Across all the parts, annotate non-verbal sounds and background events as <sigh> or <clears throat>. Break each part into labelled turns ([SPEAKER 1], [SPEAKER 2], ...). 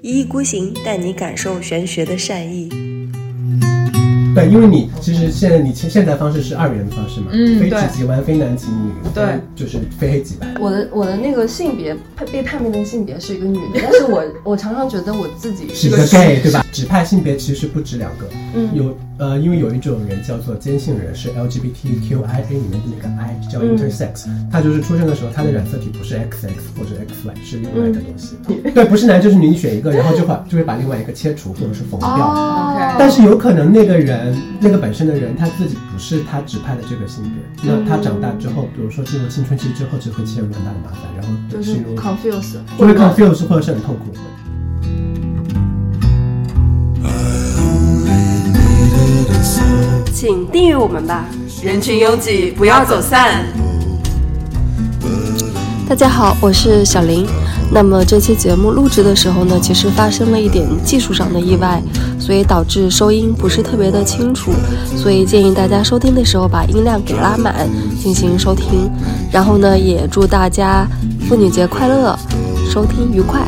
[SPEAKER 1] 一意孤行带你感受玄学的善意。
[SPEAKER 2] 对，因为你其实现在你现现代方式是二元的方式嘛，
[SPEAKER 3] 嗯
[SPEAKER 2] 非
[SPEAKER 3] 对
[SPEAKER 2] 紫即弯，非男即女，
[SPEAKER 3] 对，
[SPEAKER 2] 就是非黑即白。
[SPEAKER 4] 我的我的那个性别判被判定的性别是一个女的，但是
[SPEAKER 3] <laughs>
[SPEAKER 4] 我我常常觉得我自己
[SPEAKER 2] 是
[SPEAKER 4] 是
[SPEAKER 2] 一
[SPEAKER 4] 个
[SPEAKER 2] 个
[SPEAKER 4] 女
[SPEAKER 2] gay 对吧？指派性别其实不止两个，
[SPEAKER 4] 嗯
[SPEAKER 2] 有呃，因为有一种人叫做坚信人，是 LGBTQIA 里面的那个 I 叫 intersex，、他就是出生的时候他的染色体不是 XX 或者 XY，是另外一个东西。对，不是男就是女，你选一个，然后就把就会把另外一个切除或者是缝掉。
[SPEAKER 4] 哦
[SPEAKER 3] OK
[SPEAKER 2] 但是有可能那个人，那个本身的人，他自己不是他指派的这个性别。那他长大之后，比如说进入青春期之后，就会陷入很大的麻烦，然后
[SPEAKER 4] 就
[SPEAKER 2] 进
[SPEAKER 4] 是
[SPEAKER 2] 入
[SPEAKER 4] confuse，
[SPEAKER 2] 就会 confuse 或者是很痛苦。
[SPEAKER 1] 请订阅我们吧。
[SPEAKER 3] 人群拥挤，不要走散。
[SPEAKER 1] 大家好，我是小林。那么这期节目录制的时候呢，其实发生了一点技术上的意外，所以导致收音不是特别的清楚，所以建议大家收听的时候把音量给拉满进行收听。然后呢，也祝大家妇女节快乐，收听愉快。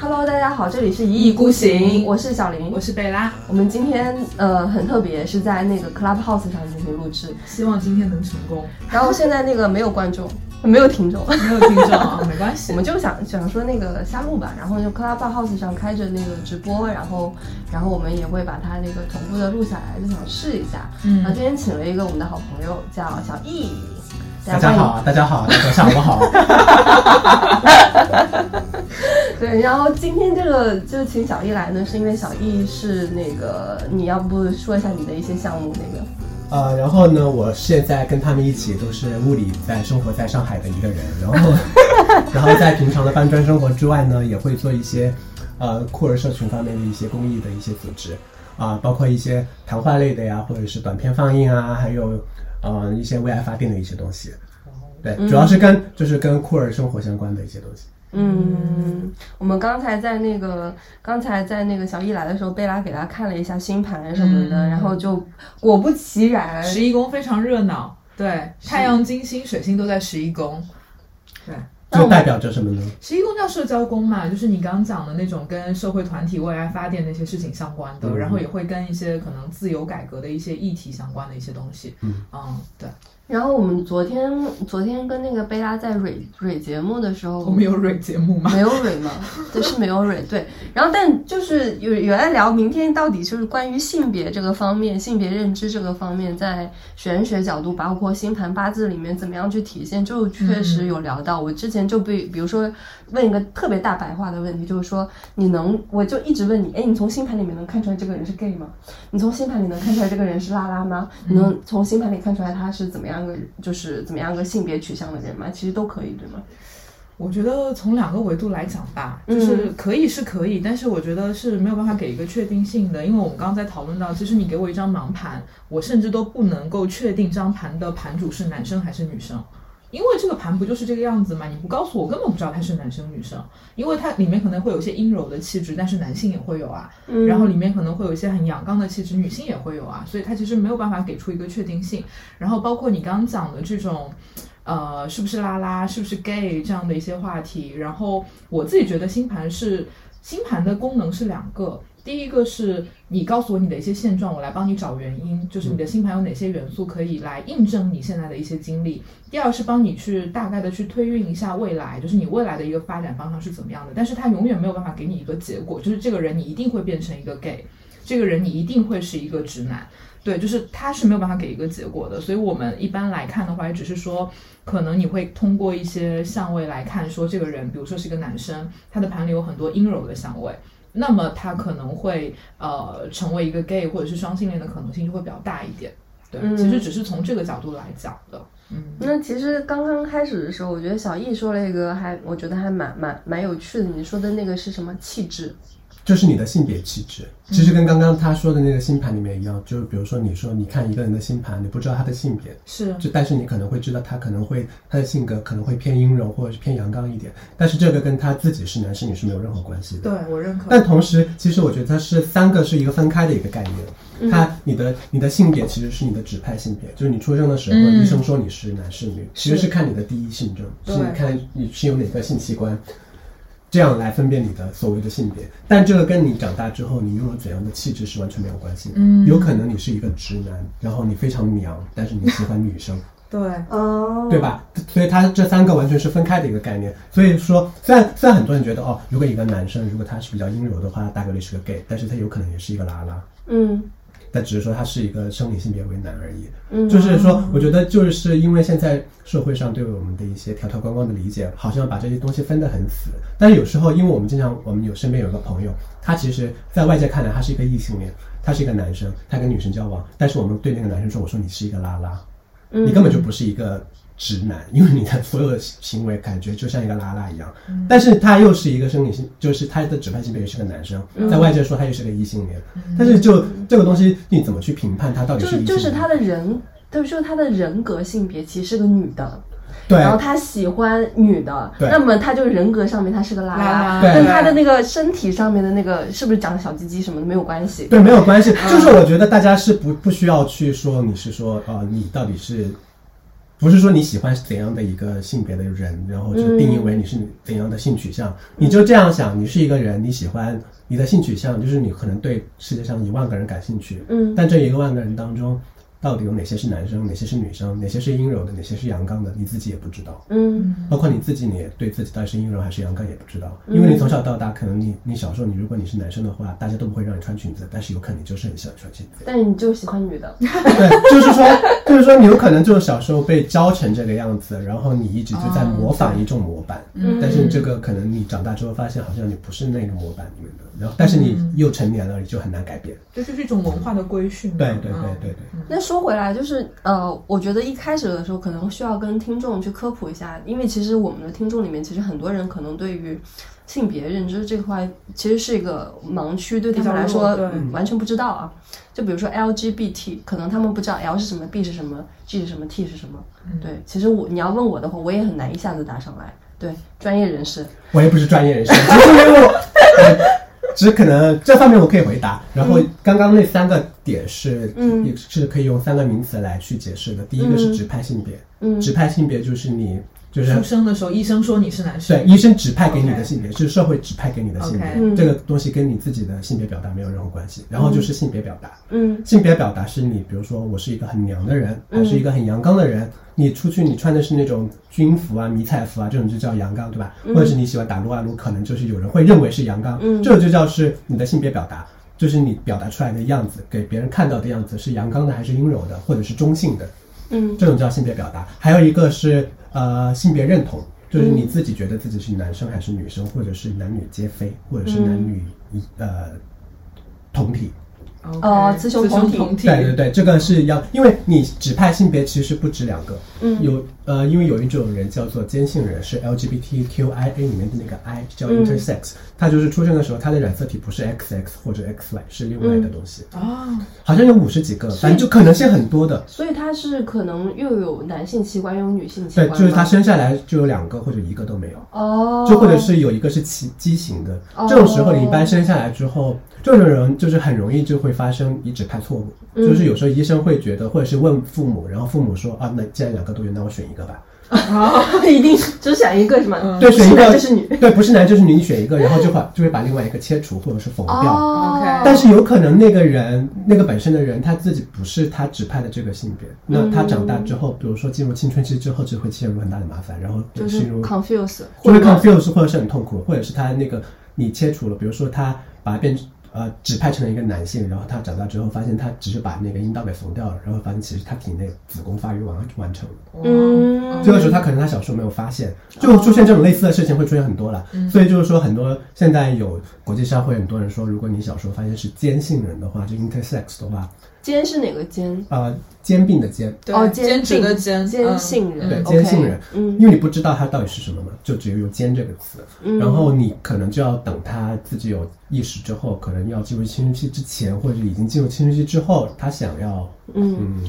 [SPEAKER 4] Hello，大家好，这里是一
[SPEAKER 3] 一意孤行
[SPEAKER 4] 我是小林
[SPEAKER 3] 我。是贝拉，
[SPEAKER 4] 我们今天呃很特别，是在那个 Clubhouse 上进行录制，
[SPEAKER 3] 希望今天能成功。
[SPEAKER 4] 然后现在那个没有观众， <laughs> 没有听众。
[SPEAKER 3] 没有听众啊，没关系
[SPEAKER 4] 我。们就想想说那个瞎录吧，然后就 Clubhouse 上开着那个直播，然后然后我们也会把它那个同步的录下来，就想试一下。
[SPEAKER 3] 嗯
[SPEAKER 4] 然后今天请了一个我们的好朋友叫小易，
[SPEAKER 2] 大家
[SPEAKER 4] 欢
[SPEAKER 2] 好，啊大家好，大家下午好。啊
[SPEAKER 4] 迎。对，然后今天这个就请小易来呢，是因为小易是那个你要不说一下你的一些项目那个？
[SPEAKER 2] 呃，然后呢，我现在跟他们一起都是物理在生活在上海的一个人，然
[SPEAKER 4] <laughs>
[SPEAKER 2] 后，然后在平常的搬砖生活之外呢，也会做一些，呃，酷儿社群方面的一些公益的一些组织，啊、包括一些谈话类的呀，或者是短片放映啊，还有，呃，一些为爱发电的一些东西，
[SPEAKER 4] 哦
[SPEAKER 2] 对，主要是跟就是跟酷儿生活相关的一些东西。
[SPEAKER 4] 嗯，我们刚才在那个刚才在那个小易来的时候，贝拉给他看了一下星盘什么的，
[SPEAKER 3] 嗯
[SPEAKER 4] 然后就果不其然，
[SPEAKER 3] 十一宫非常热闹，对，太阳、金星、水星都在十一宫。对，
[SPEAKER 4] 那我
[SPEAKER 2] 就
[SPEAKER 4] 们
[SPEAKER 2] 代表着什么呢？
[SPEAKER 3] 十一宫叫社交宫嘛，就是你刚讲的那种跟社会团体为爱发电的一些事情相关的，
[SPEAKER 2] 嗯
[SPEAKER 3] 然后也会跟一些可能自由改革的一些议题相关的一些东西。
[SPEAKER 2] 嗯
[SPEAKER 3] 对，
[SPEAKER 4] 然后我们昨天昨天跟那个贝拉在蕊蕊节目的时候，
[SPEAKER 3] 我们有蕊节目吗？
[SPEAKER 4] <laughs> 没有蕊吗？对，是没有蕊。对，然后但就是有有在聊明天到底就是关于性别这个方面、性别认知这个方面，在玄学角度，包括星盘八字里面怎么样去体现，就确实有聊到。我之前就被比如说问一个特别大白话的问题，就是说你能，我就一直问你，哎，你从星盘里面能看出来这个人是 gay 吗？你从星盘里能看出来这个人是拉拉吗？你能从星盘里看出来他是怎么样个，就是怎么样个性别取向的人吗？其实都可以，对吗？
[SPEAKER 3] 我觉得从两个维度来讲吧，
[SPEAKER 4] 嗯
[SPEAKER 3] 就是可以是可以，但是我觉得是没有办法给一个确定性的，因为我们刚刚在讨论到，其实你给我一张盲盘，我甚至都不能够确定这张盘的盘主是男生还是女生。因为这个盘不就是这个样子嘛？你不告诉我，我根本不知道他是男生女生，因为它里面可能会有一些阴柔的气质，但是男性也会有啊。然后里面可能会有一些很阳刚的气质，女性也会有啊，所以它其实没有办法给出一个确定性。然后包括你刚刚讲的这种，呃，是不是拉拉，是不是 gay 这样的一些话题。然后我自己觉得星盘是星盘的功能是两个。第一个是你告诉我你的一些现状，我来帮你找原因，就是你的星盘有哪些元素可以来印证你现在的一些经历。第二是帮你去大概的去推运一下未来，就是你未来的一个发展方向是怎么样的，但是它永远没有办法给你一个结果，就是这个人你一定会变成一个 gay，这个人你一定会是一个直男，对，就是他是没有办法给一个结果的，所以我们一般来看的话，也只是说，可能你会通过一些相位来看，说这个人，比如说是一个男生，他的盘里有很多阴柔的相位。那么他可能会呃成为一个 gay 或者是双性恋的可能性就会比较大一点，对，
[SPEAKER 4] 嗯
[SPEAKER 3] 其实只是从这个角度来讲的，嗯。
[SPEAKER 4] 那其实刚刚开始的时候，我觉得小易说了一个还，我觉得还蛮蛮蛮有趣的。你说的那个是什么气质？
[SPEAKER 2] 就是你的性别气质。其
[SPEAKER 4] 嗯
[SPEAKER 2] 实跟刚刚他说的那个星盘里面一样，就是比如说你说你看一个人的星盘，你不知道他的性别，
[SPEAKER 3] 是
[SPEAKER 2] 就但是你可能会知道他可能会他的性格可能会偏阴柔或者是偏阳刚一点，但是这个跟他自己是男是女是没有任何关系的。
[SPEAKER 3] 对我认可。
[SPEAKER 2] 但同时，其实我觉得它是三个是一个分开的一个概
[SPEAKER 3] 嗯
[SPEAKER 2] 念。它你的你的性别其实是你的指派性别，就是你出生的时候，
[SPEAKER 3] 嗯
[SPEAKER 2] 医生说你是男是女，其实是看你的第一性征，
[SPEAKER 3] 对
[SPEAKER 2] 是你看你是有哪个性器官，这样来分辨你的所谓的性别。但这个跟你长大之后你拥有怎样的气质是完全没有关系的。
[SPEAKER 3] 嗯
[SPEAKER 2] 有可能你是一个直男，然后你非常娘，但是你喜欢女生。
[SPEAKER 3] 对，
[SPEAKER 2] 嗯
[SPEAKER 4] 哦，
[SPEAKER 2] 对？吧？所以它这三个完全是分开的一个概念。所以说，虽然虽然很多人觉得哦，如果一个男生如果他是比较阴柔的话，他大概率是个 gay，但是他有可能也是一个拉拉，
[SPEAKER 4] 嗯
[SPEAKER 2] 但只是说他是一个生理性别为男而已。
[SPEAKER 4] 嗯，
[SPEAKER 2] 就是说，我觉得就是因为现在社会上对我们的一些条条框框的理解，好像把这些东西分得很死。但是有时候，因为我们经常我们有身边有个朋友，他其实在外界看来他是一个异性恋，他是一个男生，他跟女生交往，但是我们对那个男生说，我说你是一个拉拉。
[SPEAKER 4] 嗯
[SPEAKER 2] 你根本就不是一个直男，因为你的所有的行为感觉就像一个拉拉一样。
[SPEAKER 4] 嗯
[SPEAKER 2] 但是他又是一个生理性，就是他的指派性别也是个男生，
[SPEAKER 4] 嗯
[SPEAKER 2] 在外界说他又是个异性恋。但是就这个东西，你怎么去评判他到底
[SPEAKER 4] 就是
[SPEAKER 2] 异性
[SPEAKER 4] 是
[SPEAKER 2] 恋？
[SPEAKER 4] 嗯就是他的人，对，就是他的人格性别其实是个女的，
[SPEAKER 2] 对
[SPEAKER 4] 然后他喜欢女的，
[SPEAKER 2] 对
[SPEAKER 4] 那么他就人格上面他是个拉
[SPEAKER 3] 拉拉
[SPEAKER 2] 对
[SPEAKER 4] 跟他的那个身体上面的那个是不是长小鸡鸡什么的没有关系。
[SPEAKER 2] 对没有关系。就是我觉得大家是不不需要去说你是说呃你到底是。不是说你喜欢怎样的一个性别的人，然后就定义为你是怎样的性取向，你就这样想，你是一个人，你喜欢你的性取向就是你可能对世界上一万个人感兴趣，
[SPEAKER 4] 嗯
[SPEAKER 2] 但这一万个人当中，到底有哪些是男生，哪些是女生，哪些是阴柔的，哪些是阳刚的，你自己也不知道。
[SPEAKER 4] 嗯
[SPEAKER 2] 包括你自己，你也对自己到底是阴柔还是阳刚也不知道，因为你从小到大，可能你你小时候，你如果你是男生的话，大家都不会让你穿裙子，但是有可能你就是很喜欢穿裙子。
[SPEAKER 4] 但你就喜欢女的，
[SPEAKER 2] 对，就是说，就是说，你有可能就是小时候被教成这个样子，然后你一直就在
[SPEAKER 3] 哦
[SPEAKER 2] 模仿一种模板，
[SPEAKER 4] 嗯
[SPEAKER 2] 但是这个可能你长大之后发现，好像你不是那个模板里面的，然后但是你又成年了，你就很难改变。
[SPEAKER 3] 这就是一种文化的规训嘛。
[SPEAKER 2] 对对对
[SPEAKER 3] 嗯
[SPEAKER 2] 对对。
[SPEAKER 4] 那说回来，就是呃，我觉得一开始的时候可能需要跟听众去科普一下，因为其实我们的听众里面，其实很多人可能对于性别认知这块其实是一个盲区，对他们来
[SPEAKER 3] 比
[SPEAKER 4] 说
[SPEAKER 3] 较弱对
[SPEAKER 4] 嗯完全不知道啊。就比如说 LGBT，可能他们不知道 L 是什么，B 是什么，G 是什么，T 是什么。
[SPEAKER 3] 嗯
[SPEAKER 4] 对，其实我你要问我的话，我也很难一下子答上来。对，专业人士，
[SPEAKER 2] 我也不是专业人士， <laughs> 只是因为我，呃只可能这方面我可以回答。然后刚刚那三个点是，
[SPEAKER 4] 嗯
[SPEAKER 2] 也是可以用三个名词来去解释的。第一个是指派性别，
[SPEAKER 4] 嗯
[SPEAKER 2] 指派性别就是你就是
[SPEAKER 3] 出生的时候，医生说你是男
[SPEAKER 2] 对
[SPEAKER 3] 生，
[SPEAKER 2] 医生指派给你的性别，是社会指派给你的性
[SPEAKER 3] OK
[SPEAKER 2] 别，
[SPEAKER 4] 嗯
[SPEAKER 2] 这个东西跟你自己的性别表达没有任何关系。然后就是性别表达，
[SPEAKER 4] 嗯
[SPEAKER 2] 性别表达是你，比如说我是一个很娘的人，还是一个很阳刚的人。你出去，你穿的是那种军服啊、迷彩服啊，这种就叫阳刚，对吧？或者是你喜欢打撸啊撸，可能就是有人会认为是阳刚，
[SPEAKER 4] 嗯
[SPEAKER 2] 这就叫是你的性别表达，就是你表达出来的样子，给别人看到的样子是阳刚的还是阴柔的，或者是中性的，
[SPEAKER 4] 嗯
[SPEAKER 2] 这种叫性别表达。还有一个是呃性别认
[SPEAKER 4] 嗯
[SPEAKER 2] 同，就是你自己觉得自己是男生还是女生，或者是男女皆非，或者是男女
[SPEAKER 4] 嗯
[SPEAKER 2] 一、呃同体。
[SPEAKER 4] 哦
[SPEAKER 3] OK，
[SPEAKER 4] 雌雄同体
[SPEAKER 3] 同体，
[SPEAKER 2] 对对对，这个是要，因为你指派性别其实不止两个，
[SPEAKER 4] 嗯
[SPEAKER 2] 有呃，因为有一种人叫做坚信人，是 LGBTQIA 里面的那个 I 叫
[SPEAKER 4] 嗯
[SPEAKER 2] intersex，、他就是出生的时候他的染色体不是 XX 或者 XY，是另外的东西，
[SPEAKER 3] 啊，
[SPEAKER 2] 好像有五十几个，反正就可能性很多的。
[SPEAKER 4] 所以他是可能又有男性器官，又有女性器
[SPEAKER 2] 对
[SPEAKER 4] 官，吗，
[SPEAKER 2] 就是他生下来就有两个或者一个都没有。
[SPEAKER 4] 哦，
[SPEAKER 2] 就或者是有一个是畸畸形的，这种时候你一般生下来之后，这种人就是很容易就会发生移植派错误，
[SPEAKER 4] 嗯
[SPEAKER 2] 就是有时候医生会觉得，或者是问父母，然后父母说啊，那既然两个都有，那我选一个吧，
[SPEAKER 4] 一定只选一个是吗？
[SPEAKER 3] 嗯
[SPEAKER 2] 对，
[SPEAKER 4] 不是
[SPEAKER 2] 选一
[SPEAKER 4] 男
[SPEAKER 2] 个
[SPEAKER 4] 就是女，
[SPEAKER 2] 对，不是男就是女，你选一个，然后就把就会把另外一个切除或者是缝掉。
[SPEAKER 4] 哦
[SPEAKER 3] OK
[SPEAKER 2] 但是有可能那个人，那个本身的人，他自己不是他指派的这个性别，那他长大之后，比如说进入青春期之后，嗯就会陷入很大的麻烦，然后
[SPEAKER 4] 就
[SPEAKER 2] 进
[SPEAKER 4] 是
[SPEAKER 2] 入
[SPEAKER 4] confuse，
[SPEAKER 2] 就会 confuse 或者是很痛苦，或者是他那个你切除了，比如说他把它变成呃指派成了一个男性，然后他长大之后发现他只是把那个阴道给缝掉了，然后发现其实他体内子宫发育完完成了。
[SPEAKER 3] 哇
[SPEAKER 4] 嗯
[SPEAKER 2] 这个时候他可能他小时候没有发现，就出现这种类似的事情会出现很多了。
[SPEAKER 4] 嗯
[SPEAKER 2] 所以就是说，很多现在有国际上会很多人说，如果你小时候发现是兼性人的话，就 intersex 的话，
[SPEAKER 4] 坚是哪个坚？
[SPEAKER 2] 呃，兼并的兼，
[SPEAKER 3] 对
[SPEAKER 4] 哦
[SPEAKER 3] 兼职的兼
[SPEAKER 4] 坚
[SPEAKER 3] 嗯
[SPEAKER 4] 信人，
[SPEAKER 2] 对，
[SPEAKER 4] OK
[SPEAKER 2] 兼信人，
[SPEAKER 4] 嗯
[SPEAKER 2] 因为你不知道它到底是什么嘛，就只有用“兼”这个词，
[SPEAKER 4] 嗯
[SPEAKER 2] 然后你可能就要等他自己有意识之后，可能要进入青春期之前，或者已经进入青春期之后，他想要
[SPEAKER 4] 嗯。哎
[SPEAKER 2] 嗯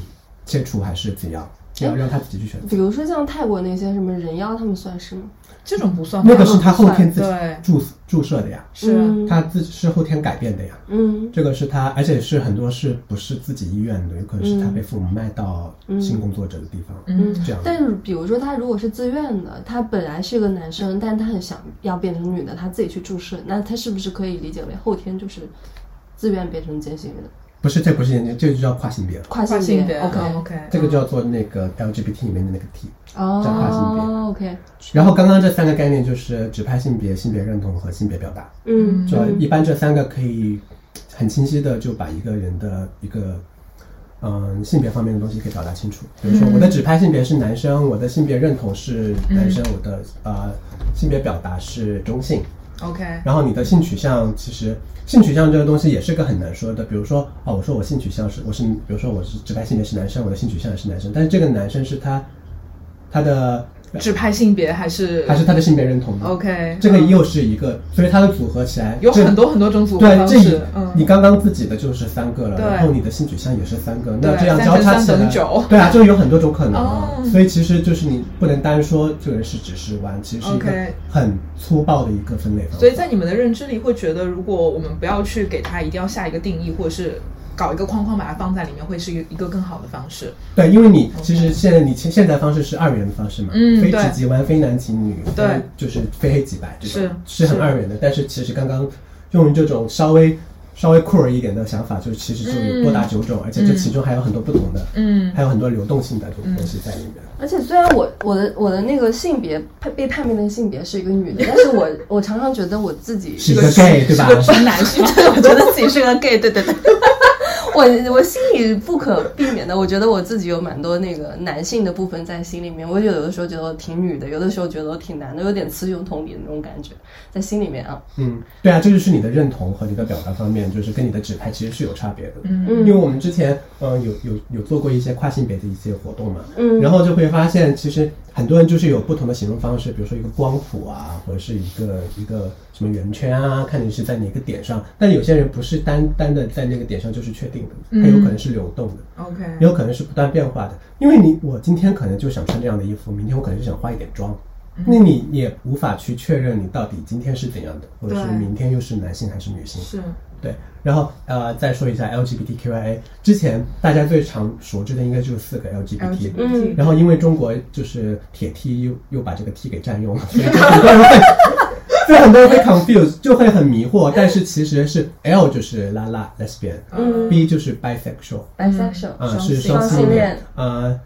[SPEAKER 2] 切除还是怎样，要让他自己去选择。
[SPEAKER 4] 比如说像泰国那些什么人妖，他们算是吗？
[SPEAKER 3] 这种不算吧
[SPEAKER 2] 那个是他后天自己
[SPEAKER 3] 对
[SPEAKER 2] 注注射的呀，
[SPEAKER 3] 是啊
[SPEAKER 4] 嗯
[SPEAKER 2] 他自己是后天改变的呀。
[SPEAKER 4] 嗯
[SPEAKER 2] 这个是他，而且是很多是不是自己医院的，有可能
[SPEAKER 4] 嗯
[SPEAKER 2] 是他被父母卖到性工作者的地方，
[SPEAKER 3] 嗯
[SPEAKER 2] 这样的。
[SPEAKER 4] 但是比如说他如果是自愿的，他本来是个男生，但他很想要变成女的，他自己去注射，那他是不是可以理解为后天就是自愿变成兼性人，
[SPEAKER 2] 不是，这不是研究，这就叫跨性别了，
[SPEAKER 3] 跨
[SPEAKER 4] 跨性
[SPEAKER 3] 性别
[SPEAKER 4] OK
[SPEAKER 3] 嗯 OK
[SPEAKER 2] 这个叫做那个 LGBT 里面的那个 T。叫跨性别
[SPEAKER 4] 哦，OK，
[SPEAKER 2] 然后刚刚这三个概念就是指派性别、性别认同和性别表达，
[SPEAKER 4] 嗯，
[SPEAKER 2] 就一般这三个可以很清晰的就把一个人的一个。嗯，性别方面的东西可以表达清楚，比如
[SPEAKER 3] 嗯
[SPEAKER 2] 说我的指派性别是男生，我的性别认同是男生，我的
[SPEAKER 3] 嗯
[SPEAKER 2] 呃性别表达是中性，
[SPEAKER 3] OK
[SPEAKER 2] 然后你的性取向，其实性取向这个东西也是个很难说的。比如说啊、我说我性取向是我是，比如说我是直白性别是男生，我的性取向也是男生，但是这个男生是他他的
[SPEAKER 3] 指派性别还是
[SPEAKER 2] 还是他的性别认同的
[SPEAKER 3] OK
[SPEAKER 2] 这个
[SPEAKER 3] 嗯
[SPEAKER 2] 又是一个，所以它的组合起来
[SPEAKER 3] 有
[SPEAKER 2] 这
[SPEAKER 3] 很多很多种组合
[SPEAKER 2] 对，
[SPEAKER 3] 方
[SPEAKER 2] 这
[SPEAKER 3] 式
[SPEAKER 2] 一，
[SPEAKER 3] 嗯，
[SPEAKER 2] 你刚刚自己的就是三个了，
[SPEAKER 3] 对
[SPEAKER 2] 然后你的性取向也是三个，那
[SPEAKER 3] 对
[SPEAKER 2] 这样
[SPEAKER 3] 三
[SPEAKER 2] 交
[SPEAKER 3] 乘
[SPEAKER 2] 叉
[SPEAKER 3] 三
[SPEAKER 2] 起来
[SPEAKER 3] 等于九，
[SPEAKER 2] 对
[SPEAKER 3] <laughs>
[SPEAKER 2] 啊，就有很多种可能啊。
[SPEAKER 3] 哦
[SPEAKER 2] 所以其实就是你不能单说这个人是指是弯，其实是一个
[SPEAKER 3] OK
[SPEAKER 2] 很粗暴的一个分类方法。
[SPEAKER 3] 所以在你们的认知里，会觉得如果我们不要去给它一定要下一个定义，或者是搞一个框框把它放在里面，会是一个一个更好的方式。
[SPEAKER 2] 对，因为你其实现在你现现在方式是二元的方式嘛，
[SPEAKER 3] 嗯
[SPEAKER 2] 非
[SPEAKER 3] 对
[SPEAKER 2] 直即弯，非男即女，
[SPEAKER 3] 对
[SPEAKER 2] 非就是非黑即白，这种
[SPEAKER 3] 是
[SPEAKER 2] 是很
[SPEAKER 3] 是
[SPEAKER 2] 二元的。但是其实刚刚用这种稍微稍微酷儿一点的想法，就是其实就有多达九种，而且这其中还有很多不同的，
[SPEAKER 3] 嗯
[SPEAKER 2] 还有很多流动性的东东西在里面。
[SPEAKER 4] 而且虽然我我的我的那个性别被被判定的性别是一个女的，但是我我常常觉得我自己
[SPEAKER 2] 是一个 gay 对吧
[SPEAKER 3] 是？个直男是吗？
[SPEAKER 4] 我觉得自己是
[SPEAKER 2] <laughs>
[SPEAKER 4] 个 gay，对对对。我我心里不可避免的，我觉得我自己有蛮多那个男性的部分在心里面。我有的时候觉得我挺女的，有的时候觉得我挺男的，有点雌雄同体的那种感觉在心里面啊。
[SPEAKER 2] 嗯，对啊，这就是你的认同和你的表达方面，就是跟你的指派其实是有差别的。因为
[SPEAKER 4] 嗯
[SPEAKER 2] 我们之前嗯、呃有有有做过一些跨性别的一些活动嘛，
[SPEAKER 4] 嗯
[SPEAKER 2] 然后就会发现其实很多人就是有不同的形容方式，比如说一个光谱啊，或者是一个一个什么圆圈啊，看你是在哪个点上，但有些人不是单单的在那个点上就是确定的，
[SPEAKER 3] 嗯
[SPEAKER 2] 它有可能是流动的。
[SPEAKER 3] OK，
[SPEAKER 2] 也有可能是不断变化的，因为你我今天可能就想穿这样的衣服，明天我可能就想化一点妆，那你也无法去确认你到底今天是怎样的，或者是
[SPEAKER 3] 对
[SPEAKER 2] 明天又是男性还是女性。
[SPEAKER 3] 是
[SPEAKER 2] 对，然后呃，再说一下 LGBTQIA，之前大家最常熟知的应该就是四个 LGBT。
[SPEAKER 4] 嗯
[SPEAKER 3] LGBT，
[SPEAKER 2] 然后因为中国就是铁 T 又又把这个 T 给占用了，所以就很多人会，所以很多人会 confuse，就会很迷惑。但是其实是 L 就是拉拉 lesbian，B
[SPEAKER 4] 嗯
[SPEAKER 2] 就是 bisexual，
[SPEAKER 4] ，bisexual，
[SPEAKER 2] 啊、
[SPEAKER 3] 双
[SPEAKER 2] 是
[SPEAKER 3] 性
[SPEAKER 2] 双
[SPEAKER 4] 双性
[SPEAKER 2] 恋
[SPEAKER 4] 恋，
[SPEAKER 2] 呃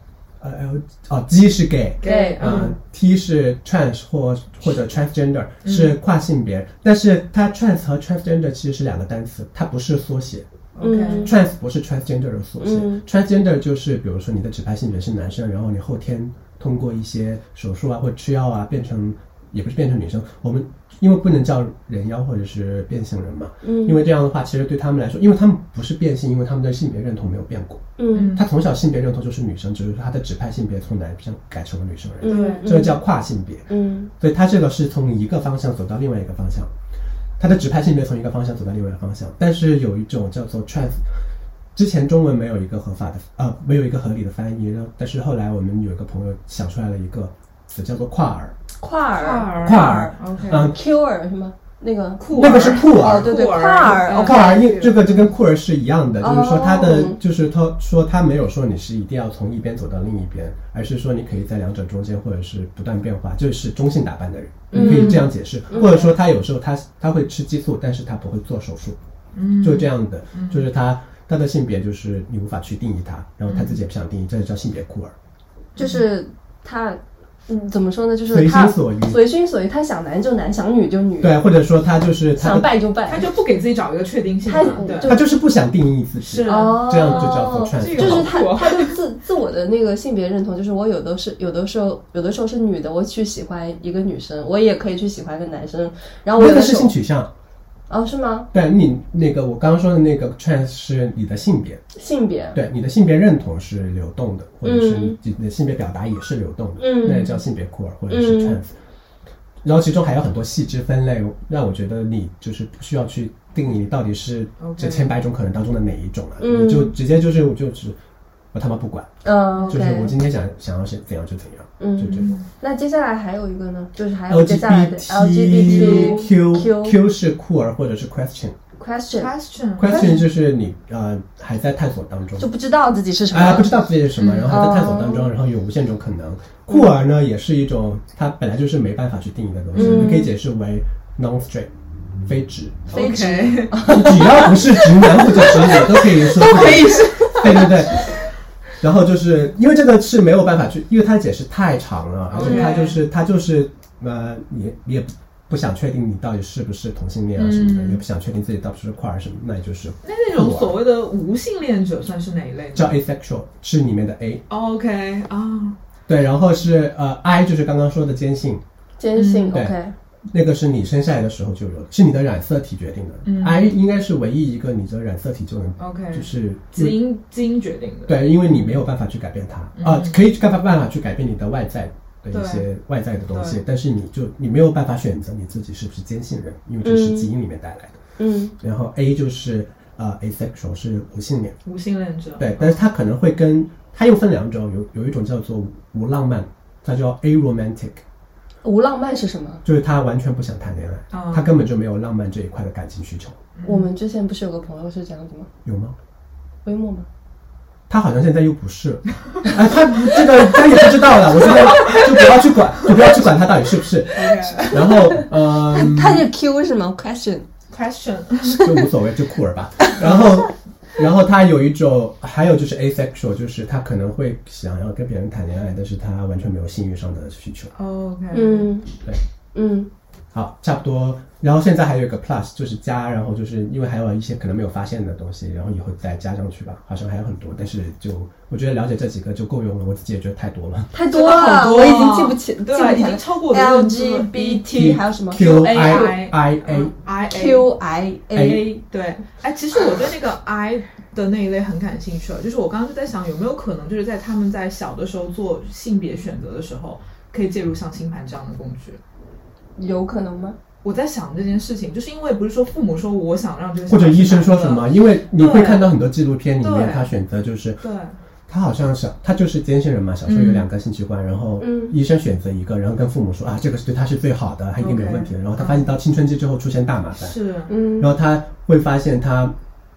[SPEAKER 2] 呃 L 哦 G 是 gay，
[SPEAKER 4] gay，
[SPEAKER 2] 啊、
[SPEAKER 4] 嗯
[SPEAKER 2] t 是 trans 或或者 transgender 是跨性别，但是它 trans 和 transgender 其实是两个单词，它不是缩写。
[SPEAKER 4] 嗯
[SPEAKER 2] trans 不是 transgender 的缩写、
[SPEAKER 4] 嗯
[SPEAKER 2] t r a n s g e n d e r 就是比如说你的指派性别是男生，然后你后天通过一些手术啊或者吃药啊变成，也不是变成女生。我们因为不能叫人妖或者是变性人嘛，
[SPEAKER 4] 嗯
[SPEAKER 2] 因为这样的话其实对他们来说，因为他们不是变性，因为他们的性别认同没有变过，
[SPEAKER 4] 嗯
[SPEAKER 2] 他从小性别认同就是女生，只是他的指派性别从男生改成了女生而已，
[SPEAKER 4] 嗯，
[SPEAKER 2] 这个叫跨性别。
[SPEAKER 4] 嗯
[SPEAKER 2] 所以他这个是从一个方向走到另外一个方向，他的指派性别从一个方向走到另外一个方向。但是有一种叫做 trans，之前中文没有一个合法的呃没有一个合理的翻译，然后但是后来我们有一个朋友想出来了一个词叫做跨儿，
[SPEAKER 4] 跨儿
[SPEAKER 3] 儿
[SPEAKER 2] 跨儿
[SPEAKER 3] ，OK，
[SPEAKER 2] 嗯，
[SPEAKER 4] ，Q 儿是吗？那个
[SPEAKER 3] 酷
[SPEAKER 2] 那个是酷
[SPEAKER 4] 哦，
[SPEAKER 2] 儿。
[SPEAKER 4] 对对，
[SPEAKER 3] 酷儿
[SPEAKER 4] 跨儿
[SPEAKER 3] 嗯
[SPEAKER 4] ，OK，
[SPEAKER 2] 跨儿，因这个就跟酷儿是一样的，
[SPEAKER 4] 哦
[SPEAKER 2] 就是说他的，就是他说他没有说你是一定要从一边走到另一边，而是说你可以在两者中间，或者是不断变化，就是中性打扮的人，
[SPEAKER 4] 嗯
[SPEAKER 2] 可以这样解释。或者说他有时候他他会吃激素，但是他不会做手术，
[SPEAKER 3] 嗯
[SPEAKER 2] 就这样的，就是他他的性别就是你无法去定义他，然后他自己也不想
[SPEAKER 4] 嗯
[SPEAKER 2] 定义，这就叫性别酷儿。
[SPEAKER 4] 就是他，嗯，怎么说呢？就是
[SPEAKER 2] 随心
[SPEAKER 4] 他
[SPEAKER 2] 所欲
[SPEAKER 4] 随心所欲，他想男就男，想女就女，
[SPEAKER 2] 对，或者说他就是他
[SPEAKER 4] 想
[SPEAKER 2] 的
[SPEAKER 4] 拜就拜，
[SPEAKER 3] 他就不给自己找一个确定性嘛
[SPEAKER 4] 他，
[SPEAKER 3] 对，
[SPEAKER 2] 他就是不想定义自己，
[SPEAKER 3] 是
[SPEAKER 4] 哦，
[SPEAKER 2] 这样就叫做 trans
[SPEAKER 3] 这个
[SPEAKER 4] 就是
[SPEAKER 3] 好
[SPEAKER 4] 他
[SPEAKER 3] 酷哦
[SPEAKER 4] 他对自自我的那个性别认同，就是我有的是有的时候有的时候是女啊的，我去喜欢一个女生，我也可以去喜欢一个男生，然后我
[SPEAKER 2] 那
[SPEAKER 4] 有
[SPEAKER 2] 个
[SPEAKER 4] 的
[SPEAKER 2] 是
[SPEAKER 4] 时候
[SPEAKER 2] 性取向。
[SPEAKER 4] 哦，是吗？
[SPEAKER 2] 对你那个我刚刚说的那个 trans 是你的性别，
[SPEAKER 4] 性别，
[SPEAKER 2] 对你的性别认同是流动的，或者是你的性别表达也是流动的，
[SPEAKER 4] 嗯
[SPEAKER 2] 那也叫性别酷儿或者是
[SPEAKER 4] 嗯
[SPEAKER 2] trans。然后其中还有很多细枝分类，让我觉得你就是不需要去定义你到底是
[SPEAKER 3] OK
[SPEAKER 2] 这千百种可能当中的哪一种了、
[SPEAKER 4] 嗯
[SPEAKER 2] 你就直接就是我就是我他妈不管，
[SPEAKER 4] 嗯
[SPEAKER 2] 就是我
[SPEAKER 4] ，OK，
[SPEAKER 2] 今天想想要是怎样就怎样，就这
[SPEAKER 4] 嗯，
[SPEAKER 2] 样。
[SPEAKER 4] 那接下来还有一个呢，就是还有接下来的
[SPEAKER 2] LGBTQ
[SPEAKER 4] LGBTQ
[SPEAKER 2] Q 是酷儿或者是 question，question
[SPEAKER 4] question，
[SPEAKER 3] question，
[SPEAKER 2] 就是你呃还在探索当中
[SPEAKER 4] 就，不知道自己是什
[SPEAKER 2] 啊，
[SPEAKER 4] 么嗯哦
[SPEAKER 2] 不，知道自己是什么，然后还在探索当中，然后有无限种可能。酷儿呢，也是一种它本来就是没办法去定义的东西，
[SPEAKER 4] 嗯
[SPEAKER 2] 你可以解释为 non straight，非直，
[SPEAKER 4] 非直
[SPEAKER 3] OK
[SPEAKER 2] 只要不是直男或者直女都可以说，
[SPEAKER 4] <laughs> 都可以是，
[SPEAKER 2] <laughs> 对对对。然后就是因为这个是没有办法去，因为它解释太长了，
[SPEAKER 4] 嗯
[SPEAKER 2] 而且它就是它就是呃，你你也不想确定你到底是不是同性恋啊什么的，
[SPEAKER 3] 嗯
[SPEAKER 2] 也不想确定自己到底是不是跨儿什么，那也就是
[SPEAKER 3] <laughs> 那那种所谓的无性恋者算是哪一类呢
[SPEAKER 2] 叫 asexual 是里面的 A，
[SPEAKER 3] ？OK 啊，
[SPEAKER 2] 对，然后是呃 I 就是刚刚说的坚信，
[SPEAKER 4] 坚信
[SPEAKER 2] 嗯对
[SPEAKER 4] ，OK，
[SPEAKER 2] 那个是你生下来的时候就有的，是你的染色体决定的、
[SPEAKER 3] 嗯哦
[SPEAKER 2] I 应该是唯一一个你的染色体就能
[SPEAKER 3] OK
[SPEAKER 2] 就是
[SPEAKER 3] 基因基因决定的。
[SPEAKER 2] 嗯对，因为你没有办法去改变它，
[SPEAKER 3] 嗯
[SPEAKER 2] 啊，可以去干办办法去改变你的外在的一些外在的东西
[SPEAKER 3] 对，
[SPEAKER 2] 但是你就你没有办法选择你自己是不是坚信人，因为这是基因里面带来的。
[SPEAKER 4] 嗯
[SPEAKER 2] 然后 A 就是呃 asexual 是无性恋，
[SPEAKER 3] 无性恋者。
[SPEAKER 2] 对，但是它可能会跟它又分两种，有有一种叫做无浪漫，它叫 a romantic，
[SPEAKER 4] 无浪漫是什么？
[SPEAKER 2] 就是他完全不想谈恋爱，
[SPEAKER 3] 哦
[SPEAKER 2] 他根本就没有浪漫这一块的感情需求，
[SPEAKER 4] 我们之前不是有个朋友是这样子吗？
[SPEAKER 2] 有吗？
[SPEAKER 4] 微末吗？
[SPEAKER 2] 他好像现在又不是， <laughs> 啊，他不这个他也不知道了。我现在就不要去管，就不要去管他到底是不是。
[SPEAKER 3] OK
[SPEAKER 2] 然后，嗯，
[SPEAKER 4] 他是 Q 是吗？Question，
[SPEAKER 3] question
[SPEAKER 2] 就无所谓，就酷儿吧。然后，然后他有一种，还有就是 asexual，就是他可能会想要跟别人谈恋爱，但是他完全没有性欲上的需求。
[SPEAKER 3] OK
[SPEAKER 4] 嗯
[SPEAKER 2] 对，
[SPEAKER 4] 嗯
[SPEAKER 2] 好，差不多。然后现在还有一个 plus，就是加，然后就是因为还有一些可能没有发现的东西，然后以后再加上去吧。好像还有很多，但是就我觉得了解这几个就够用了，我自己也觉得太多了。
[SPEAKER 4] 太
[SPEAKER 3] 真
[SPEAKER 4] 多
[SPEAKER 3] 的好
[SPEAKER 4] 了，
[SPEAKER 3] 多
[SPEAKER 4] 我
[SPEAKER 3] 啊
[SPEAKER 4] 已经记不起，记
[SPEAKER 3] 对
[SPEAKER 4] 不
[SPEAKER 3] 啊，已
[SPEAKER 4] 起来
[SPEAKER 3] 经
[SPEAKER 4] 了。
[SPEAKER 3] 超过我的认知了
[SPEAKER 4] LGBT 还有什么
[SPEAKER 2] Q
[SPEAKER 4] A 嗯
[SPEAKER 2] I I A
[SPEAKER 3] 嗯 I A
[SPEAKER 4] QIA
[SPEAKER 2] A
[SPEAKER 3] A 对，哎，其实我对那个 I 的那一类很感兴趣了，就是我刚刚就在想，有没有可能就是在他们在小的时候做性别选择的时候，可以介入像星盘这样的工具。
[SPEAKER 4] 有可能吗？
[SPEAKER 3] 我在想这件事情，就是因为不是说父母说我想让这个小
[SPEAKER 2] 或
[SPEAKER 3] 孩
[SPEAKER 2] 者医
[SPEAKER 3] 是
[SPEAKER 2] 生
[SPEAKER 3] 男
[SPEAKER 2] 说
[SPEAKER 3] 的
[SPEAKER 2] 什么？因为你会
[SPEAKER 3] 对
[SPEAKER 2] 看到很多纪录片里面
[SPEAKER 3] 对，
[SPEAKER 2] 他选择就是
[SPEAKER 3] 对
[SPEAKER 2] 他好像小，他就是坚信人嘛，小时候有两个性器官，然后
[SPEAKER 4] 嗯
[SPEAKER 2] 医生选择一个，然后跟父母说啊，这个是对他是最好的，他一定没有问题的。然后他发现到青春期之后出现大麻烦，
[SPEAKER 3] 是
[SPEAKER 4] 嗯
[SPEAKER 2] 然后他会发现他，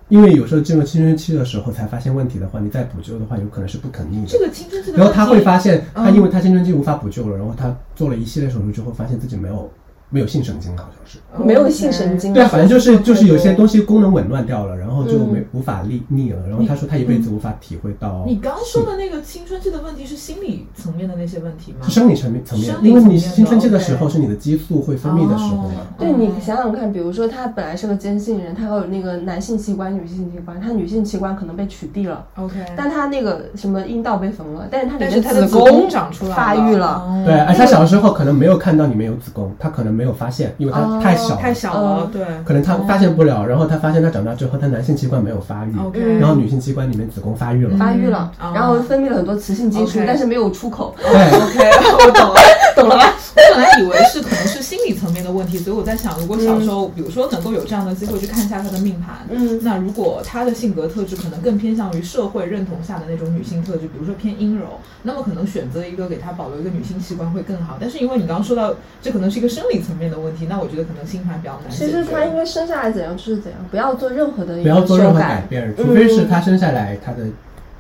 [SPEAKER 2] 因为有时候进入青春期的时候才发现问题的话，你再补救的话，有可能是不可逆
[SPEAKER 3] 这
[SPEAKER 2] 的。
[SPEAKER 3] 个青春期的问题，
[SPEAKER 2] 然后他会发现，
[SPEAKER 3] 嗯
[SPEAKER 2] 他因为他青春期无法补救了，然后他做了一系列手术之后，发现自己没有没有性神经，好像是。
[SPEAKER 3] 哦
[SPEAKER 4] 没有性神
[SPEAKER 3] 嗯
[SPEAKER 4] 经
[SPEAKER 2] 对啊，反正就是就是有些东西功能紊乱掉了，然后就没无法逆逆了。然后
[SPEAKER 3] 你
[SPEAKER 2] 他说他一辈子无法体会到
[SPEAKER 3] 嗯你刚说的那个青春期的问题是心理层面的那些问题吗？
[SPEAKER 2] 是生理层面层面
[SPEAKER 3] 生，理
[SPEAKER 2] 因为
[SPEAKER 3] 层
[SPEAKER 2] 你
[SPEAKER 3] 面的哦
[SPEAKER 2] 青春期的时候
[SPEAKER 3] OK
[SPEAKER 2] 是你的激素会分泌的时候嘛。
[SPEAKER 4] 对你想想看，比如说他本来是个坚信人，他有那个男性器官、女性器官，他女性器官可能被取缔了，
[SPEAKER 3] OK，
[SPEAKER 4] 但他那个什么阴道被缝了，但是他里
[SPEAKER 3] 但是
[SPEAKER 4] 面
[SPEAKER 3] 他的子宫
[SPEAKER 4] 宫
[SPEAKER 3] 长出来
[SPEAKER 4] 发育了，
[SPEAKER 3] 哦
[SPEAKER 2] 对，哎而他小时候可能没有看到里面有子宫，他可能没有发现，因为他
[SPEAKER 4] 哦
[SPEAKER 2] 太小了，
[SPEAKER 3] 太小了，
[SPEAKER 4] 嗯
[SPEAKER 3] 对
[SPEAKER 2] 可能他发现不了。然后他发现他长大之后，他男性器官没有发育，
[SPEAKER 3] ，OK，
[SPEAKER 4] 嗯
[SPEAKER 2] 然后女性器官里面子宫发育了。
[SPEAKER 4] 发育了，
[SPEAKER 3] 嗯哦
[SPEAKER 4] 然后分泌了很多雌性激素
[SPEAKER 3] OK，
[SPEAKER 4] 但是没有出口，
[SPEAKER 2] 对，
[SPEAKER 3] OK，我 <laughs> 懂了。
[SPEAKER 4] 懂了吧？
[SPEAKER 3] 我本来以为是可能是心理层面的问题，所以我在想，如果小时候，比如说能够有这样的机会去看一下他的命盘，
[SPEAKER 4] 嗯
[SPEAKER 3] 那如果他的性格特质可能更偏向于社会认同下的那种女性特质，比如说偏阴柔，那么可能选择一个给他保留一个女性器官会更好。但是因为你刚刚说到，这可能是一个生理层面的问题，那我觉得可能星盘比较难解
[SPEAKER 4] 其
[SPEAKER 3] 决。
[SPEAKER 4] 实他应该生下来怎样就是怎样，不要做任何的一
[SPEAKER 2] 不要
[SPEAKER 4] 个
[SPEAKER 2] 做任
[SPEAKER 4] 修
[SPEAKER 2] 何改
[SPEAKER 4] 改。
[SPEAKER 2] 变，除非是他生下来他的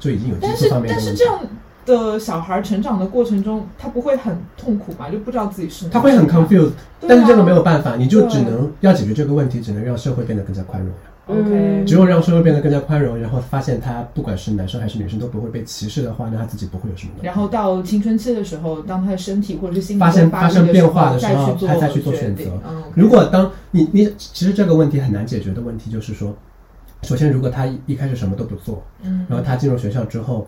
[SPEAKER 2] 就已经有激
[SPEAKER 3] 但
[SPEAKER 2] 素
[SPEAKER 3] 是
[SPEAKER 2] 方面
[SPEAKER 3] 但
[SPEAKER 2] 的
[SPEAKER 3] 是
[SPEAKER 2] 问
[SPEAKER 3] 这
[SPEAKER 2] 题。
[SPEAKER 3] 样的小孩成长的过程中，他不会很痛苦嘛？就不知道自己是男
[SPEAKER 2] 他会很
[SPEAKER 3] 是吗
[SPEAKER 2] confused，
[SPEAKER 3] 对啊
[SPEAKER 2] 但是这个没有办法，你就只
[SPEAKER 3] 对
[SPEAKER 2] 能要解决这个问题，只能让社会变得更加宽容。
[SPEAKER 3] OK，
[SPEAKER 4] 嗯
[SPEAKER 2] 只有让社会变得更加宽容，然后发现他不管是男生还是女生都不会被歧视的话，那他自己不会有什么问题。
[SPEAKER 3] 然后到青春期的时候，当他的身体或者是心理
[SPEAKER 2] 发生发
[SPEAKER 3] 嗯发育
[SPEAKER 2] 生
[SPEAKER 3] 的时
[SPEAKER 2] 变
[SPEAKER 3] 候
[SPEAKER 2] 化的时
[SPEAKER 3] 再
[SPEAKER 2] 候
[SPEAKER 3] 去，做
[SPEAKER 2] 他再去做
[SPEAKER 3] 决
[SPEAKER 2] 选择
[SPEAKER 3] 定。嗯，
[SPEAKER 2] 如果当你你其实这个问题很难解决的问题就是说，首先如果他一一开始什么都不做，
[SPEAKER 3] 嗯
[SPEAKER 2] 然后他进入学校之后，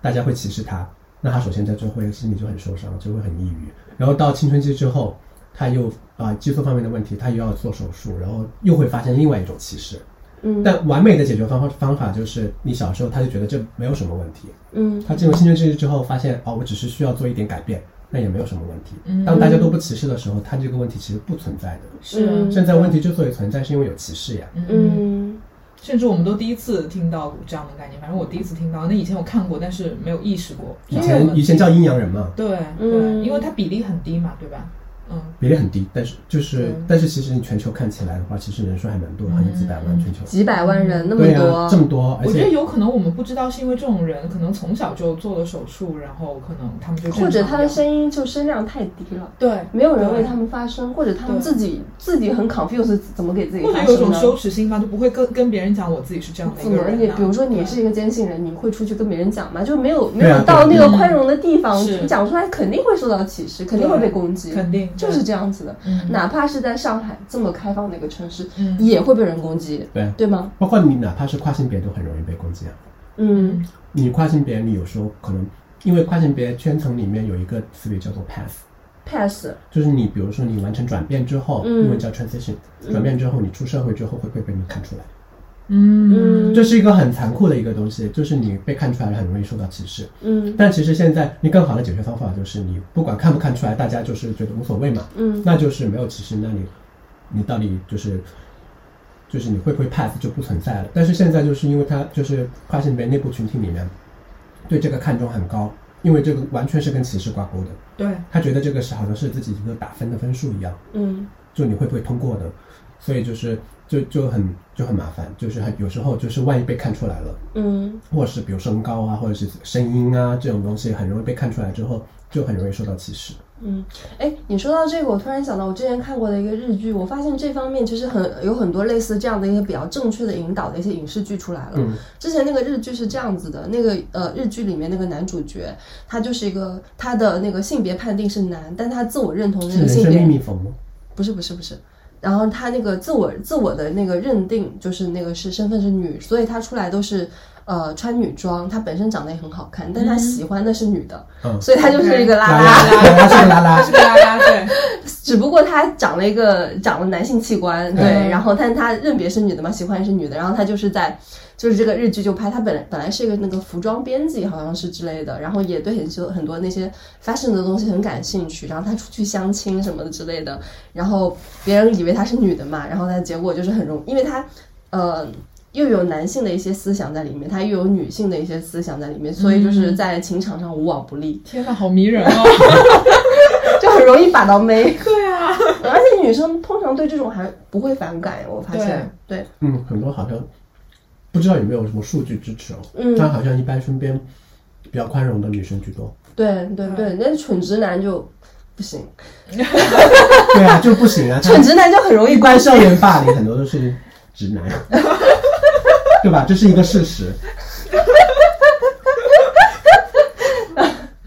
[SPEAKER 2] 大家会歧视他，那他首先在就会心里就很受伤，就会很抑郁。然后到青春期之后，他又啊、激素方面的问题，他又要做手术，然后又会发现另外一种歧视。
[SPEAKER 4] 嗯
[SPEAKER 2] 但完美的解决方法方法就是，你小时候他就觉得这没有什么问题，
[SPEAKER 4] 嗯
[SPEAKER 2] 他进入青春期之后发现，哦，我只是需要做一点改变，那也没有什么问题
[SPEAKER 3] 嗯。
[SPEAKER 2] 当大家都不歧视的时候，他这个问题其实不存在的。
[SPEAKER 4] 嗯
[SPEAKER 2] 现在问题之所以存在，是因为有歧视呀。
[SPEAKER 3] 嗯，
[SPEAKER 4] 嗯
[SPEAKER 3] 甚至我们都第一次听到这样的概念，反正我第一次听到，那以前我看过，但是没有意识过。
[SPEAKER 2] 以前以前叫阴阳人嘛，
[SPEAKER 3] 对
[SPEAKER 4] 嗯
[SPEAKER 3] 对，因为它比例很低嘛，对吧？嗯，
[SPEAKER 2] 比例很低，但是就是
[SPEAKER 3] 嗯
[SPEAKER 2] 但是其实你全球看起来的话，其实人数还蛮多，好像几百万全球。
[SPEAKER 4] 几百万人那么
[SPEAKER 2] 对
[SPEAKER 4] 多，
[SPEAKER 2] 啊，这么多，而
[SPEAKER 3] 我觉得
[SPEAKER 2] 且
[SPEAKER 3] 有可能我们不知道，是因为这种人可能从小就做了手术，然后可能他们就
[SPEAKER 4] 或者他的
[SPEAKER 3] 身
[SPEAKER 4] 声音就声量太低了。
[SPEAKER 3] 对，
[SPEAKER 4] 没有人为他们发声，或者他们
[SPEAKER 3] 对
[SPEAKER 4] 自己自己很 confused 怎么给自己
[SPEAKER 3] 或者
[SPEAKER 4] 发
[SPEAKER 3] 有一
[SPEAKER 4] 声
[SPEAKER 3] 种
[SPEAKER 4] 呢？
[SPEAKER 3] 羞耻心吧，就不会跟跟别人讲我自己是这样的一
[SPEAKER 4] 怎
[SPEAKER 3] 个
[SPEAKER 4] 么
[SPEAKER 3] 人、
[SPEAKER 4] 也，
[SPEAKER 3] 啊。
[SPEAKER 4] 比如说你是一个坚信人，你会出去跟别人讲吗？就没有没
[SPEAKER 2] 对啊
[SPEAKER 4] 有到那
[SPEAKER 2] 对
[SPEAKER 4] 个
[SPEAKER 2] 啊
[SPEAKER 4] 宽容的地方，
[SPEAKER 3] 是
[SPEAKER 4] 讲出来肯定会受到歧视，肯定会被攻击，
[SPEAKER 3] 肯定
[SPEAKER 4] 就是这样子的。
[SPEAKER 3] 嗯
[SPEAKER 4] 哪怕是在上海这么开放的一个城市，
[SPEAKER 3] 嗯
[SPEAKER 4] 也会被人攻击，
[SPEAKER 2] 对，
[SPEAKER 4] 对吗？
[SPEAKER 2] 包括你哪怕是跨性别都很容易被攻击啊。
[SPEAKER 4] 嗯
[SPEAKER 2] 你跨性别，你有时候可能因为跨性别圈层里面有一个词语叫做 pass，
[SPEAKER 4] ，pass，
[SPEAKER 2] 就是你比如说你完成转变之后，
[SPEAKER 4] 嗯
[SPEAKER 2] 英文叫 transition，转变之后你出社会之后会不会被你看出来？
[SPEAKER 3] 嗯
[SPEAKER 4] 嗯
[SPEAKER 2] 这是一个很残酷的一个东西，就是你被看出来了很容易受到歧视。
[SPEAKER 4] 嗯
[SPEAKER 2] 但其实现在你更好的解决方法就是你不管看不看出来，大家就是觉得无所谓嘛，
[SPEAKER 4] 嗯
[SPEAKER 2] 那就是没有歧视，那你你到底就是就是你会不会 pass 就不存在了。但是现在就是因为它就是跨性别内部群体里面对这个看重很高，因为这个完全是跟歧视挂钩的，
[SPEAKER 3] 对，
[SPEAKER 2] 他觉得这个是好像是自己一个打分的分数一样，
[SPEAKER 4] 嗯
[SPEAKER 2] 就你会不会通过呢？所以就是就就很就很麻烦，就是很有时候就是万一被看出来了，
[SPEAKER 4] 嗯
[SPEAKER 2] 或者是比如身高啊，或者是声音啊这种东西，很容易被看出来之后，就很容易受到歧视。
[SPEAKER 4] 嗯。哎，你说到这个，我突然想到我之前看过的一个日剧，我发现这方面其实很有很多类似这样的一些比较正确的引导的一些影视剧出来了。
[SPEAKER 2] 嗯
[SPEAKER 4] 之前那个日剧是这样子的，那个呃日剧里面那个男主角，他就是一个他的那个性别判定是男，但他自我认同的那
[SPEAKER 2] 嗯是人
[SPEAKER 4] 个性
[SPEAKER 2] 生
[SPEAKER 4] 别
[SPEAKER 2] 秘密缝吗？
[SPEAKER 4] 不是不是不是，然后他那个自我自我的那个认定就是那个是身份是女，所以他出来都是呃穿女装，他本身长得也很好看，但他喜欢的是女的，
[SPEAKER 2] 嗯，
[SPEAKER 4] 所以他就是一个拉
[SPEAKER 2] 拉拉
[SPEAKER 4] 拉，
[SPEAKER 2] 拉拉是个拉拉，
[SPEAKER 3] 是拉拉对，
[SPEAKER 4] 只不过他长了一个长了男性器官，对，
[SPEAKER 3] 嗯
[SPEAKER 4] 然后但他认别是女的嘛，喜欢是女的，然后他就是在就是这个日剧就拍他本来本来是一个那个服装编辑好像是之类的，然后也对很多很多那些 fashion 的东西很感兴趣，然后他出去相亲什么的之类的，然后别人以为他是女的嘛，然后他结果就是很容，因为他呃。又有男性的一些思想在里面，他又有女性的一些思想在里面，所以就是在情场上无往不利，
[SPEAKER 3] 天哪，好迷人哦！
[SPEAKER 4] <laughs> 就很容易把到妹。
[SPEAKER 3] 对啊，
[SPEAKER 4] 而且女生通常对这种还不会反感，我发现。对，
[SPEAKER 2] 嗯，很多好像不知道有没有什么数据支持哦，
[SPEAKER 4] 嗯
[SPEAKER 2] 但好像一般身边比较宽容的女生居多。
[SPEAKER 4] 对，对，对，那蠢直男就不行，
[SPEAKER 2] 对啊，就不 <laughs> 行啊，他
[SPEAKER 4] 蠢直男就很容
[SPEAKER 2] 一
[SPEAKER 4] 易
[SPEAKER 2] 般
[SPEAKER 4] <laughs> 关
[SPEAKER 2] 校
[SPEAKER 4] 上。
[SPEAKER 2] 园霸凌很多都是直男， <laughs> 对吧？这是一个事实。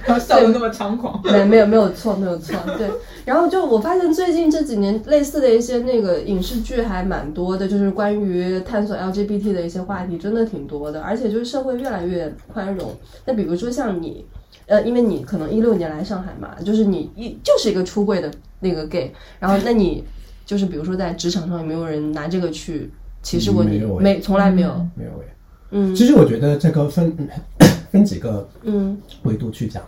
[SPEAKER 3] 然后笑得那么猖狂。
[SPEAKER 4] 没没有没有错没有错，对。然后就我发现最近这几年类似的一些那个影视剧还蛮多的，就是关于探索 LGBT 的一些话题，真的挺多的。而且就是社会越来越宽容。那比如说像你，呃，因为你可能一六年来上海嘛，就是你一就是一个出柜的那个 gay，然后那你就是比如说在职场上有没有人拿这个去歧视过
[SPEAKER 2] 没
[SPEAKER 4] 你？
[SPEAKER 2] 有哎
[SPEAKER 4] 没，从来没有。
[SPEAKER 2] 没有哎，
[SPEAKER 4] 嗯
[SPEAKER 2] 其实我觉得这个分 <coughs> 分几个
[SPEAKER 4] 嗯
[SPEAKER 2] 维度去讲，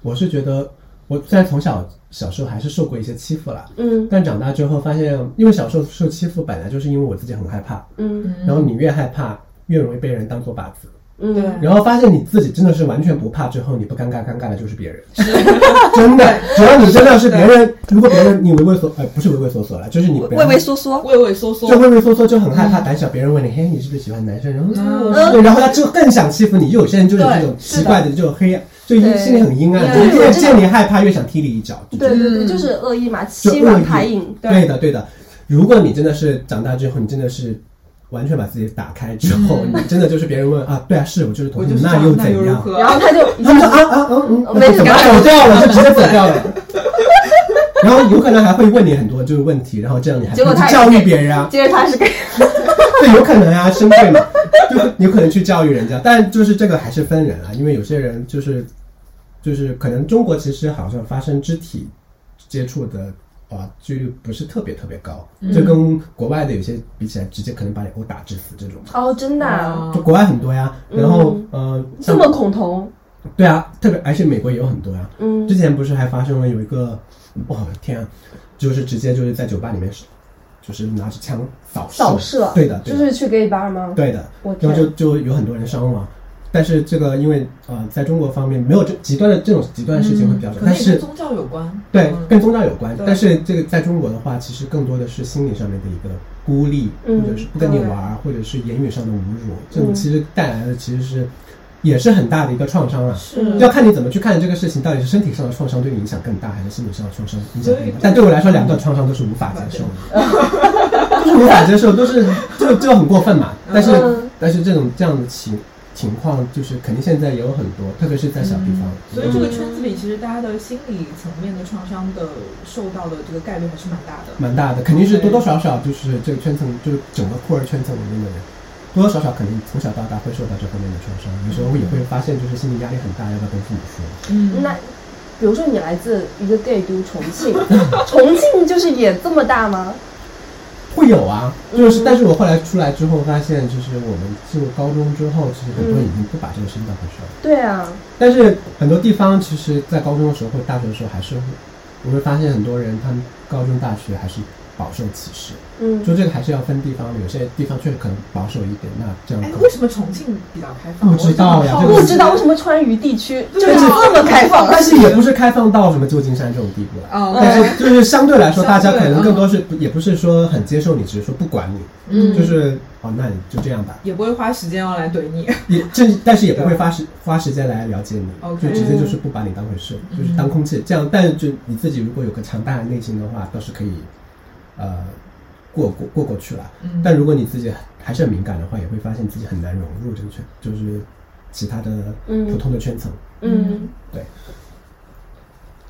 [SPEAKER 2] 我是觉得我虽然从小小时候还是受过一些欺负啦，
[SPEAKER 4] 嗯
[SPEAKER 2] 但长大之后发现，因为小时候受欺负本来就是因为我自己很害怕，
[SPEAKER 4] 嗯
[SPEAKER 2] 然后你越害怕越容易被人当做靶子。
[SPEAKER 4] 嗯，
[SPEAKER 3] 对
[SPEAKER 2] 然后发现你自己真的是完全不怕之后，你不尴尬，尴尬的就是别人。 <laughs> 真的，只要你真的是别人，如果别人你畏畏缩，呃，不是畏畏缩缩了，就是你不要
[SPEAKER 4] 畏畏缩缩。
[SPEAKER 3] 畏畏缩缩
[SPEAKER 2] 就，畏畏缩缩，就很害怕、胆小。别人问你，嘿，你是不是喜欢男生？然后、
[SPEAKER 3] 嗯
[SPEAKER 2] 对然后他就更想欺负你。又有些人就是这种
[SPEAKER 3] 对是的
[SPEAKER 2] 奇怪的，这种黑暗，就
[SPEAKER 4] 对
[SPEAKER 2] 阴心里很阴暗，
[SPEAKER 4] 对
[SPEAKER 2] 就越
[SPEAKER 4] 我知道
[SPEAKER 2] 见你害怕越想踢你一脚。就
[SPEAKER 4] 对对对，
[SPEAKER 3] 嗯
[SPEAKER 4] 就是恶意嘛，
[SPEAKER 2] 就
[SPEAKER 4] 欺
[SPEAKER 2] 恶
[SPEAKER 4] 软
[SPEAKER 2] 意
[SPEAKER 4] 怕硬。
[SPEAKER 3] 对
[SPEAKER 2] 对的，对的。如果你真的是长大之后，你真的是完全把自己打开之后，
[SPEAKER 3] 嗯
[SPEAKER 2] 你真的就是别人问啊，对啊，是我就是同
[SPEAKER 3] 我就
[SPEAKER 2] 性，
[SPEAKER 3] 是这
[SPEAKER 2] 那
[SPEAKER 3] 样，
[SPEAKER 2] 又
[SPEAKER 3] 那又
[SPEAKER 2] 怎
[SPEAKER 3] 如
[SPEAKER 2] 样？
[SPEAKER 3] 何
[SPEAKER 4] 然？后
[SPEAKER 2] <laughs>
[SPEAKER 4] 他就一
[SPEAKER 2] 他们就
[SPEAKER 4] 下子
[SPEAKER 2] 啊啊嗯嗯，
[SPEAKER 4] 没
[SPEAKER 2] 怎么走掉了，就直接走掉了。然后有可能还会问你很多就是问题，然后这样你还
[SPEAKER 4] 结果
[SPEAKER 2] 可以
[SPEAKER 4] 他
[SPEAKER 2] 去
[SPEAKER 4] 也
[SPEAKER 2] 教育
[SPEAKER 4] 是
[SPEAKER 2] 别人啊，
[SPEAKER 4] 接着他是个，
[SPEAKER 2] 对， <laughs> 有可能啊，生贵嘛，就有可能去教育人家，但就是这个还是分人啊，因为有些人就是就是可能中国其实好像发生肢体接触的啊几率不是特别特别高，
[SPEAKER 4] 嗯
[SPEAKER 2] 就跟国外的有些比起来，直接可能把你殴打致死这种。
[SPEAKER 4] 哦，真的啊，
[SPEAKER 2] 就国外很多呀，然后呃，
[SPEAKER 4] 嗯这
[SPEAKER 2] 像
[SPEAKER 4] 么恐同，
[SPEAKER 2] 对啊，特别而且美国也有很多呀。
[SPEAKER 4] 嗯
[SPEAKER 2] 之前不是还发生了有一个，哦天啊，就是直接就是在酒吧里面，就是拿着枪扫
[SPEAKER 4] 扫射，
[SPEAKER 2] 对的，对
[SPEAKER 4] 就
[SPEAKER 2] 的
[SPEAKER 4] 是去 gay bar 吗？
[SPEAKER 2] 对的，
[SPEAKER 4] 我
[SPEAKER 2] 然
[SPEAKER 4] 天
[SPEAKER 2] 后，就就有很多人伤亡。但是这个因为呃，在中国方面没有这极端的这种极端的事情会比较少，
[SPEAKER 3] 可能
[SPEAKER 2] 但
[SPEAKER 3] 也嗯跟
[SPEAKER 2] 是
[SPEAKER 3] 宗教有关。
[SPEAKER 2] 对
[SPEAKER 3] 嗯
[SPEAKER 2] 跟宗教有关。
[SPEAKER 3] 对
[SPEAKER 2] 但是这个在中国的话，其实更多的是心理上面的一个孤立，
[SPEAKER 4] 嗯
[SPEAKER 2] 或者是不跟你玩儿，或者是言语上的侮辱，这
[SPEAKER 3] 嗯
[SPEAKER 2] 种其实带来的其实是也是很大的一个创伤啊。
[SPEAKER 3] 是
[SPEAKER 2] 要看你怎么去看这个事情，到底是身体上的创伤对你影响更大，还是心理上的创伤影响更
[SPEAKER 3] 对
[SPEAKER 2] 大？但对我来说，两段创伤都是无法接受的，就是无法接受，都是就就很过分嘛。但是、
[SPEAKER 4] 嗯
[SPEAKER 2] 但是这种这样的情情况，就是肯定现在也有很多，特别是在小地方。
[SPEAKER 3] 所以这个圈子里，其实大家的心理层面的创伤的受到的这个概率还是蛮大的。
[SPEAKER 2] 蛮大的，肯定是多多少少就是这个圈层，就是整个酷儿圈层里面的人，多多少少肯定从小到大会受到这方面的创伤。有时候也会发现，就是心理压力很大，要不要跟父母说？
[SPEAKER 3] 嗯
[SPEAKER 4] 那比如说你来自一个 gay 都重
[SPEAKER 2] <laughs>
[SPEAKER 4] 庆，重庆就是也这么大吗？
[SPEAKER 2] 会有啊，就是，
[SPEAKER 4] 嗯
[SPEAKER 2] 但是我后来出来之后发现，就是我们进入高中之后，其实很多人已经不把这个事情当回事儿了。
[SPEAKER 4] 对啊，
[SPEAKER 2] 但是很多地方，其实在高中的时候或大学的时候，还是会，我会发现很多人他们高中、大学还是饱受歧视。
[SPEAKER 4] 嗯，
[SPEAKER 2] 就这个还是要分地方，有些地方确实可能保守一点，那这样
[SPEAKER 3] 哎，
[SPEAKER 2] 可
[SPEAKER 3] 为
[SPEAKER 2] 能。
[SPEAKER 3] 什么重庆比较开放？
[SPEAKER 2] 不知道呀
[SPEAKER 3] 我
[SPEAKER 2] 这个
[SPEAKER 3] 很好
[SPEAKER 4] 不
[SPEAKER 3] 奇
[SPEAKER 4] 哦知道为什么川渝地区就
[SPEAKER 3] 对
[SPEAKER 4] 是
[SPEAKER 3] 啊
[SPEAKER 4] <laughs> 这么开放，
[SPEAKER 2] 但是也不是开放到什么旧金山这种地步了。
[SPEAKER 3] 啊，
[SPEAKER 2] 但
[SPEAKER 3] 对
[SPEAKER 2] 是就是相对来说，大
[SPEAKER 3] 相对
[SPEAKER 2] 家可能更多是也不是说很接受你，只是说不管你，
[SPEAKER 4] 嗯
[SPEAKER 2] 就是哦，那你就这样吧。
[SPEAKER 3] 也不会花时间要来怼你。
[SPEAKER 2] 也这，但是也不会花时花时间来了解你
[SPEAKER 3] OK
[SPEAKER 2] 就直接就是不把你当回事，
[SPEAKER 3] 嗯
[SPEAKER 2] 就是当空气这样。但就你自己如果有个强大的内心的话，倒是可以，呃，过过过过去了。
[SPEAKER 3] 嗯
[SPEAKER 2] 但如果你自己还是很敏感的话，也会发现自己很难融入这个圈，就是其他的
[SPEAKER 4] 嗯
[SPEAKER 2] 普通的圈层。
[SPEAKER 4] 嗯，
[SPEAKER 2] 对，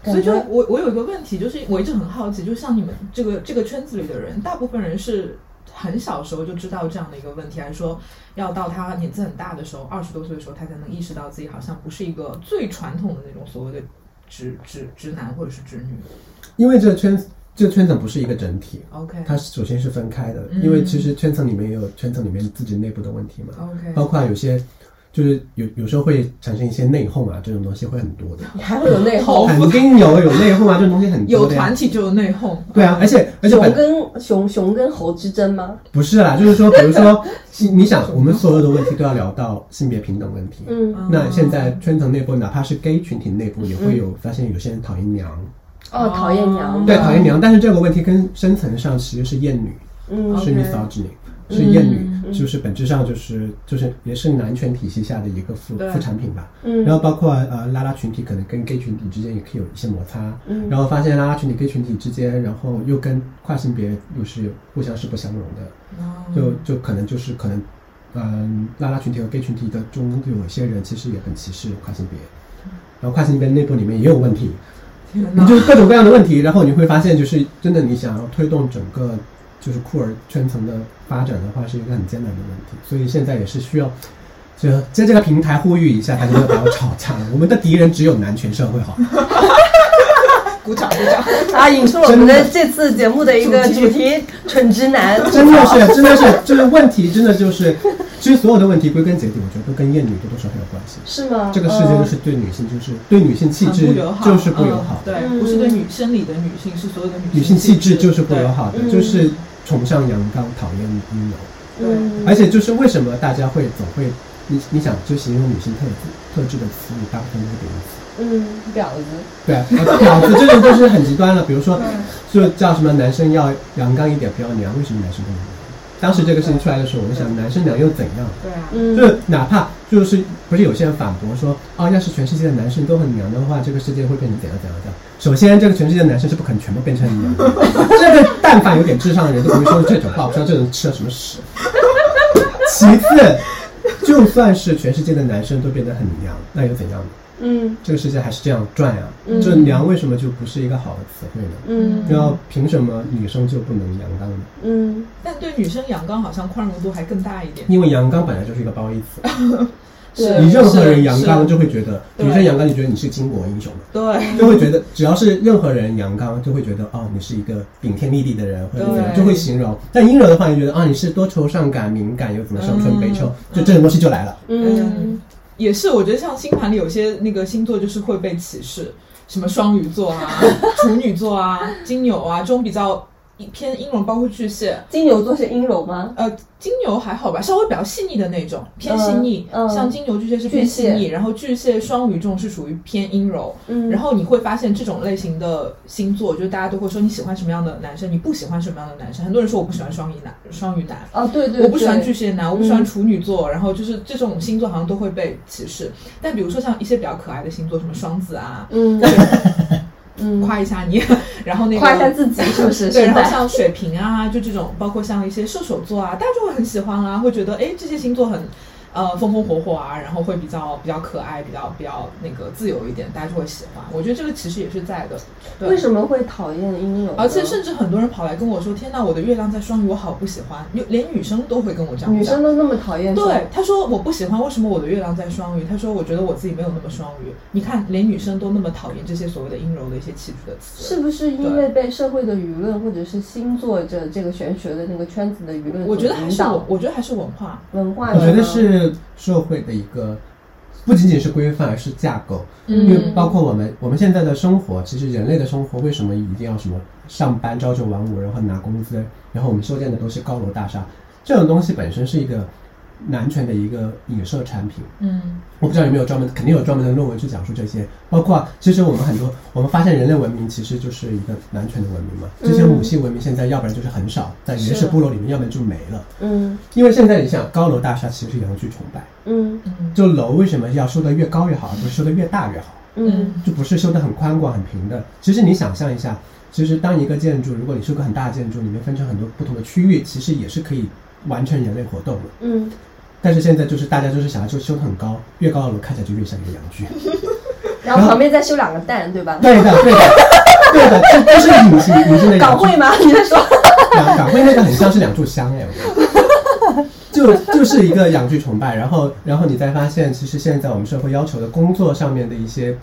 [SPEAKER 3] 所以就
[SPEAKER 4] 感觉
[SPEAKER 3] 我我有一个问题，就是我一直很好奇，就像你们这个这个圈子里的人，大部分人是很小时候就知道这样的一个问题，还是说要到他年纪很大的时候，二十多岁的时候，他才能意识到自己好像不是一个最传统的那种所谓的直直直男或者是直女。
[SPEAKER 2] 因为这个圈这个圈层不是一个整体，
[SPEAKER 3] OK
[SPEAKER 2] 它首先是分开的，
[SPEAKER 3] 嗯
[SPEAKER 2] 因为其实圈层里面也有圈层里面自己内部的问题嘛。
[SPEAKER 3] OK，
[SPEAKER 2] 包括有些就是有有时候会产生一些内讧啊，这种东西会很多的。
[SPEAKER 4] 还会有内讧。
[SPEAKER 2] 肯定有有内讧啊，这种东西很
[SPEAKER 3] 有
[SPEAKER 2] 多的呀
[SPEAKER 3] 团。体就有内讧。
[SPEAKER 2] 对啊，而且而且
[SPEAKER 4] 熊
[SPEAKER 2] 本
[SPEAKER 4] 跟熊熊跟猴之争吗？
[SPEAKER 2] 不是啦，就是说，比如说，你你想，我们所有的问题都要聊到性别平等问题。
[SPEAKER 4] 嗯，
[SPEAKER 3] 嗯
[SPEAKER 2] 那现在圈层内部，哪怕是 gay 群体内部，也会有发现有些人讨厌娘，
[SPEAKER 3] 嗯
[SPEAKER 4] 哦，讨厌娘，
[SPEAKER 2] 对，讨厌娘。但是这个问题跟深层上其实是厌女，
[SPEAKER 4] 嗯
[SPEAKER 3] OK
[SPEAKER 2] 是 misogyny，是厌
[SPEAKER 3] 嗯
[SPEAKER 2] 女，就是本质上就是就是也是男权体系下的一个副
[SPEAKER 3] 对
[SPEAKER 2] 副产品吧。然
[SPEAKER 4] 嗯
[SPEAKER 2] 后包括呃拉拉群体可能跟 gay 群体之间也可以有一些摩擦，
[SPEAKER 4] 嗯
[SPEAKER 2] 然后发现拉拉群体 gay 群体之间，然后又跟跨性别又是互相是不相容的，
[SPEAKER 3] 嗯
[SPEAKER 2] 就就可能就是可能，嗯、拉拉群体和 gay 群体的中就有些人其实也很歧视跨性别，
[SPEAKER 4] 嗯
[SPEAKER 2] 然后跨性别内部里面也有问题，
[SPEAKER 3] 天
[SPEAKER 2] 你
[SPEAKER 3] 哪
[SPEAKER 2] 就各种各样的问题，然后你会发现就是真的你想要推动整个。就是酷儿圈层的发展的话，是一个很艰难的问题，所以现在也是需要就在这个平台呼吁一下，大家不要把我吵架了。我们的敌人只有男权社会，
[SPEAKER 3] <laughs>
[SPEAKER 2] 好吗？
[SPEAKER 3] 鼓掌鼓掌。
[SPEAKER 4] 啊，引出了我们的这次节目的一个主题“蠢直男”，
[SPEAKER 2] 真的是，真的是，就是问题，真的就是，其实所有的问题归根结底，我觉得都跟厌女多多少少有关系。
[SPEAKER 4] 是吗？
[SPEAKER 2] 这个世界就是对女性，就是对女性 <laughs> 气
[SPEAKER 3] 嗯很
[SPEAKER 2] 质
[SPEAKER 3] 不友好，
[SPEAKER 2] 就是不友好
[SPEAKER 3] 嗯，对，
[SPEAKER 4] 嗯
[SPEAKER 3] 不是对女生理的女性，是所有的
[SPEAKER 2] 女性
[SPEAKER 3] 性
[SPEAKER 2] 气质就是不友好的，
[SPEAKER 4] 嗯
[SPEAKER 2] 就是崇尚阳刚，讨厌阴柔。
[SPEAKER 4] 嗯，
[SPEAKER 2] 而且就是为什么大家会总会，你你想就形容女性特质特质的词语，大部分都是贬义词。
[SPEAKER 4] 嗯，婊子，
[SPEAKER 2] 对啊，婊子这种就是很极端了。比如说，就叫什么男生要阳刚一点，不要娘。为什么男生不能娘？当时这个事情出来的时候，我就想，男生娘又怎样？
[SPEAKER 3] 对啊，
[SPEAKER 4] 嗯，
[SPEAKER 2] 就是哪怕就是不是有些人反驳说，哦，要是全世界的男生都很娘的话，这个世界会变成怎样怎样怎样？首先，这个全世界的男生是不可能全部变成娘的。
[SPEAKER 4] <laughs>
[SPEAKER 2] 这个但凡有点智商的人都不会说这种话，不知道这人吃了什么屎。其次，就算是全世界的男生都变得很娘，那又怎样呢？
[SPEAKER 4] 嗯
[SPEAKER 2] 这个世界还是这样转呀、
[SPEAKER 4] 嗯
[SPEAKER 2] 这娘为什么就不是一个好的词汇呢？
[SPEAKER 4] 嗯
[SPEAKER 2] 然后凭什么女生就不能阳刚呢？
[SPEAKER 4] 嗯
[SPEAKER 3] 但对女生阳刚好像宽容度还更大一点。
[SPEAKER 2] 因为阳刚本来就是一个褒义词，
[SPEAKER 3] 对
[SPEAKER 2] 你任何
[SPEAKER 3] 是
[SPEAKER 2] 人阳刚
[SPEAKER 3] 是
[SPEAKER 2] 就会觉得，
[SPEAKER 3] 对嗯
[SPEAKER 2] 女生阳刚，你觉得你是巾帼英雄嘛，
[SPEAKER 3] 对，
[SPEAKER 2] 就会觉得只要是任何人阳刚，就会觉得哦，你是一个顶天立地的人，或者怎么样，
[SPEAKER 3] 对
[SPEAKER 2] 就会形容。但阴柔的话，你觉得啊，你是多愁善感、敏感，又怎么伤春悲秋，
[SPEAKER 3] 嗯
[SPEAKER 2] 就这种东西就来了。
[SPEAKER 4] 嗯，
[SPEAKER 3] 也是，我觉得像星盘里有些那个星座就是会被歧视，什么双鱼座
[SPEAKER 4] <laughs>
[SPEAKER 3] 啊、处女座啊、金牛啊这种比较偏阴柔，包括巨蟹。
[SPEAKER 4] 金牛座是阴柔吗？
[SPEAKER 3] 呃，金牛还好吧，稍微比较细腻的那种，偏细腻。
[SPEAKER 4] 嗯嗯
[SPEAKER 3] 像金牛、巨蟹是偏细
[SPEAKER 4] 巨
[SPEAKER 3] 腻，然后巨蟹、双鱼这种是属于偏阴柔。
[SPEAKER 4] 嗯
[SPEAKER 3] 然后你会发现这种类型的星座，就是大家都会说你喜欢什么样的男生，你不喜欢什么样的男生。很多人说我不喜欢双鱼男，双鱼男，
[SPEAKER 4] 哦，对对，
[SPEAKER 3] 我不喜欢
[SPEAKER 4] 对嗯
[SPEAKER 3] 巨蟹男，我不喜欢处女座，然后就是这种星座好像都会被歧视。但比如说像一些比较可爱的星座，什么双子啊，
[SPEAKER 4] 嗯嗯，
[SPEAKER 3] 夸一下你， <laughs> 然后那个
[SPEAKER 4] 夸一下自己是
[SPEAKER 3] <laughs>
[SPEAKER 4] 不是？
[SPEAKER 3] 对，然后
[SPEAKER 4] 是吧
[SPEAKER 3] 像水瓶啊，就这种，包括像一些射手座啊，大家就会很喜欢啦、会觉得哎这些星座很。呃，风风火火啊，然后会比较比较可爱，比较比较那个自由一点，大家就会喜欢。我觉得这个其实也是在的，对
[SPEAKER 4] 为什么会讨厌阴柔呢？
[SPEAKER 3] 而且甚至很多人跑来跟我说：“天呐，我的月亮在双鱼，我好不喜欢。”连女生都会跟我这样讲。
[SPEAKER 4] 女生都那么讨厌，
[SPEAKER 3] 对，，他说我不喜欢，为什么我的月亮在双鱼？他说我觉得我自己没有那么双鱼。你看，连女生都那么讨厌这些所谓的阴柔的一些气质的词。
[SPEAKER 4] 是不是因为被社会的舆论或者是星座这这个玄学的那个圈子的舆论
[SPEAKER 3] 我
[SPEAKER 4] 所
[SPEAKER 3] 觉得还
[SPEAKER 4] 引
[SPEAKER 3] 是
[SPEAKER 4] 导
[SPEAKER 3] 我，我觉得还是文化。
[SPEAKER 4] 文化
[SPEAKER 2] 我
[SPEAKER 4] 的吗，
[SPEAKER 2] 觉得是社会的一个，不仅仅是规范，而是架构。因为
[SPEAKER 3] 嗯
[SPEAKER 2] 包括我们我们现在的生活，其实人类的生活为什么一定要什么上班朝九晚五，然后拿工资，然后我们修建的都是高楼大厦，这种东西本身是一个男权的一个影射产品。
[SPEAKER 3] 嗯
[SPEAKER 2] 我不知道有没有专门，肯定有专门的论文去讲述这些。包括、啊、其实我们很多，我们发现人类文明其实就是一个男权的文明嘛。之前母系文明现在要不然就是很少，在原始
[SPEAKER 3] 是
[SPEAKER 2] 部落里面，要不然就没了。
[SPEAKER 4] 嗯
[SPEAKER 2] 因为现在你想，高楼大厦其实是洋具崇拜，
[SPEAKER 4] 嗯
[SPEAKER 3] 嗯
[SPEAKER 2] 就楼为什么要修得越高越好，而不是修得越大越好？
[SPEAKER 4] 嗯
[SPEAKER 2] 就不是修得很宽广、很平的。其实你想象一下，其实当一个建筑，如果你是个很大的建筑，里面分成很多不同的区域，其实也是可以完成人类活动的。
[SPEAKER 4] 嗯，
[SPEAKER 2] 但是现在就是大家就是想要就修得很高，越高的楼看起来就越像一个洋具。
[SPEAKER 4] 然后旁边再修两个蛋，对吧？
[SPEAKER 2] 对的，对的，对的，这这是隐形隐形的洋
[SPEAKER 4] 港
[SPEAKER 2] 具
[SPEAKER 4] 会。 <laughs> 吗？你在说？
[SPEAKER 2] 港港会那个很像是两炷香哎，
[SPEAKER 3] <laughs>
[SPEAKER 2] 我觉得。就就是一个养具崇拜，然后然后你再发现，其实现在我们社会要求的工作上面的一些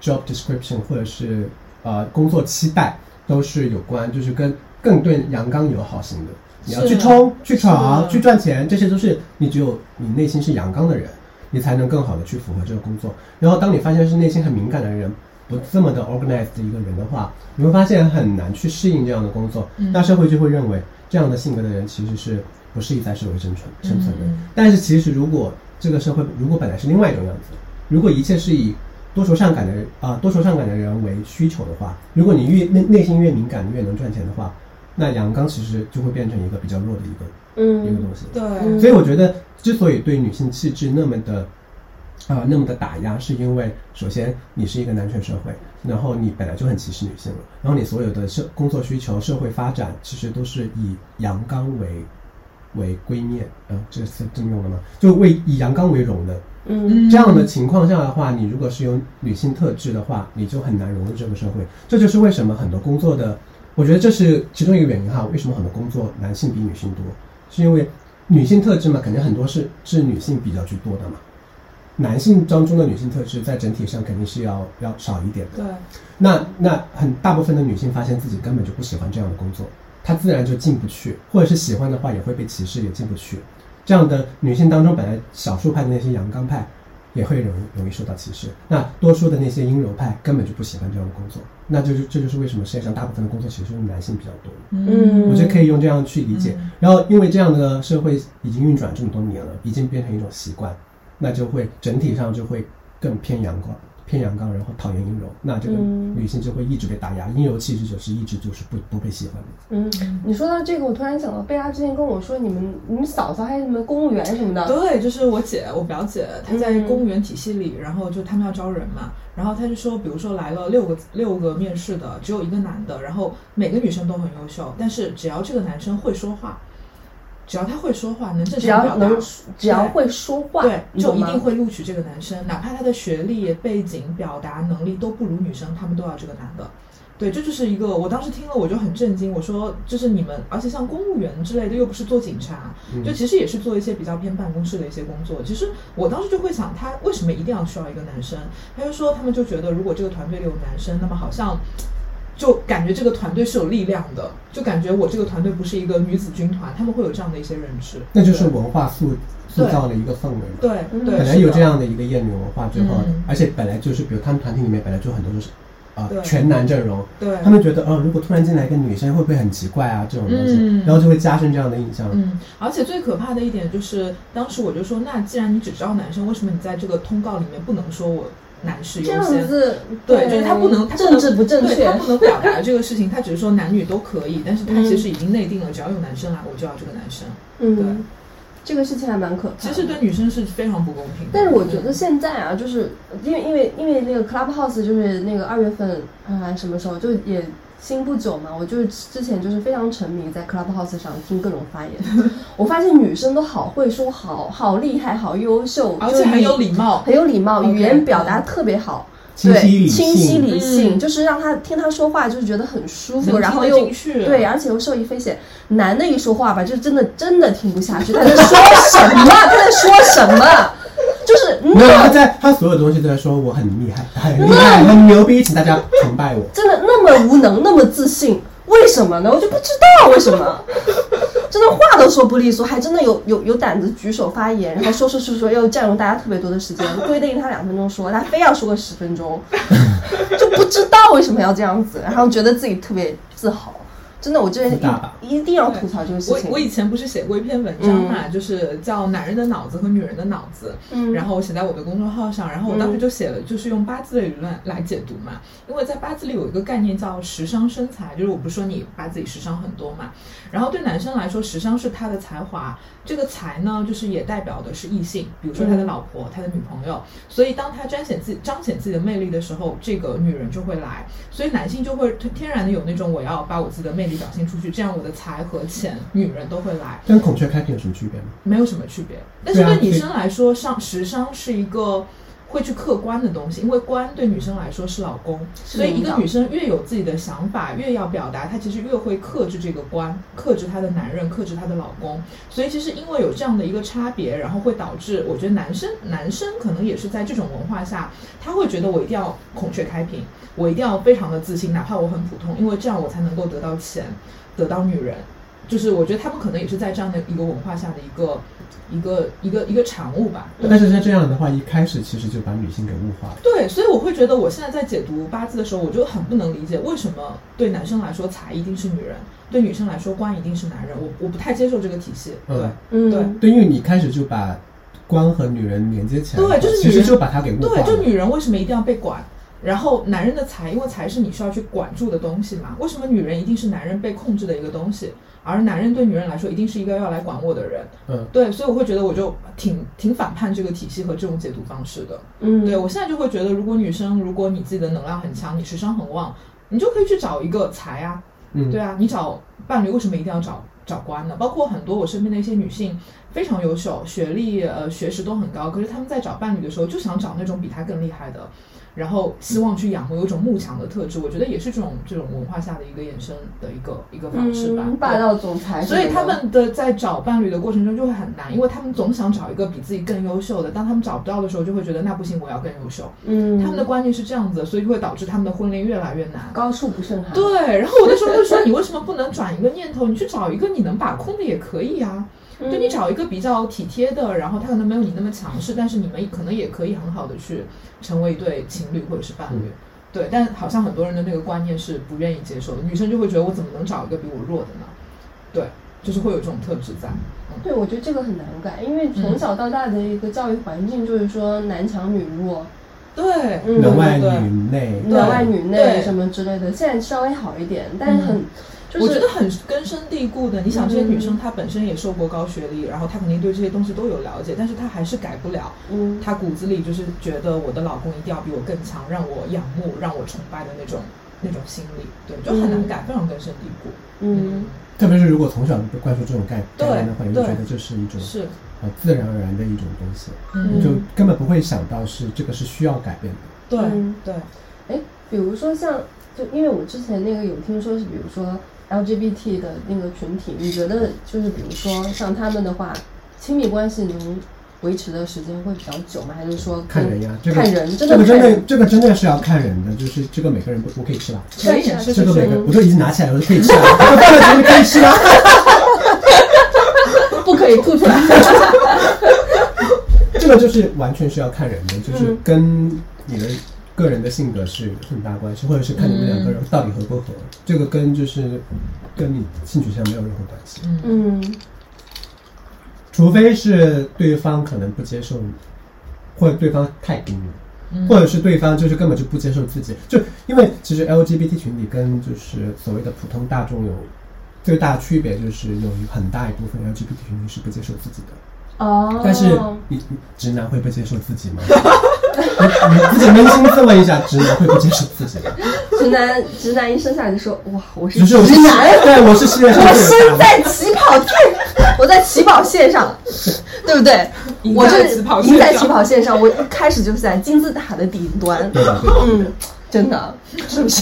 [SPEAKER 2] job description 或者是呃工作期待，都是有关就是跟更对阳刚友好型的。你要
[SPEAKER 3] 是
[SPEAKER 2] 去冲、去闯、
[SPEAKER 3] 是啊
[SPEAKER 2] 去赚钱，这些都是你只有你内心是阳刚的人，你才能更好的去符合这个工作。然后当你发现是内心很敏感的人，不这么的 organized 的一个人的话，你会发现很难去适应这样的工作。
[SPEAKER 3] 嗯
[SPEAKER 2] 那社会就会认为这样的性格的人其实是不适宜在社会生存生存的。
[SPEAKER 3] 嗯
[SPEAKER 2] 但是其实如果这个社会如果本来是另外一种样子，如果一切是以多愁善感的人啊、多愁善感的人为需求的话，如果你越内内心越敏感，越能赚钱的话，那阳刚其实就会变成一个比较弱的一个、一个
[SPEAKER 4] 嗯
[SPEAKER 2] 东西。
[SPEAKER 3] 对，
[SPEAKER 4] 嗯
[SPEAKER 2] 所以我觉得，之所以对女性气质那么的，啊、那么的打压，是因为首先你是一个男权社会，然后你本来就很歧视女性了，然后你所有的社工作需求、社会发展，其实都是以阳刚为为归面，啊、这个词这么用了吗？就为以阳刚为荣的。
[SPEAKER 4] 嗯
[SPEAKER 2] 这样的情况下的话，你如果是有女性特质的话，你就很难融入这个社会。这就是为什么很多工作的，我觉得这是其中一个原因哈。为什么很多工作男性比女性多，是因为女性特质嘛，肯定很多是是女性比较居多的嘛。男性当中的女性特质在整体上肯定是要要少一点的。
[SPEAKER 3] 对，
[SPEAKER 2] 那那很大部分的女性发现自己根本就不喜欢这样的工作，她自然就进不去，或者是喜欢的话也会被歧视，也进不去。这样的女性当中，本来少数派的那些阳刚派，也会容易容易受到歧视。那多数的那些阴柔派根本就不喜欢这样的工作，那就是这就是为什么世界上大部分的工作其实是男性比较多。
[SPEAKER 4] 嗯
[SPEAKER 2] 我觉得可以用这样去理解。
[SPEAKER 3] 嗯
[SPEAKER 2] 然后，因为这样的社会已经运转这么多年了，已经变成一种习惯，那就会整体上就会更偏阳光，偏阳刚，然后讨厌阴柔，那这个
[SPEAKER 4] 嗯
[SPEAKER 2] 女性就会一直被打压，阴柔气质就是一直就是不不被喜欢的。
[SPEAKER 4] 嗯，你说到这个，我突然想到贝拉之前跟我说，你们你们嫂嫂还有你们公务员什么的，
[SPEAKER 3] 对，就是我姐，我表姐，她在
[SPEAKER 4] 嗯
[SPEAKER 3] 公务员体系里，然后就他们要招人嘛，然后她就说，比如说来了六个六个面试的，只有一个男的，然后每个女生都很优秀，但是只要这个男生会说话，只要他会说话，能正
[SPEAKER 4] 只
[SPEAKER 3] 常
[SPEAKER 4] 要
[SPEAKER 3] 表达
[SPEAKER 4] 能，只要会说话，
[SPEAKER 3] 对，
[SPEAKER 4] 你
[SPEAKER 3] 就
[SPEAKER 4] 懂
[SPEAKER 3] 一
[SPEAKER 4] 吗
[SPEAKER 3] 定会录取这个男生，哪怕他的学历、背景、表达能力都不如女生，他们都要这个男的。对，这就是一个，我当时听了我就很震惊，我说这是你们，而且像公务员之类的，又不是做警察，
[SPEAKER 2] 嗯
[SPEAKER 3] 就其实也是做一些比较偏办公室的一些工作。其实我当时就会想，他为什么一定要需要一个男生？他就说他们就觉得，如果这个团队里有男生，那么好像就感觉这个团队是有力量的，就感觉我这个团队不是一个女子军团，他们会有这样的一些认知。
[SPEAKER 2] 那就是文化塑塑造了一个氛围嘛。
[SPEAKER 3] 对
[SPEAKER 4] 嗯
[SPEAKER 3] 对，
[SPEAKER 2] 本来
[SPEAKER 3] 是
[SPEAKER 2] 有
[SPEAKER 3] 的
[SPEAKER 2] 这样的一个厌女文化之后
[SPEAKER 3] 嗯，
[SPEAKER 2] 而且本来就是，比如他们团体里面本来就很多都是啊
[SPEAKER 3] 对
[SPEAKER 2] 全男阵容，
[SPEAKER 3] 对，
[SPEAKER 2] 他们觉得哦，如果突然进来一个女生会不会很奇怪啊这种东西
[SPEAKER 3] 嗯，
[SPEAKER 2] 然后就会加深这样的印象。
[SPEAKER 3] 嗯，而且最可怕的一点就是，当时我就说，那既然你只招男生，为什么你在这个通告里面不能说我男士
[SPEAKER 4] 这
[SPEAKER 3] 优
[SPEAKER 4] 样
[SPEAKER 3] 先？
[SPEAKER 4] 子，
[SPEAKER 3] 对，就是他不能，他不能
[SPEAKER 4] 政治不正
[SPEAKER 3] 对
[SPEAKER 4] 确
[SPEAKER 3] 他，不能表达这个事情，他只是说男女都可以，但是他其实已经内定了，只要有男生来，我就要这个男生。对
[SPEAKER 4] 嗯，这个事情还蛮可怕
[SPEAKER 3] 其
[SPEAKER 4] 的。
[SPEAKER 3] 实对女生是非常不公平的。
[SPEAKER 4] 但是我觉得现在啊，就是因为因为因为那个 Clubhouse 就是那个二月份啊、什么时候就也新不久嘛，我就是之前就是非常沉迷在 Clubhouse 上听各种发
[SPEAKER 3] <laughs>
[SPEAKER 4] 言，我发现女生都好会说，好好厉害，好优秀，
[SPEAKER 3] 而
[SPEAKER 4] 就是
[SPEAKER 3] 且很
[SPEAKER 4] 语
[SPEAKER 3] 有礼貌。
[SPEAKER 4] 很有礼貌，
[SPEAKER 3] OK，
[SPEAKER 4] 语言表达特别好。
[SPEAKER 2] 清
[SPEAKER 4] 对，
[SPEAKER 2] 晰理
[SPEAKER 4] 清晰
[SPEAKER 2] 性，
[SPEAKER 4] 理性，
[SPEAKER 3] 嗯
[SPEAKER 4] 就是让他听他说话，就是觉得很舒
[SPEAKER 3] 能
[SPEAKER 4] 服，然后
[SPEAKER 3] 听得
[SPEAKER 4] 又
[SPEAKER 3] 进去
[SPEAKER 4] 对，而且又受益匪浅。男的一说话吧，就真的真的听不下去，他在说什么？他在说什么？就是嗯
[SPEAKER 2] 没有他
[SPEAKER 4] 那
[SPEAKER 2] 在他所有东西都在说我很厉害，很厉害，很牛逼，请大家崇拜我。
[SPEAKER 4] 真的那么无能，那么自信，为什么呢？我就不知道为什么。 <laughs> 真的话都说不利索，还真的有有有胆子举手发言，然后说说说说，又占用大家特别多的时间，规定他两分钟说，他非要说个十分钟，就不知道为什么要这样子，然后觉得自己特别自豪。真的，我这
[SPEAKER 2] 自大吧
[SPEAKER 4] 一一定要吐槽这个事
[SPEAKER 3] 我
[SPEAKER 4] 情。
[SPEAKER 3] 我以前不是写过一篇文章嘛，就是叫《男人的脑子和女人的脑子》，
[SPEAKER 4] 嗯
[SPEAKER 3] 然后我写在我的公众号上，然后我当时就写了，就是用八字的理论来解读嘛，因为在八字里有一个概念叫时尚身材，就是我不是说你八字里时尚很多嘛，然后对男生来说，时尚是他的才华，这个才呢，就是也代表的是异性，比如说他的老婆、他的女朋友，所以当他彰显自己彰显自己的魅力的时候，这个女人就会来，所以男性就会天天然的有那种我要把我自己的魅力表现出去，这样我的才和钱，女人都会来。
[SPEAKER 2] 跟孔雀开屏有什么区别吗？
[SPEAKER 3] 没有什么区别。但是
[SPEAKER 2] 对啊
[SPEAKER 3] 对女
[SPEAKER 2] 对
[SPEAKER 3] 生来说，上时尚是一个会去客观的东西，因为官对女生来说是老公，
[SPEAKER 4] 是
[SPEAKER 3] 所以一
[SPEAKER 4] 领
[SPEAKER 3] 个
[SPEAKER 4] 导
[SPEAKER 3] 女生越有自己的想法，越要表达，她其实越会克制这个官，克制她的男人，克制她的老公。所以其实因为有这样的一个差别，然后会导致我觉得男生男生可能也是在这种文化下，他会觉得我一定要孔雀开屏，我一定要非常的自信，哪怕我很普通，因为这样我才能够得到钱，得到女人。就是我觉得他们可能也是在这样的一个文化下的一个一个一个一个产物吧。
[SPEAKER 2] 但是像这样的话，一开始其实就把女性给物化了。
[SPEAKER 3] 对，所以我会觉得我现在在解读八字的时候，我就很不能理解为什么对男生来说才一定是女人，对女生来说官一定是男人。我我不太接受这个体系。对，
[SPEAKER 2] 嗯
[SPEAKER 4] 嗯，
[SPEAKER 2] 对，因为你一开始就把官和女人连接起来，
[SPEAKER 3] 对就是女
[SPEAKER 2] 其
[SPEAKER 3] 人
[SPEAKER 2] 实就把她给物化
[SPEAKER 3] 对，
[SPEAKER 2] 了。
[SPEAKER 3] 就女人为什么一定要被管？然后男人的财，因为财是你需要去管住的东西嘛，为什么女人一定是男人被控制的一个东西，而男人对女人来说一定是一个要来管我的人？
[SPEAKER 2] 嗯，
[SPEAKER 3] 对，所以我会觉得我就挺挺反叛这个体系和这种解读方式的。
[SPEAKER 4] 嗯，
[SPEAKER 3] 对我现在就会觉得，如果女生，如果你自己的能量很强，你时尚很旺，你就可以去找一个财啊，
[SPEAKER 2] 嗯
[SPEAKER 3] 对啊，你找伴侣为什么一定要找找官呢？包括很多我身边的一些女性非常优秀，学历呃学识都很高，可是她们在找伴侣的时候就想找那种比她更厉害的，然后希望去仰慕有一种慕强的特质，我觉得也是这种这种文化下的一个衍生的一个一个方式吧，
[SPEAKER 4] 嗯，
[SPEAKER 3] 对
[SPEAKER 4] 霸道总裁什
[SPEAKER 3] 所
[SPEAKER 4] 么的，
[SPEAKER 3] 以他们的在找伴侣的过程中就会很难，因为他们总想找一个比自己更优秀的，当他们找不到的时候，就会觉得那不行，我要更优秀。
[SPEAKER 4] 嗯，
[SPEAKER 3] 他们的观念是这样子，所以就会导致他们的婚恋越来越难。
[SPEAKER 4] 高处不胜寒，
[SPEAKER 3] 对，然后我那时候就说，你为什么不能转一个念头，你去找一个你能把控的也可以啊？
[SPEAKER 4] 嗯，
[SPEAKER 3] 就你找一个比较体贴的，然后他可能没有你那么强势，但是你们可能也可以很好的去成为一对情侣或者是伴侣。对，但好像很多人的那个观念是不愿意接受的，女生就会觉得我怎么能找一个比我弱的呢？对，就是会有这种特质在。嗯
[SPEAKER 4] 对，我觉得这个很难改，因为从小到大的一个教育环境就是说男强女弱，
[SPEAKER 3] 对，
[SPEAKER 4] 嗯
[SPEAKER 2] 男外
[SPEAKER 3] 对
[SPEAKER 2] 女内，嗯
[SPEAKER 3] 对
[SPEAKER 4] 男外女内
[SPEAKER 3] 对嗯
[SPEAKER 4] 什么之类的。现在稍微好一点，但是很、就是
[SPEAKER 3] 我觉得很根深蒂固的。你想，这些女生她本身也受过高学历，然后她肯定对这些东西都有了解，但是她还是改不了。
[SPEAKER 4] 嗯，
[SPEAKER 3] 她骨子里就是觉得我的老公一定要比我更强，让我仰慕，让我崇拜的那种那种心理，对，
[SPEAKER 2] 嗯
[SPEAKER 3] 就很难改，非常根深蒂固。
[SPEAKER 4] 嗯，
[SPEAKER 2] 特别是如果从小被灌输这种概概
[SPEAKER 3] 对
[SPEAKER 2] 念的话，你就
[SPEAKER 3] 对
[SPEAKER 2] 觉得这是一种
[SPEAKER 3] 嗯是，
[SPEAKER 2] 呃自然而然的一种东西，
[SPEAKER 3] 嗯，
[SPEAKER 2] 就根本不会想到是这个是需要改变的。
[SPEAKER 3] 对
[SPEAKER 4] 嗯
[SPEAKER 3] 对，
[SPEAKER 4] 哎，比如说像就因为我之前那个有听说是，比如说 LGBT 的那个群体，你觉得就是比如说像他们的话，亲密关系能维持的时间会比较久吗？还是说跟
[SPEAKER 2] 看人呀，这个
[SPEAKER 4] 看人真
[SPEAKER 2] 这
[SPEAKER 4] 的
[SPEAKER 2] 个真
[SPEAKER 4] 看
[SPEAKER 2] 的
[SPEAKER 4] 人
[SPEAKER 2] 这个真的是要看人的，就是这个每个人不我可以吃吧，
[SPEAKER 3] 可以是
[SPEAKER 2] 这个
[SPEAKER 3] 是
[SPEAKER 2] 每
[SPEAKER 3] 是
[SPEAKER 2] 个我都已经拿起来了，我都可以吃了，我都放在这里可以吃啊了。
[SPEAKER 4] 不可以吐出来？
[SPEAKER 2] <laughs> 这个就是完全是要看人的，就是
[SPEAKER 4] 嗯
[SPEAKER 2] 跟你的个人的性格是很大关系，或者是看你们两个人
[SPEAKER 4] 嗯
[SPEAKER 2] 到底合不合。这个跟就是跟你性取向没有任何关系，
[SPEAKER 4] 嗯
[SPEAKER 2] 除非是对方可能不接受你，或者对方太低你，
[SPEAKER 3] 嗯
[SPEAKER 2] 或者是对方就是根本就不接受自己。就因为其实 LGBT 群体跟就是所谓的普通大众有最大的区别，就是有很大一部分 LGBT 群体是不接受自己的。
[SPEAKER 4] 哦，
[SPEAKER 2] 但是你你直男会不接受自己吗？你你自己扪心自问一下，直男会不接受自己吗？
[SPEAKER 4] <laughs> 直男直男一生下来就说哇，我是
[SPEAKER 2] 就是我是
[SPEAKER 4] 直男，
[SPEAKER 2] 对，我是世界上
[SPEAKER 4] 我
[SPEAKER 2] 最
[SPEAKER 4] 身
[SPEAKER 2] 大的。
[SPEAKER 4] 在起跑线，我在起跑线上， <laughs> 对不对？
[SPEAKER 3] 赢在
[SPEAKER 4] 我这
[SPEAKER 3] 起跑线
[SPEAKER 4] 赢在
[SPEAKER 3] 上
[SPEAKER 4] 起跑线上，我一开始就是在金字塔的顶端。
[SPEAKER 2] 对吧？对吧
[SPEAKER 4] 嗯，
[SPEAKER 3] <laughs>
[SPEAKER 4] 真的是不是？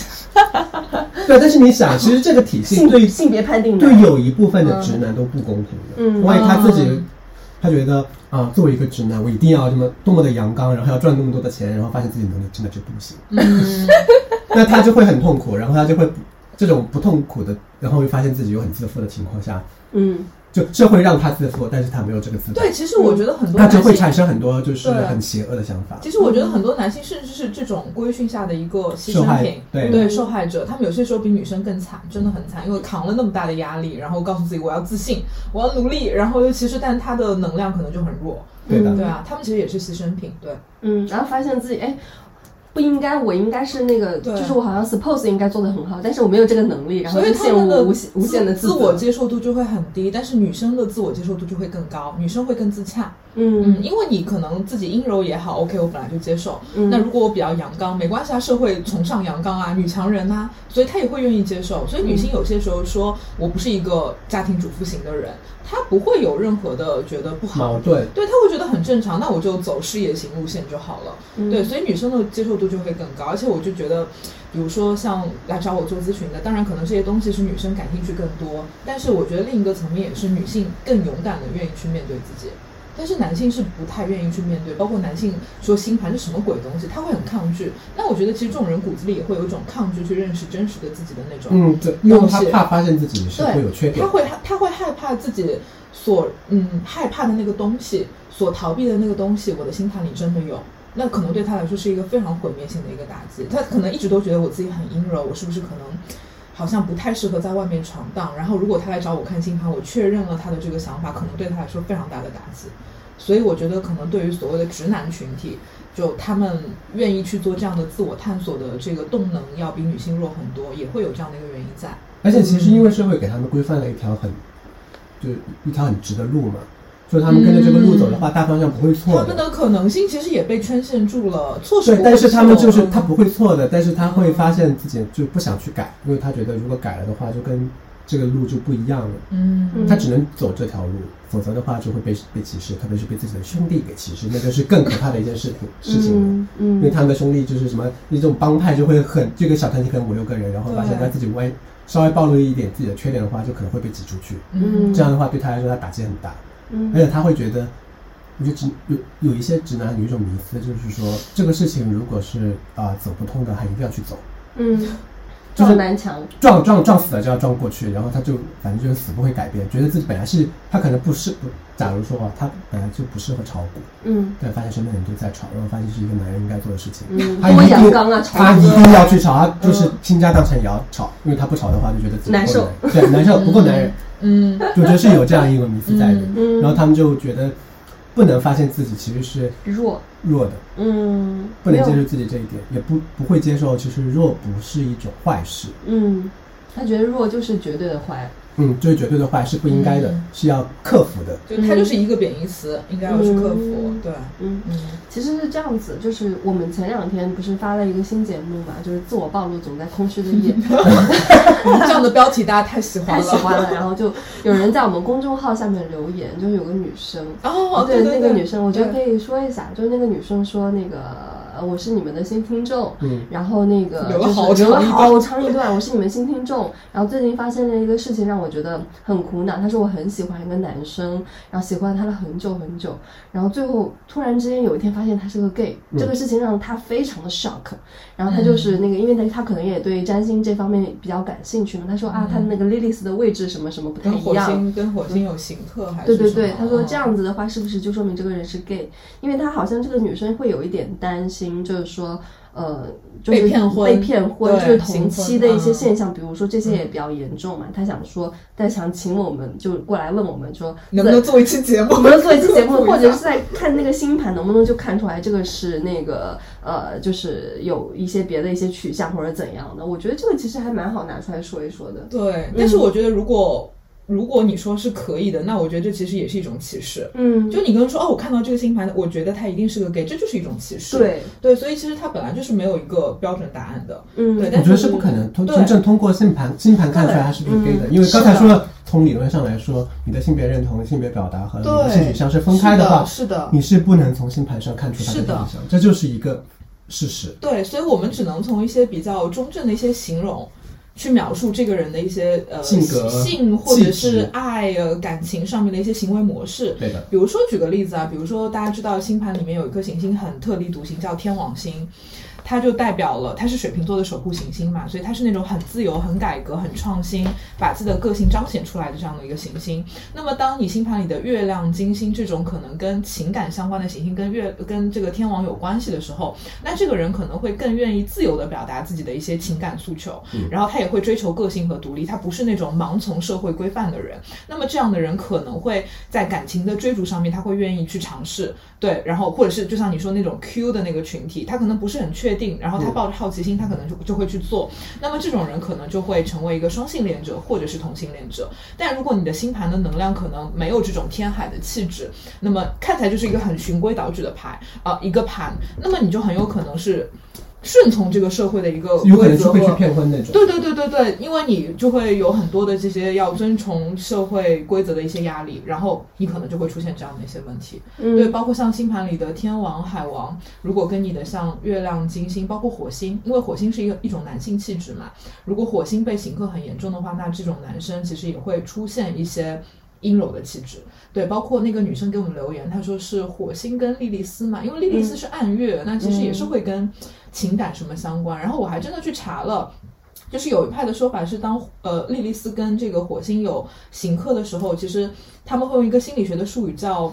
[SPEAKER 2] 对，但是你想，其实这个体系
[SPEAKER 4] 性
[SPEAKER 2] 对
[SPEAKER 4] 性别判定的
[SPEAKER 2] 对有一部分的直男都不公平的，
[SPEAKER 4] 嗯
[SPEAKER 2] 万一他自己
[SPEAKER 3] 嗯，
[SPEAKER 2] 他觉得啊，作为一个直男，我一定要这么多么的阳刚，然后要赚那么多的钱，然后发现自己能力真的就不行，
[SPEAKER 3] 嗯，
[SPEAKER 2] 那他就会很痛苦，然后他就会这种不痛苦的，然后会发现自己又很自负的情况下，
[SPEAKER 4] 嗯
[SPEAKER 2] 就这会让他自负，但是他没有这个自负，
[SPEAKER 3] <laughs> 对，其实我觉得很多
[SPEAKER 2] 那
[SPEAKER 3] 男
[SPEAKER 2] 就
[SPEAKER 3] 性
[SPEAKER 2] 会产生很多就是
[SPEAKER 3] 对嗯
[SPEAKER 2] 很邪恶的想法。
[SPEAKER 3] 其实我觉得很多男性甚至是这种规训下的一个牺
[SPEAKER 2] 受
[SPEAKER 3] 牲
[SPEAKER 2] 害
[SPEAKER 3] 品，
[SPEAKER 2] 对
[SPEAKER 3] 受害者，他们有些时候比女生更惨，真的很惨，因为扛了那么大的压力，然后告诉自己我要自信，我要努力，然后又其实但他的能量可能就很弱，
[SPEAKER 2] 对的，
[SPEAKER 4] 嗯
[SPEAKER 3] 对啊，他们其实也是牺牲品，对，
[SPEAKER 4] 嗯，然后发现自己哎。不应该，我应该是那个，
[SPEAKER 3] 对
[SPEAKER 4] 就是我好像 suppose 应该做的很好，但是我没有这个能力，然后
[SPEAKER 3] 所
[SPEAKER 4] 就
[SPEAKER 3] 以他
[SPEAKER 4] 陷
[SPEAKER 3] 们的
[SPEAKER 4] 入无限无限的
[SPEAKER 3] 自
[SPEAKER 4] 责
[SPEAKER 3] 我接受度就会很低，但是女生的自我接受度就会更高，女生会更自洽，
[SPEAKER 4] 嗯
[SPEAKER 3] 嗯，因为你可能自己阴柔也好，OK，我本来就接受。
[SPEAKER 4] 嗯
[SPEAKER 3] 那如果我比较阳刚，没关系啊，社会崇尚阳刚啊，女强人啊，所以她也会愿意接受。所以女性
[SPEAKER 4] 嗯
[SPEAKER 3] 有些时候说我不是一个家庭主妇型的人，她不会有任何的觉得不好
[SPEAKER 2] 矛，盾。
[SPEAKER 3] 对，她会觉得很正常。那我就走事业型路线就好了。
[SPEAKER 4] 嗯
[SPEAKER 3] 对，所以女生的接受度就会更高。而且我就觉得，比如说像来找我做咨询的，当然可能这些东西是女生感兴趣更多，但是我觉得另一个层面也是女性更勇敢的愿意去面对自己。但是男性是不太愿意去面对，包括男性说星盘是什么鬼东西，他会很抗拒。但我觉得其实这种人骨子里也会有一种抗拒去认识真实的自己的那种。
[SPEAKER 2] 嗯，对，因为他
[SPEAKER 3] 东西
[SPEAKER 2] 怕发现自己是
[SPEAKER 3] 对，
[SPEAKER 2] 会有缺点
[SPEAKER 3] 他。会害他会害怕自己所嗯害怕的那个东西，所逃避的那个东西，我的星盘里真的有。那可能对他来说是一个非常毁灭性的一个打击。他可能一直都觉得我自己很阴柔，我是不是可能好像不太适合在外面闯荡？然后如果他来找我看星盘，我确认了他的这个想法，可能对他来说非常大的打击。所以我觉得，可能对于所谓的直男群体，就他们愿意去做这样的自我探索的这个动能，要比女性弱很多，也会有这样的一个原因在。
[SPEAKER 2] 而且其实因为社会给他们规范了一条很，就是一条很直的路嘛，所以他们跟着这个路走的话，大方向嗯不会错
[SPEAKER 3] 他们
[SPEAKER 2] 的。
[SPEAKER 3] 的可能性其实也被圈限住了，措施
[SPEAKER 2] 对
[SPEAKER 3] 不，会
[SPEAKER 2] 但是他们就是
[SPEAKER 3] 做
[SPEAKER 2] 他不会错的，但是他会发现自己就不想去改，因为他觉得如果改了的话，就跟这个路就不一样了。
[SPEAKER 3] 嗯，
[SPEAKER 2] 他只能走这条路，否则的话就会被被歧视，特别是被自己的兄弟给歧视，那就是更可怕的一件事情事情了。
[SPEAKER 4] 嗯
[SPEAKER 2] 因为
[SPEAKER 4] 嗯
[SPEAKER 2] 他们的兄弟就是什么那种帮派，就会很这个小团体可能五六个人，然后发现他自己歪稍微暴露一点自己的缺点的话，就可能会被挤出去。
[SPEAKER 4] 嗯
[SPEAKER 2] 这样的话对他来说，他打击很大，而
[SPEAKER 4] 嗯
[SPEAKER 2] 且他会觉得，我觉得直有有一些直男有一种迷思，就是说这个事情如果是啊、走不通的，还一定要去走，
[SPEAKER 4] 嗯，
[SPEAKER 2] 就是
[SPEAKER 4] 撞南墙，
[SPEAKER 2] 撞撞撞死了就要撞过去，然后他就反正就是死不会改变，觉得自己本来是他可能不适不，假如说啊，他本来就不适合炒股，
[SPEAKER 4] 嗯
[SPEAKER 2] 对，发现身边人都在炒，然后发现是一个男人应该做的事情，
[SPEAKER 4] 嗯，
[SPEAKER 2] 他
[SPEAKER 4] 多
[SPEAKER 2] 一
[SPEAKER 4] 阳
[SPEAKER 2] 定
[SPEAKER 4] 刚啊，
[SPEAKER 2] 他
[SPEAKER 4] 朝
[SPEAKER 2] 一
[SPEAKER 4] 哥
[SPEAKER 2] 定要去炒，他就是
[SPEAKER 4] 嗯
[SPEAKER 2] 倾家荡产也要炒，因为他不炒的话就觉得自己
[SPEAKER 4] 难
[SPEAKER 2] 不够
[SPEAKER 4] 受
[SPEAKER 2] 男人，对，难受不够男人，
[SPEAKER 3] 嗯
[SPEAKER 2] 我觉得是有这样一个迷思在的，
[SPEAKER 3] 嗯
[SPEAKER 4] 嗯，
[SPEAKER 2] 然后他们就觉得不能发现自己其实是
[SPEAKER 4] 弱，
[SPEAKER 2] 弱的，
[SPEAKER 4] 嗯，
[SPEAKER 2] 不能
[SPEAKER 4] 没有
[SPEAKER 2] 接受自己这一点，也不不会接受其实弱不是一种坏事，
[SPEAKER 4] 嗯，他觉得弱就是绝对的坏，
[SPEAKER 2] 嗯，就是绝对的坏是不应该的，
[SPEAKER 3] 嗯
[SPEAKER 2] 是要克服的。
[SPEAKER 3] 就它就是一个贬义词，应该要去克服
[SPEAKER 2] <laughs>
[SPEAKER 4] 嗯。
[SPEAKER 3] 对，
[SPEAKER 4] 嗯，
[SPEAKER 3] 嗯
[SPEAKER 4] 其实是这样子，就是我们前两天不是发了一个新节目嘛，就是自我暴露总在空虚
[SPEAKER 2] <laughs>
[SPEAKER 4] 的夜， <laughs>
[SPEAKER 3] 嗯这样的标题大家太喜欢
[SPEAKER 4] 太
[SPEAKER 3] 了，
[SPEAKER 4] 喜欢了，然后就有人在我们公众号下面留言，就是有个女生，
[SPEAKER 3] 哦，
[SPEAKER 4] <laughs> 对
[SPEAKER 3] 对
[SPEAKER 4] 那个女生，我觉得可
[SPEAKER 3] 对
[SPEAKER 4] 以说一下，就是那个女生说那个呃我是你们的新听众，
[SPEAKER 2] 嗯，
[SPEAKER 4] 然后那个
[SPEAKER 3] 留了
[SPEAKER 4] 就是
[SPEAKER 3] 好
[SPEAKER 4] 留了
[SPEAKER 3] 长一
[SPEAKER 4] 好长一段，我是你们新听众。然后最近发现了一个事情，让我觉得很苦恼。他说我很喜欢一个男生，然后喜欢他了很久很久，然后最后突然之间有一天发现他是个 gay，、
[SPEAKER 2] 嗯
[SPEAKER 4] 这个事情让他非常的 shock。然后他
[SPEAKER 3] 嗯
[SPEAKER 4] 就是那个，因为他他可能也对占星这方面比较感兴趣嘛，他说啊，他那个 Lilith 的位置什么什么不太
[SPEAKER 3] 嗯跟
[SPEAKER 4] 一
[SPEAKER 3] 火
[SPEAKER 4] 样，
[SPEAKER 3] 星跟火星有行特还
[SPEAKER 4] 对
[SPEAKER 3] 是
[SPEAKER 4] 对
[SPEAKER 3] 什么
[SPEAKER 4] 对，他说
[SPEAKER 3] 哦
[SPEAKER 4] 这样子的话，是不是就说明这个人是 gay？因为他好像这个女生会有一点担心，就是说，呃，就是
[SPEAKER 3] 被骗婚
[SPEAKER 4] 被骗婚，就
[SPEAKER 3] 对
[SPEAKER 4] 是同期的一
[SPEAKER 3] 行
[SPEAKER 4] 些
[SPEAKER 3] 婚
[SPEAKER 4] 现象，比如说这些也比较严重
[SPEAKER 3] 嗯
[SPEAKER 4] 嘛。他想说，他想请我们就过来问我们说，
[SPEAKER 3] 能不能做一期
[SPEAKER 4] <laughs>
[SPEAKER 3] 节目？
[SPEAKER 4] 我们要做一期节目，
[SPEAKER 3] <laughs> 科普
[SPEAKER 4] 或
[SPEAKER 3] 一
[SPEAKER 4] 者
[SPEAKER 3] 下
[SPEAKER 4] 是在看那个星盘能不能就看出来这个是那个呃，就是有一些别的一些取向或者怎样的。我觉得这个其实还蛮好拿出来说一说的。
[SPEAKER 3] 对，但是我觉得如果如果你说是可以的，那我觉得这其实也是一种歧视。
[SPEAKER 4] 嗯，
[SPEAKER 3] 就你跟人说哦，我看到这个星盘，我觉得他一定是个 gay，这就是一种歧视。
[SPEAKER 4] 对，
[SPEAKER 3] 对，所以其实他本来就是没有一个标准答案的。
[SPEAKER 4] 嗯，
[SPEAKER 3] 对，
[SPEAKER 2] 我
[SPEAKER 3] 但
[SPEAKER 2] 觉得是不可能通
[SPEAKER 3] 对嗯
[SPEAKER 2] 真正通过星盘星盘看出来他是不是 gay 的，因为刚才说了，从理论上来说，你的性别认同、性别表达和你的性取向是分开话，
[SPEAKER 3] 是的，
[SPEAKER 2] 你是不能从星盘上看出他的
[SPEAKER 3] 是
[SPEAKER 2] 性取
[SPEAKER 3] 的
[SPEAKER 2] 向，这就是一个事实。
[SPEAKER 3] 对，所以我们只能从一些比较中正的一些形容。去描述这个人的一些呃
[SPEAKER 2] 性格
[SPEAKER 3] 性或者
[SPEAKER 2] 气
[SPEAKER 3] 是
[SPEAKER 2] 质
[SPEAKER 3] 爱、呃、感情上面的一些行为模式，
[SPEAKER 2] 对的，
[SPEAKER 3] 比如说，举个例子啊，比如说大家知道星盘里面有一颗行星很特立独行，叫天王星，它就代表了它是水瓶座的守护行星嘛，所以它是那种很自由、很改革、很创新，把自己的个性彰显出来的这样的一个行星。那么，当你星盘里的月亮、金星这种可能跟情感相关的行星跟月跟这个天王有关系的时候，那这个人可能会更愿意自由的表达自己的一些情感诉求，
[SPEAKER 2] 嗯
[SPEAKER 3] 然后他也会追求个性和独立，他不是那种盲从社会规范的人。那么这样的人可能会在感情的追逐上面，他会愿意去尝试，对，然后或者是就像你说那种 Q 的那个群体，他可能不是很确定，然后
[SPEAKER 2] 嗯
[SPEAKER 3] 他抱着好奇心，他可能就就会去做。那么这种人可能就会成为一个双性恋者或者是同性恋者。但如果你的星盘的能量可能没有这种天海的气质，那么看起来就是一个很循规蹈矩的牌啊、呃一个盘，那么你就很有可能是顺从这个社会的一个
[SPEAKER 2] 有可能
[SPEAKER 3] 规
[SPEAKER 2] 是
[SPEAKER 3] 则
[SPEAKER 2] 会去
[SPEAKER 3] 和
[SPEAKER 2] 骗婚那种。
[SPEAKER 3] 对对对对对，因为你就会有很多的这些要遵从社会规则的一些压力，然后你可能就会出现这样的一些问题。
[SPEAKER 4] 嗯
[SPEAKER 3] 对，包括像星盘里的天王、海王，如果跟你的像月亮、金星，包括火星，因为火星是一个一种男性气质嘛，如果火星被刑克很严重的话，那这种男生其实也会出现一些。阴柔的气质，对，包括那个女生给我们留言，她说是火星跟莉莉丝嘛，因为莉莉丝是暗月，那其实也是会跟情感什么相关。然后我还真的去查了，就是有一派的说法是当，呃莉莉丝跟这个火星有刑克的时候，其实他们会用一个心理学的术语叫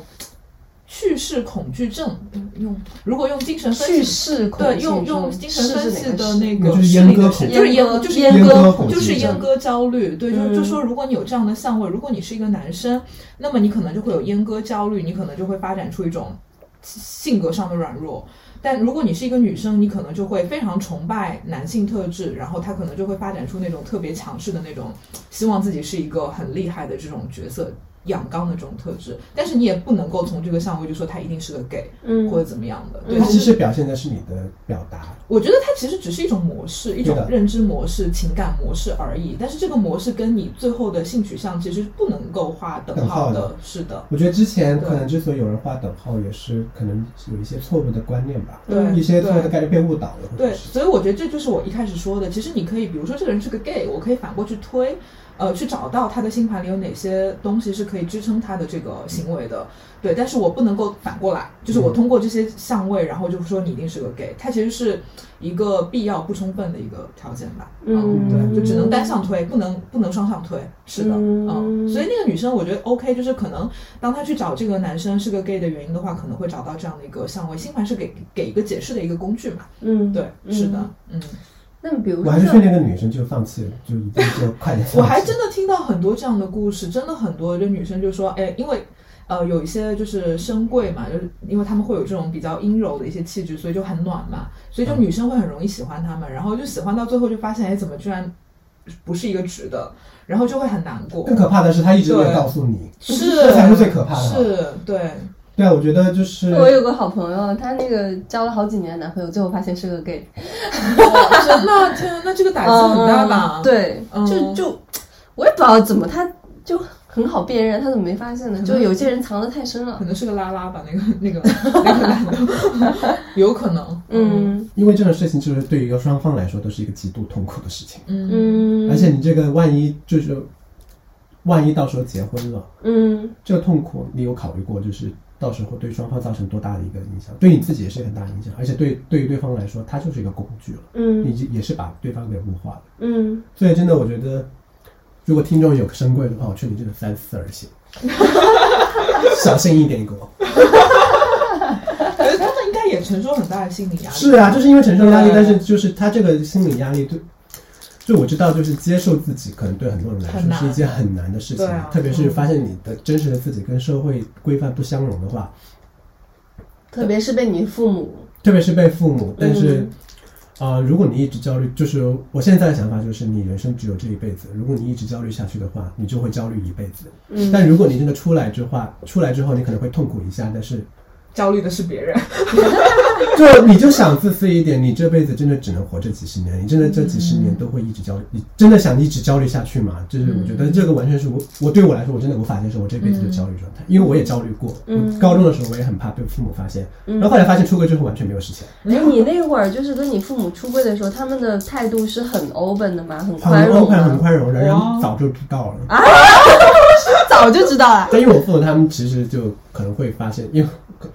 [SPEAKER 3] 叙事恐惧症。用如果用精神分析
[SPEAKER 4] 嗯去世恐
[SPEAKER 3] 对，
[SPEAKER 4] 惧
[SPEAKER 3] 用用
[SPEAKER 4] 症
[SPEAKER 3] 精神分
[SPEAKER 4] 是
[SPEAKER 3] 析
[SPEAKER 4] 哪个
[SPEAKER 3] 的
[SPEAKER 4] 世
[SPEAKER 3] 那
[SPEAKER 2] 那
[SPEAKER 3] 个
[SPEAKER 2] 就是
[SPEAKER 3] 势
[SPEAKER 2] 阉
[SPEAKER 3] 力
[SPEAKER 2] 割
[SPEAKER 3] 的
[SPEAKER 2] 恐
[SPEAKER 3] 就是
[SPEAKER 4] 惧
[SPEAKER 3] 阉就是
[SPEAKER 4] 症阉
[SPEAKER 3] 阉
[SPEAKER 4] 割
[SPEAKER 3] 割
[SPEAKER 2] 恐惧
[SPEAKER 3] 就是
[SPEAKER 4] 症
[SPEAKER 3] 阉割焦虑，对，就是就
[SPEAKER 4] 嗯
[SPEAKER 3] 说如果你有这样的相位，如果你是一个男生，那么你可能就会有阉割焦虑，你可能就会发展出一种性格上的软弱。但如果你是一个女生，你可能就会非常崇拜男性特质，然后她可能就会发展出那种特别强势的那种，希望自己是一个很厉害的这种角色。阳刚的这种特质，但是你也不能够从这个相位就说他一定是个 gay、
[SPEAKER 4] 嗯
[SPEAKER 3] 或者怎么样的，对，
[SPEAKER 2] 它其
[SPEAKER 3] 就是
[SPEAKER 2] 实表现的是你的表达，
[SPEAKER 3] 我觉得它其实只是一种模式，一种
[SPEAKER 2] 对的
[SPEAKER 3] 认知模式、情感模式而已。但是这个模式跟你最后的性取向其实不能够画等号
[SPEAKER 2] 等号
[SPEAKER 3] 的。是的，
[SPEAKER 2] 我觉得之前可能
[SPEAKER 3] 对
[SPEAKER 2] 之所以有人画等号，也是可能有一些错误的观念吧，
[SPEAKER 3] 对，
[SPEAKER 2] 嗯一些错误的
[SPEAKER 3] 对。
[SPEAKER 2] 概念被误导了。或
[SPEAKER 3] 对，
[SPEAKER 2] 者是
[SPEAKER 3] 所以我觉得这就是我一开始说的。其实你可以，比如说这个人是个 gay，我可以反过去推，呃，去找到他的星盘里有哪些东西是可以支撑他的这个行为的。对，但是我不能够反过来，就是
[SPEAKER 2] 嗯
[SPEAKER 3] 我通过这些相位，然后就说你一定是个 gay，它其实是一个必要不充分的一个条件吧。
[SPEAKER 4] 嗯，
[SPEAKER 2] 嗯
[SPEAKER 3] 啊就只能单向推，不能不能双向推。是的，
[SPEAKER 4] 嗯
[SPEAKER 3] 嗯所以那个女生我觉得 OK，就是可能当她去找这个男生是个 gay 的原因的话，可能会找到这样的一个相位。星盘是给给一个解释的一个工具嘛？
[SPEAKER 4] 嗯，
[SPEAKER 3] 对，是的，嗯。
[SPEAKER 4] 那比如
[SPEAKER 2] 我
[SPEAKER 4] 说
[SPEAKER 2] 还是劝那个女生就放弃了，就一定就快点放弃。
[SPEAKER 3] 我还真的听到很多这样的故事，真的很多，就女生就说，哎，因为。呃，有一些就是深柜嘛，就是因为他们会有这种比较阴柔的一些气质，所以就很暖嘛，所以就女生会很容易喜欢他们，然后就喜欢到最后就发现，哎，怎么居然不是一个直的，然后就会很难过
[SPEAKER 2] 更。可怕的是，他一直没有
[SPEAKER 3] 对
[SPEAKER 2] 告诉你，
[SPEAKER 3] 是
[SPEAKER 2] 这才是最可怕的。
[SPEAKER 3] 是，对，
[SPEAKER 2] 对啊，我觉得就是
[SPEAKER 4] 我有个好朋友，她那个交了好几年的男朋友，最后发现是个 gay，
[SPEAKER 3] 真的
[SPEAKER 4] 嗯
[SPEAKER 3] 天啊，那这个打击很大吧？
[SPEAKER 4] 嗯对，
[SPEAKER 3] 嗯
[SPEAKER 4] 就就我也不知道怎么，她就很好辨认，他怎么没发
[SPEAKER 3] 嗯
[SPEAKER 4] 现呢？就有些人藏得太深了
[SPEAKER 3] 可。能是个拉拉吧，那个那个那个男的，有可能。
[SPEAKER 4] 嗯
[SPEAKER 2] 因为这种事情就是对于一个双方来说都是一个极度痛苦的事情，
[SPEAKER 3] 嗯
[SPEAKER 4] 嗯，
[SPEAKER 2] 而且你这个万一就是，万一到时候结婚了，
[SPEAKER 4] 嗯
[SPEAKER 2] 这个痛苦你有考虑过，就是到时候对双方造成多大的一个影响？对你自己也是一个很大的影响，而且对对于对方来说，他就是一个工具了，
[SPEAKER 4] 嗯
[SPEAKER 2] 你就也是把对方给物化了。
[SPEAKER 4] 嗯，
[SPEAKER 2] 所以真的，我觉得如果听众有深贵的话，我劝你真的三思而
[SPEAKER 3] <laughs>
[SPEAKER 2] 行，小心一点，给我。
[SPEAKER 3] 可是他们应该也承受很大的心理压力。
[SPEAKER 2] 是啊，就是因为承受压力，
[SPEAKER 3] 对
[SPEAKER 2] 但是就是他这个心理压力对。就我知道，就是接受自己，可能对很多人来
[SPEAKER 3] 很
[SPEAKER 2] 说
[SPEAKER 3] 难
[SPEAKER 2] 是一件很难的事情，
[SPEAKER 3] 对啊
[SPEAKER 2] 特别是
[SPEAKER 3] 嗯
[SPEAKER 2] 发现你的真实的自己跟社会规范不相容的话，
[SPEAKER 4] 特别是被你父母，
[SPEAKER 2] 特别是被父
[SPEAKER 4] 嗯
[SPEAKER 2] 母。但是，啊，如果你一直焦虑，就是我现在的想法就是，你人生只有这一辈子，如果你一直焦虑下去的话，你就会焦虑一辈子。
[SPEAKER 4] 嗯，
[SPEAKER 2] 但如果你真的出来之后，出来之后你可能会痛苦一下，但
[SPEAKER 4] <laughs>
[SPEAKER 2] 是
[SPEAKER 3] 焦虑的是别人。
[SPEAKER 2] 就你就想自私一点，你这辈子真的只能活这几十年，你真的这几十
[SPEAKER 4] 嗯
[SPEAKER 2] 年都会一直焦虑，你真的想一直焦虑下去吗？就是我觉得这个完全是我，我对我来说，我真的无法接受我这辈子的焦虑状态，因为我也焦虑过，
[SPEAKER 4] 嗯
[SPEAKER 2] 我高中的时候我也很怕被父母发现，
[SPEAKER 4] 嗯
[SPEAKER 2] 然后后来发现出柜之后完全没有事情，
[SPEAKER 4] 哎， <laughs> 你那会儿就是跟你父母出柜的时候，他们的态度是很 open 的嘛，很啊宽
[SPEAKER 2] 很
[SPEAKER 4] 容
[SPEAKER 2] open
[SPEAKER 4] 吗
[SPEAKER 2] 很宽容的，
[SPEAKER 3] 哇
[SPEAKER 2] 然后早就知道了。
[SPEAKER 4] 早就知道了。
[SPEAKER 2] 但因为我父母他们其实就可能会发现，因为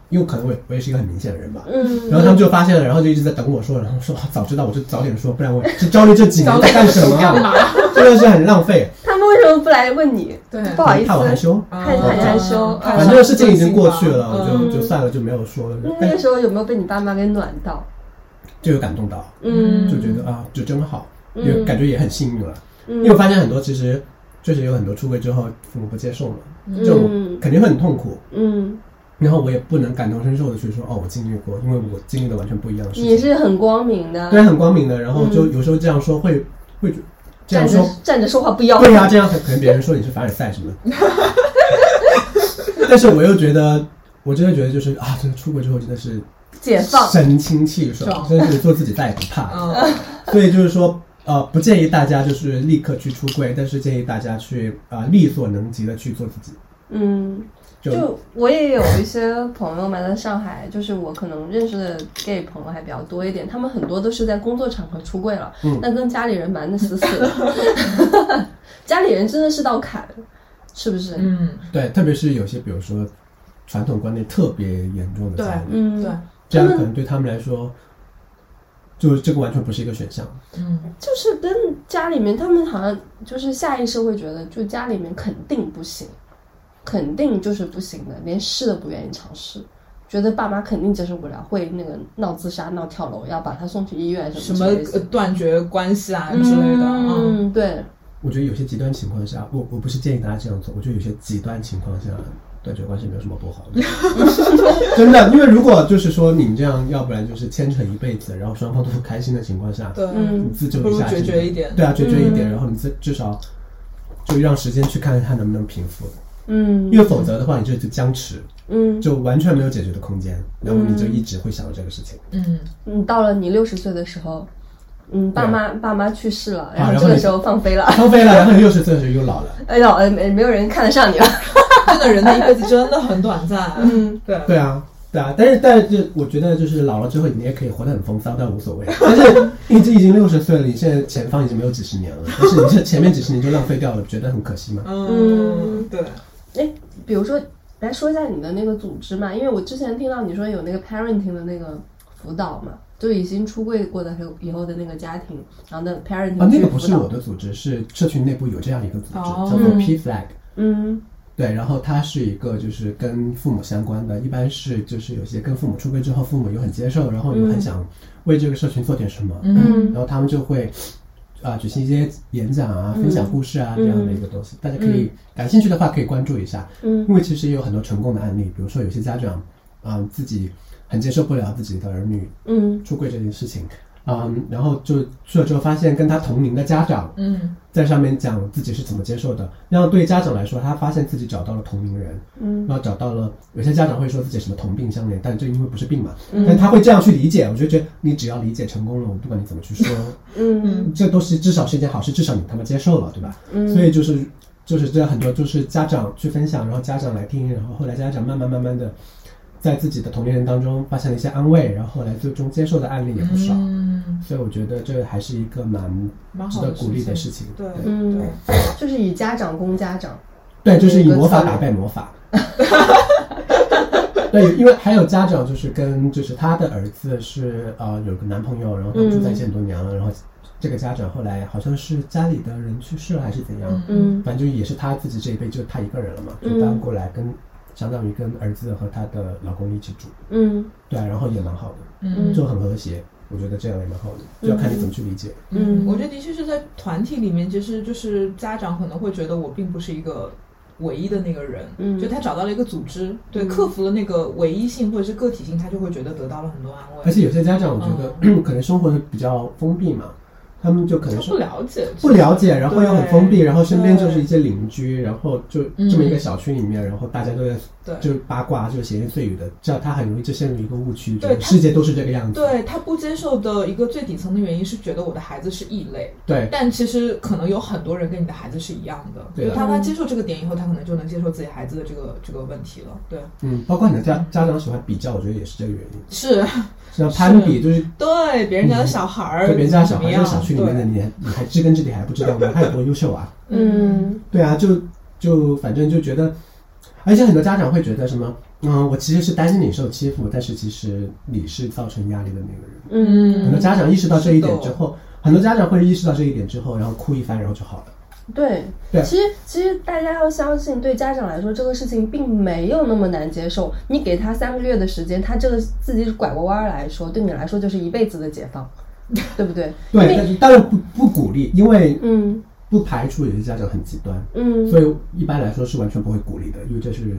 [SPEAKER 2] 因为可能我也我也是一个很明显的人吧，
[SPEAKER 4] 嗯，
[SPEAKER 2] 然后他们就发现了，然后就一直在等我说，然后说、啊、早知道我就早点说，不然我这焦虑这
[SPEAKER 4] <laughs>
[SPEAKER 2] 几年在干什么、
[SPEAKER 3] 焦虑干
[SPEAKER 2] 啊？
[SPEAKER 3] 嘛？
[SPEAKER 2] <laughs> 真的是很浪费，
[SPEAKER 4] 他们为什么不来问你？
[SPEAKER 3] 对，
[SPEAKER 4] 不好意思
[SPEAKER 2] 怕我害羞。
[SPEAKER 3] 啊
[SPEAKER 4] 太
[SPEAKER 2] 太
[SPEAKER 4] 哦害羞
[SPEAKER 3] 怕
[SPEAKER 2] 反正这个事情已经
[SPEAKER 3] 伤
[SPEAKER 2] 过
[SPEAKER 3] 吧
[SPEAKER 2] 去了，我
[SPEAKER 4] 嗯
[SPEAKER 2] 就就算了，就没有说了
[SPEAKER 4] 那，那个
[SPEAKER 2] 但
[SPEAKER 4] 时候有没有被你爸妈给暖到？
[SPEAKER 2] 就有感动到，
[SPEAKER 4] 嗯
[SPEAKER 2] 就觉得啊，就真好，
[SPEAKER 4] 嗯
[SPEAKER 2] 因为感觉也很幸运了。因为我
[SPEAKER 4] 嗯
[SPEAKER 2] 发现很多其实就是有很多出柜之后父母不接受嘛，
[SPEAKER 3] 嗯
[SPEAKER 2] 就肯定会很痛苦。
[SPEAKER 4] 嗯，
[SPEAKER 2] 然后我也不能感同身受的去说哦，我经历过，因为我经历的完全不一样的事情。
[SPEAKER 4] 你是很光明的，
[SPEAKER 2] 对，啊很光明的。然后就有时候这样说会会这样
[SPEAKER 4] 站着
[SPEAKER 2] 说
[SPEAKER 4] 站着说话不腰
[SPEAKER 2] 对呀、啊这样可可能别人说你是凡尔赛什么的。但是我又觉得，我真的觉得就是啊，真的出国之后真的是
[SPEAKER 4] 解放。
[SPEAKER 2] 神清气爽，
[SPEAKER 3] 爽
[SPEAKER 2] 真的是做自己再也不怕了。
[SPEAKER 3] 嗯，
[SPEAKER 2] 所以就是说，呃，不建议大家就是立刻去出柜，但是建议大家去啊、呃力所能及的去做自己。
[SPEAKER 4] 嗯，
[SPEAKER 2] 就
[SPEAKER 4] 就我也有一些朋友嘛，在上海，就是我可能认识的 gay 朋友还比较多一点，他们很多都是在工作场合出柜了，
[SPEAKER 2] 嗯
[SPEAKER 4] 但跟家里人瞒得死死
[SPEAKER 2] <laughs>
[SPEAKER 4] 的，家里人真的是道坎，是不是？
[SPEAKER 3] 嗯，
[SPEAKER 2] 对，特别是有些比如说传统观念特别严重的
[SPEAKER 3] 对
[SPEAKER 2] 家庭，
[SPEAKER 4] 嗯，
[SPEAKER 3] 对，
[SPEAKER 2] 这样可能对他们来说，就是这个完全不是一个选项。
[SPEAKER 3] 嗯，
[SPEAKER 4] 就是跟家里面，他们好像就是下意识会觉得，就家里面肯定不行，肯定就是不行的，连试都不愿意尝试，觉得爸妈肯定接受不了，会那个闹自杀、闹跳楼，要把他送去医院什
[SPEAKER 3] 什
[SPEAKER 4] 么
[SPEAKER 3] 么
[SPEAKER 4] 之类的
[SPEAKER 3] 呃断绝关系啊之类的，嗯，
[SPEAKER 4] 嗯，对，
[SPEAKER 2] 我觉得有些极端情况下，我我不是建议大家这样做，我觉得有些极端情况下，断绝关系没有什么不好的， <laughs> 真的，因为如果就是说你们这样，要不然就是牵扯一辈子，然后双方都不开心的情况下，
[SPEAKER 3] 对，
[SPEAKER 4] 嗯
[SPEAKER 2] 你自救
[SPEAKER 3] 不
[SPEAKER 2] 一
[SPEAKER 3] 如
[SPEAKER 2] 下，
[SPEAKER 3] 决绝一点
[SPEAKER 2] 对啊，决绝一点，
[SPEAKER 4] 嗯
[SPEAKER 2] 然后你至至少就让时间去看看它能不能平复，
[SPEAKER 4] 嗯
[SPEAKER 2] 因为否则的话，你就就僵持，
[SPEAKER 4] 嗯，
[SPEAKER 2] 就完全没有解决的空间，然后你就一直会想到这个事情，
[SPEAKER 3] 嗯，
[SPEAKER 4] 你到了你六十岁的时候，嗯，爸
[SPEAKER 2] 对
[SPEAKER 4] 妈
[SPEAKER 3] 啊
[SPEAKER 4] 爸妈去世了，然
[SPEAKER 2] 啊然后
[SPEAKER 4] 后这个
[SPEAKER 2] 你
[SPEAKER 4] 时候放飞了，
[SPEAKER 2] 荒废了，然后你六十岁的时候又老了。
[SPEAKER 4] 哎呦，哎没没有人看得上你了，
[SPEAKER 3] 真的人的一辈子真的很短暂，
[SPEAKER 4] 嗯，
[SPEAKER 3] 对，
[SPEAKER 2] 对啊，对啊，但是但是我觉得就是老了之后，你也可以活得很风骚，但无
[SPEAKER 4] <laughs>
[SPEAKER 2] 所谓。但是你这已经六十岁了，你现在前方已经没有几十年
[SPEAKER 4] <laughs>
[SPEAKER 2] 了，但是你这前面几十年就浪费掉了，觉得很可惜吗？
[SPEAKER 3] 嗯，对，
[SPEAKER 4] 哎，比如说来说一下你的那个组织嘛，因为我之前听到你说有那个 parenting 的那个辅导嘛，就已经出柜过的和以后的那个家庭，然后的 parenting
[SPEAKER 2] 啊，那个
[SPEAKER 4] 去
[SPEAKER 2] 不
[SPEAKER 4] 辅
[SPEAKER 2] 是
[SPEAKER 4] 导
[SPEAKER 2] 我，的组织，是社群内部有这样一个组织，
[SPEAKER 3] 哦
[SPEAKER 2] 叫做
[SPEAKER 4] 嗯
[SPEAKER 2] P Flag。
[SPEAKER 4] 嗯
[SPEAKER 2] 对，然后它是一个就是跟父母相关的，一般是就是有些跟父母出柜之后，父母又很接受，然后又很
[SPEAKER 4] 嗯
[SPEAKER 2] 想为这个社群做点什么，
[SPEAKER 4] 嗯
[SPEAKER 2] 然后他们就会啊、举行一些演讲啊、
[SPEAKER 4] 嗯
[SPEAKER 2] 分享故事啊、这样的一个东西。大家可以感兴趣的话，可以关注一下，
[SPEAKER 4] 嗯
[SPEAKER 2] 因为其实也有很多成功的案例，比如说有些家长啊、自己很接受不了自己的儿女
[SPEAKER 4] 嗯
[SPEAKER 2] 出柜这件事情。嗯，然后就去了之后，发现跟他同龄的家长
[SPEAKER 3] 嗯，
[SPEAKER 2] 在上面讲自己是怎么接受的，然后对家长来说，他发现自己找到了同龄人，
[SPEAKER 4] 嗯
[SPEAKER 2] 然后找到了有些家长会说自己什么同病相怜，但这因为不是病嘛，但
[SPEAKER 4] 嗯
[SPEAKER 2] 他会这样去理解，我就觉得你只要理解成功了，我不管你怎么去说，
[SPEAKER 4] 嗯
[SPEAKER 2] 这都是至少是一件好事，至少你他妈接受了，对吧？
[SPEAKER 4] 嗯，
[SPEAKER 2] 所以就是就是这很多就是家长去分享，然后家长来听，然后后来家长慢慢慢慢的在自己的同龄人当中发现了一些安慰，然后后来最终接受的案例也不少。
[SPEAKER 3] 嗯，
[SPEAKER 2] 所以我觉得这还是一个蛮
[SPEAKER 3] 蛮
[SPEAKER 2] 值
[SPEAKER 3] 好
[SPEAKER 2] 得
[SPEAKER 3] 的
[SPEAKER 2] 鼓励的事
[SPEAKER 3] 事
[SPEAKER 2] 情。
[SPEAKER 3] 对，
[SPEAKER 4] 嗯
[SPEAKER 3] 对，
[SPEAKER 4] 就是以家长攻家长，
[SPEAKER 2] 对，就是以
[SPEAKER 4] 有一个
[SPEAKER 2] 魔法
[SPEAKER 4] 策略
[SPEAKER 2] 打败魔法。 <laughs> 对，因为还有家长就是跟就是他的儿子是呃有个男朋友，然后他们住在一起很多年了，然后这个家长后来好像是家里的人去世了还是怎样，
[SPEAKER 4] 嗯
[SPEAKER 2] 反正就也是他自己这一辈就他一个人了嘛，
[SPEAKER 3] 嗯
[SPEAKER 2] 就搬过来跟相当于跟儿子和她的老公一起住，
[SPEAKER 4] 嗯
[SPEAKER 2] 对啊，然后也蛮好的，
[SPEAKER 3] 嗯
[SPEAKER 2] 就很和谐，我觉得这样也蛮好的，就要看你怎么去理解。
[SPEAKER 4] 嗯
[SPEAKER 3] 我觉得的确是在团体里面，其实就是家长可能会觉得我并不是一个唯一的那个人，
[SPEAKER 4] 嗯
[SPEAKER 3] 就他找到了一个组织，对，
[SPEAKER 4] 嗯
[SPEAKER 3] 克服了那个唯一性或者是个体性，他就会觉得得到了很多安慰。嗯
[SPEAKER 2] 而且有些家长我觉得、 <clears throat> 可能生活的比较封闭嘛，他们就可能
[SPEAKER 3] 他
[SPEAKER 2] 是
[SPEAKER 3] 不了解，
[SPEAKER 2] 不了解，然后又很封闭，然后身边就是一
[SPEAKER 3] 对嗯
[SPEAKER 2] 些邻居，然后就这么一个小区里面，然后大家都在
[SPEAKER 3] 对
[SPEAKER 2] 就是八卦，就是闲言碎语的，这样他很容易就陷入一个误区，觉
[SPEAKER 3] 对
[SPEAKER 2] 得
[SPEAKER 3] 他
[SPEAKER 2] 世界都是这个样子。
[SPEAKER 3] 对他不接受的一个最底层的原因是觉得我的孩子是异类，
[SPEAKER 2] 对
[SPEAKER 3] 但其实可能有很多人跟你的孩子是一样的。
[SPEAKER 2] 对啊
[SPEAKER 3] 就
[SPEAKER 2] 的
[SPEAKER 3] 当他接受这个点以后，他可能就能接受自己孩子的这个这个问题了。对，
[SPEAKER 2] 嗯，包括很多家家长喜欢比较，我觉得也是这个原因，
[SPEAKER 3] 是 <laughs>
[SPEAKER 2] 像攀比就是。
[SPEAKER 3] 对别人家的小孩
[SPEAKER 2] 和
[SPEAKER 3] 儿怎
[SPEAKER 2] 嗯
[SPEAKER 3] 么
[SPEAKER 2] 别人
[SPEAKER 3] 样，
[SPEAKER 2] 家小孩在小区里面的，
[SPEAKER 3] 对
[SPEAKER 2] 你还你还知根知底还不知道吗？他有多优秀啊？
[SPEAKER 4] 嗯
[SPEAKER 2] 对啊，就就反正就觉得，而且很多家长会觉得什么，嗯，我其实是担心你受欺负，但是其实你是造成压力的那个人。
[SPEAKER 4] 嗯，
[SPEAKER 2] 很多家长意识到这一点之
[SPEAKER 3] 是的
[SPEAKER 2] 后，很多家长会意识到这一点之后，然后哭一番，然后就好了。
[SPEAKER 4] 对，
[SPEAKER 2] 对
[SPEAKER 4] 其实其实大家要相信，对家长来说，这个事情并没有那么难接受。你给他三个月的时间，他这个自己拐过弯儿来说，对你来说就是一辈子的解放，对不对？
[SPEAKER 2] 对，
[SPEAKER 4] 因为
[SPEAKER 2] 但是当然不不鼓励，因为
[SPEAKER 4] 嗯
[SPEAKER 2] 不排除有些家长很极端，
[SPEAKER 4] 嗯，
[SPEAKER 2] 所以一般来说是完全不会鼓励的，因为这是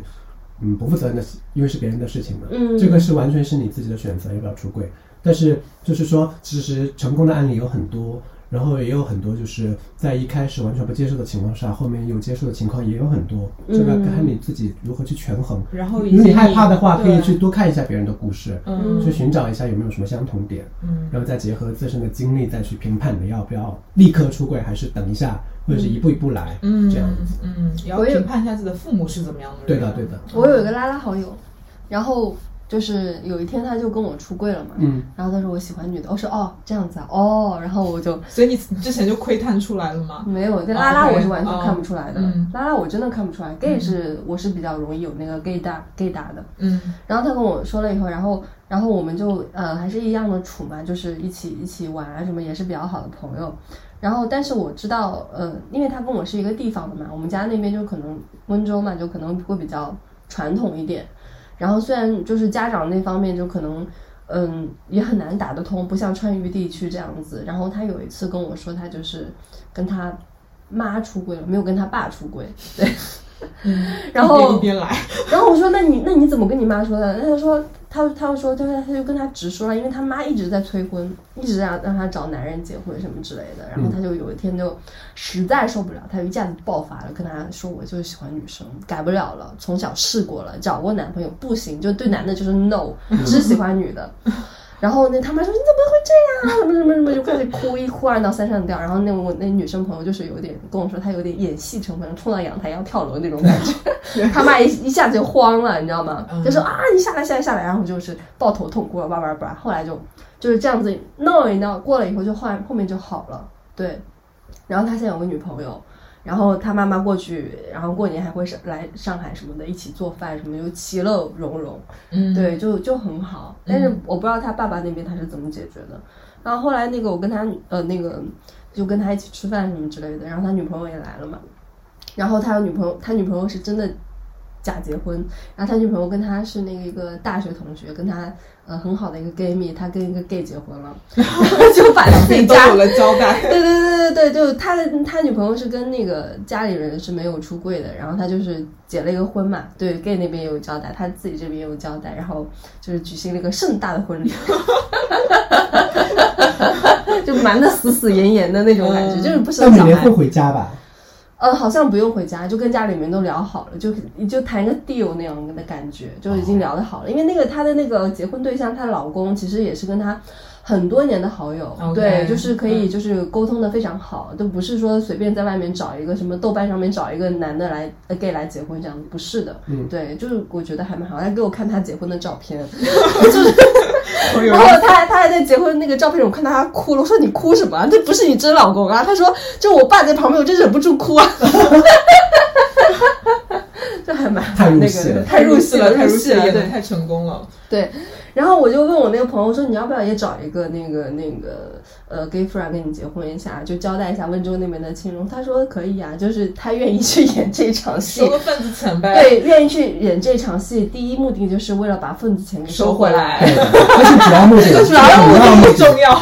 [SPEAKER 2] 嗯不负责任的，因为是别人的事情嘛。
[SPEAKER 4] 嗯
[SPEAKER 2] 这个是完全是你自己的选择要不要出柜。但是就是说，其实成功的案例有很多，然后也有很多就是在一开始完全不接受的情况下，后面有接受的情况也有很多，这个
[SPEAKER 4] 嗯
[SPEAKER 2] 看你自己如何去权衡。
[SPEAKER 3] 然后以及
[SPEAKER 2] 如果你害怕的话，可以
[SPEAKER 3] 对
[SPEAKER 2] 去多看一下别人的故事，
[SPEAKER 3] 嗯
[SPEAKER 2] 去寻找一下有没有什么相同点，
[SPEAKER 3] 嗯
[SPEAKER 2] 然后再结合自身的经历再去评判你要不要立刻出柜，还是等一下，或者是一步一步来，
[SPEAKER 3] 嗯
[SPEAKER 2] 这样子。
[SPEAKER 3] 嗯，也要
[SPEAKER 4] 我也
[SPEAKER 3] 评判一下自己的父母是怎么样的人。
[SPEAKER 2] 对的，对的，
[SPEAKER 4] 我有一个拉拉好友，然后就是有一天他就跟我出柜了嘛，
[SPEAKER 2] 嗯，
[SPEAKER 4] 然后他说我喜欢女的，我说哦这样子啊，哦，然后我就
[SPEAKER 3] 所以你之前就窥探出来了吗？
[SPEAKER 4] 没有，这
[SPEAKER 3] 哦
[SPEAKER 4] 拉拉我
[SPEAKER 3] OK，
[SPEAKER 4] 是完全
[SPEAKER 3] 哦
[SPEAKER 4] 看不出来的，
[SPEAKER 3] 嗯
[SPEAKER 4] 拉拉我真的看不出来，gay 是我是比较容易有那个 gay 大 gay 大的。
[SPEAKER 3] 嗯
[SPEAKER 4] 然后他跟我说了以后，然后然后我们就呃还是一样的处嘛，就是一起一起玩啊什么，也是比较好的朋友。然后但是我知道，呃，因为他跟我是一个地方的嘛，我们家那边就可能温州嘛，就可能会比较传统一点。然后虽然就是家长那方面就可能。嗯，也很难打得通，不像川渝地区这样子。然后他有一次跟我说，他就是跟他妈出轨了，没有跟他爸出轨。对， <laughs> 然
[SPEAKER 3] 一
[SPEAKER 4] 后
[SPEAKER 3] 嗯边一边
[SPEAKER 4] <laughs>
[SPEAKER 3] 来，
[SPEAKER 4] 然后我说：“那你那你怎么跟你妈说的？”那他说：“他他就说他他就跟他直说了，因为他妈一直在催婚，一直让让他找男人结婚什么之类的。然后他就有一天就实在受不了，他就一下子爆发了，跟他说：‘我就是喜欢女生，改不了了，从小试过了，找过男朋友不行，就对男的就是 no，只喜欢女的。’然后那他妈说你怎么会这样？什么什么什么，就开始哭一哭二闹三上吊。然后那我那女生朋友就是有点跟我说，她有点演戏成分，冲到阳台要跳楼那种感觉。他妈一一下子就慌了，你知道吗？就说啊你下来下来下来，然后就是抱头痛哭了，叭叭叭。后来就就是这样子闹一闹，过了以后就换后面就好了，对。然后他现在有个女朋友，然后他妈妈过去，然后过年还会上来上海什么的，一起做饭什么，就其乐融融。
[SPEAKER 3] 嗯，
[SPEAKER 4] 对，就就很好。但是我不知道他爸爸那边他是怎么解决的。然后后来那个我跟他女呃那个就跟他一起吃饭什么之类的，然后他女朋友也来了嘛。然后他有女朋友，他女朋友是真的假结婚，然后他女朋友跟他是那个一个大学同学，跟他呃很好的一个 gay 蜜，他跟一个 gay 结婚了，然后 <laughs> 就把自己
[SPEAKER 3] 都
[SPEAKER 4] 家
[SPEAKER 3] 有了交 <laughs> 代。
[SPEAKER 4] 对对对对对，就他的他女朋友是跟那个家里人是没有出柜的，然后他就是结了一个婚嘛，对 gay 那边也有交代，他自己这边也有交代，然后就是举行了一个盛大的
[SPEAKER 2] <laughs>
[SPEAKER 4] 婚礼， <laughs> 就瞒得死死严严的那种感觉，
[SPEAKER 3] 嗯
[SPEAKER 4] 就是不
[SPEAKER 2] 但
[SPEAKER 4] 生
[SPEAKER 2] 每
[SPEAKER 4] 小
[SPEAKER 2] 年会
[SPEAKER 4] 孩。
[SPEAKER 2] 回家吧？
[SPEAKER 4] 呃，好像不用回家，就跟家里面都聊好了，就就谈个 deal 那样
[SPEAKER 3] 哦
[SPEAKER 4] 的感觉，就已经聊得好了。因为那个她的那个结婚对象，她的老公其实也是跟她很多年的好友
[SPEAKER 3] OK，
[SPEAKER 4] 对，就是可以
[SPEAKER 3] 嗯
[SPEAKER 4] 就是沟通的非常好，都不是说随便在外面找一个什么豆瓣上面找一个男的来呃 gay 来结婚这样子，不是的，
[SPEAKER 2] 嗯
[SPEAKER 4] 对，就是我觉得还蛮好，他给我看他结婚的照片，
[SPEAKER 3] 朋友
[SPEAKER 4] 然后他还他还在结婚那个照片，我看到他哭了，我说你哭什么啊？这不是你真老公啊？他说就我爸在旁边，我真忍不住哭啊。 <laughs> 这还蛮
[SPEAKER 2] 太入
[SPEAKER 4] 那
[SPEAKER 2] 戏
[SPEAKER 4] 个
[SPEAKER 2] 了
[SPEAKER 4] <laughs> 太入戏了，太
[SPEAKER 3] 太
[SPEAKER 4] 入
[SPEAKER 3] 入戏
[SPEAKER 4] 戏
[SPEAKER 3] 了，
[SPEAKER 4] 了，
[SPEAKER 3] 演的
[SPEAKER 4] 对
[SPEAKER 3] 太成功了。
[SPEAKER 4] 对。然后我就问我那个朋友说，你要不要也找一个那个那个呃 gay friend 跟你结婚一下，就交代一下温州那边的亲容。他说可以啊，就是他愿意去演这场戏
[SPEAKER 3] 收，个份子钱呗。
[SPEAKER 4] 对，愿意去演这场戏，第一目的就是为了把份子钱给收回来。
[SPEAKER 2] 对，这是主要目的，这
[SPEAKER 4] 主要目的
[SPEAKER 2] 要目
[SPEAKER 3] <laughs> 不
[SPEAKER 2] 的
[SPEAKER 3] 重
[SPEAKER 4] <laughs>
[SPEAKER 3] 要，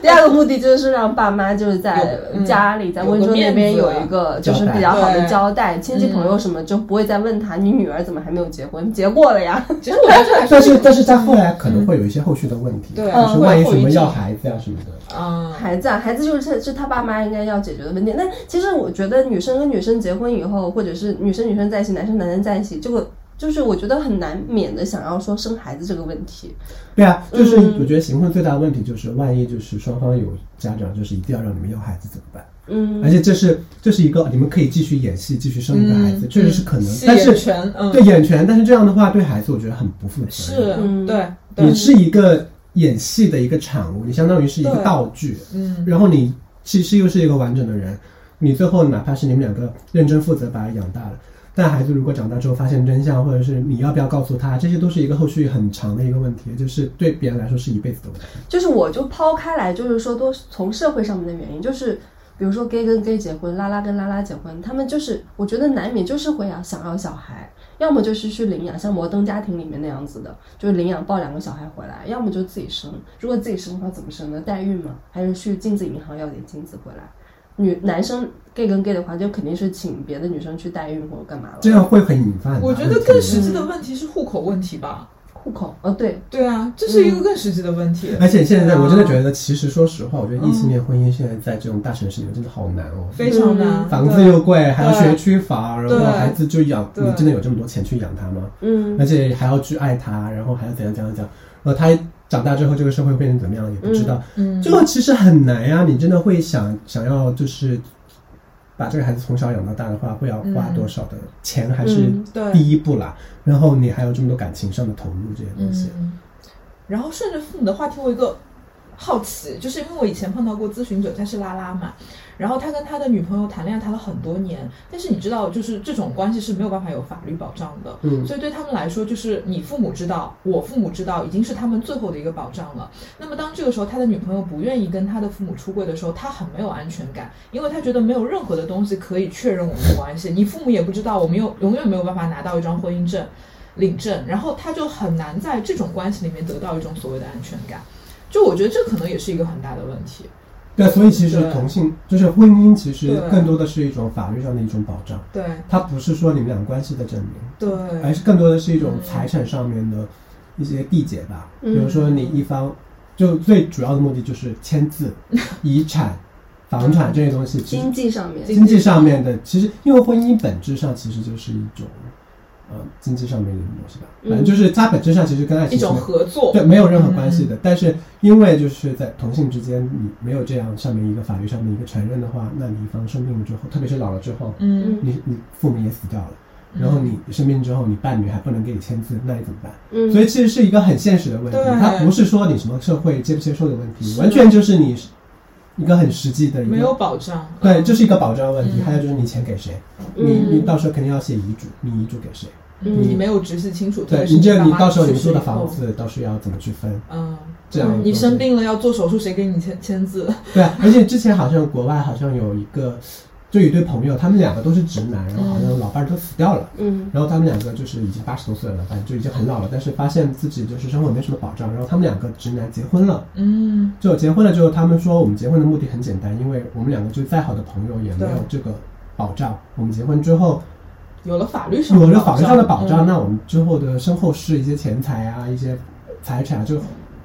[SPEAKER 4] 第二个目的就是让爸妈就是在
[SPEAKER 3] 有嗯
[SPEAKER 4] 家里，在
[SPEAKER 3] 有个
[SPEAKER 4] 温州那边
[SPEAKER 3] 面子
[SPEAKER 4] 有一个就是比较好的交代，亲戚朋友什么就不会再问他你女儿怎么还没有结婚，结过了呀。
[SPEAKER 3] 其实我觉得还
[SPEAKER 2] 但是
[SPEAKER 3] 是
[SPEAKER 2] 但是在后来可能会有一些后续的问题，
[SPEAKER 3] 对
[SPEAKER 2] 就是万一什么
[SPEAKER 3] 嗯
[SPEAKER 2] 要孩子啊什么的，
[SPEAKER 3] <laughs> 嗯，
[SPEAKER 4] 孩子啊，孩子就是他是他爸妈应该要解决的问题。那其实我觉得女生跟女生结婚以后，或者是女生女生在一起，男生男生在一起，这个就是我觉得很难免的想要说生孩子这个问题。
[SPEAKER 2] 对啊，就是
[SPEAKER 4] 嗯
[SPEAKER 2] 我觉得行婚最大的问题就是，万一就是双方有家长就是一定要让你们要孩子怎么办？
[SPEAKER 4] 嗯，
[SPEAKER 2] 而且这是这是一个你们可以继续演戏，继续生一个孩子，
[SPEAKER 3] 嗯
[SPEAKER 2] 确实是可能，
[SPEAKER 3] 戏
[SPEAKER 2] 但
[SPEAKER 3] 演
[SPEAKER 2] 是
[SPEAKER 3] 权，嗯，
[SPEAKER 2] 对演权，但是这样的话对孩子我觉得很不负责
[SPEAKER 3] 是
[SPEAKER 2] 任，，
[SPEAKER 4] 嗯
[SPEAKER 3] 对，
[SPEAKER 2] 你
[SPEAKER 3] 对，
[SPEAKER 2] 是一个演戏的一个产物，你相当于是一个
[SPEAKER 3] 对
[SPEAKER 2] 道具，
[SPEAKER 3] 嗯，
[SPEAKER 2] 然后你其实又是一个完整的人，你最后哪怕是你们两个认真负责把他养大了，但孩子如果长大之后发现真相，或者是你要不要告诉他，这些都是一个后续很长的一个问题，就是对别人来说是一辈子的问题。
[SPEAKER 4] 就是我就抛开来，就是说都从社会上面的原因，就是比如说 gay 跟 gay 结婚，拉拉跟拉拉结婚，他们就是我觉得难免就是会要想要小孩，要么就是去领养，像摩登家庭里面那样子的，就是领养抱两个小孩回来，要么就自己生。如果自己生的话，怎么生呢？代孕嘛，还是去精子银行要点精子回来？女男生 gay 跟 gay 的话，就肯定是请别的女生去代孕或者干嘛
[SPEAKER 2] 这
[SPEAKER 4] 了。
[SPEAKER 2] 样会很引发很大
[SPEAKER 3] 我
[SPEAKER 2] 问题。
[SPEAKER 3] 觉得更实际的问题是户口问题吧。
[SPEAKER 4] 户口哦，对，
[SPEAKER 3] 对啊，这是一个更实际的问题。
[SPEAKER 2] 而且现在
[SPEAKER 3] 对啊
[SPEAKER 2] 我真的觉得，其实说实话，我觉得异性恋婚姻现在在这种大城市里面真的好难哦。
[SPEAKER 3] 非常难，
[SPEAKER 2] 房子
[SPEAKER 3] 对
[SPEAKER 2] 又贵，还要
[SPEAKER 3] 对
[SPEAKER 2] 学区房，然后
[SPEAKER 3] 对
[SPEAKER 2] 孩子就养，
[SPEAKER 3] 对
[SPEAKER 2] 你真的有这么多钱去养他吗？
[SPEAKER 4] 嗯
[SPEAKER 2] 而且还要去爱他，然后还要怎样怎样怎样，然后他长大之后这个社会会变成怎么样也不知道，
[SPEAKER 3] 嗯，
[SPEAKER 2] 这个其实很难呀、你真的会想想要就是把这个孩子从小养到大的话，会要花多少的钱，还是
[SPEAKER 4] 嗯
[SPEAKER 3] 对，
[SPEAKER 2] 第一步啦。然后你还有这么多感情上的投入这些东西，
[SPEAKER 3] 嗯。然后顺着父母的话题，我有一个好奇，就是因为我以前碰到过咨询者，他是拉拉嘛，然后他跟他的女朋友谈恋爱谈了很多年，但是你知道，就是这种关系是没有办法有法律保障的，
[SPEAKER 2] 嗯，
[SPEAKER 3] 所以对他们来说，就是你父母知道，我父母知道，已经是他们最后的一个保障了。那么当这个时候他的女朋友不愿意跟他的父母出柜的时候，他很没有安全感，因为他觉得没有任何的东西可以确认我们的关系，你父母也不知道，我们又永远没有办法拿到一张婚姻证。领证，然后他就很难在这种关系里面得到一种所谓的安全感，就我觉得这可能也是一个很大的问题。
[SPEAKER 2] 对，所以其实
[SPEAKER 3] 对
[SPEAKER 2] 同性就是婚姻，其实
[SPEAKER 3] 对
[SPEAKER 2] 更多的是一种法律上的一种保障，
[SPEAKER 3] 对
[SPEAKER 2] 它不是说你们俩关系的证明，
[SPEAKER 3] 对，
[SPEAKER 2] 而是更多的是一种财产上面的一些缔结吧。
[SPEAKER 4] 嗯
[SPEAKER 2] 比如说你一方，就最主要的目的就是签
[SPEAKER 4] <laughs>
[SPEAKER 2] 字、遗产、房产这些东西，其实
[SPEAKER 4] 经济上面，
[SPEAKER 2] 经济上面的，其实因为婚姻本质上其实就是一种，呃，经济上面的一种东西吧，
[SPEAKER 4] 嗯
[SPEAKER 2] 反正就是它本质上其实跟爱情
[SPEAKER 3] 一种
[SPEAKER 2] 是没
[SPEAKER 3] 合作，
[SPEAKER 2] 对没有任何关系的。
[SPEAKER 4] 嗯
[SPEAKER 2] 但是因为就是在同性之间，你没有这样上面一个法律上面一个承认的话，那你一方生病了之后，特别是老了之后，
[SPEAKER 3] 嗯，
[SPEAKER 2] 你你父母也死掉了。
[SPEAKER 3] 嗯
[SPEAKER 2] 然后你生病之后，你伴侣还不能给你签字，那你怎么办？
[SPEAKER 4] 嗯，
[SPEAKER 2] 所以其实是一个很现实的问题，
[SPEAKER 3] 对
[SPEAKER 2] 它不是说你什么社会接不接受的问题，
[SPEAKER 3] 是
[SPEAKER 2] 完全就是你一个很实际的一个
[SPEAKER 3] 没有保障，
[SPEAKER 2] 对，这是一个保障问题。
[SPEAKER 3] 嗯
[SPEAKER 2] 还有就是你钱给谁，
[SPEAKER 4] 嗯
[SPEAKER 2] 你你到时候肯定要写遗嘱，你遗嘱给谁？
[SPEAKER 3] 嗯
[SPEAKER 2] 你
[SPEAKER 3] 你没有直系亲属，特
[SPEAKER 2] 对，
[SPEAKER 3] 别是
[SPEAKER 2] 你这
[SPEAKER 3] 爸
[SPEAKER 2] 你
[SPEAKER 3] 妈
[SPEAKER 2] 到时候你
[SPEAKER 3] 去
[SPEAKER 2] 们
[SPEAKER 3] 世
[SPEAKER 2] 住的
[SPEAKER 3] 以
[SPEAKER 2] 房
[SPEAKER 3] 后，
[SPEAKER 2] 子到时候要怎么去分？
[SPEAKER 3] 嗯，
[SPEAKER 2] 这样的
[SPEAKER 3] 你
[SPEAKER 2] 东
[SPEAKER 3] 生
[SPEAKER 2] 西
[SPEAKER 3] 病了要做手术，谁给你签签字？
[SPEAKER 2] 对啊，而且之前好像国外好像有一个，就有一对朋友，他们两个都是直男，然后好
[SPEAKER 3] 嗯
[SPEAKER 2] 像老伴儿都死掉了。
[SPEAKER 4] 嗯
[SPEAKER 2] 然后他们两个就是已经八十多岁了，反正就已经很老了，但是发现自己就是生活没什么保障。然后他们两个直男结婚了，
[SPEAKER 3] 嗯，
[SPEAKER 2] 就结婚了之后，他们说我们结婚的目的很简单，因为我们两个就再好的朋友也没
[SPEAKER 3] 对
[SPEAKER 2] 有这个保障。我们结婚之后，
[SPEAKER 3] 有了法律上
[SPEAKER 2] 有了法律上的保障，
[SPEAKER 3] 嗯
[SPEAKER 2] 那我们之后的身后事、一些钱财啊、一些财产啊，就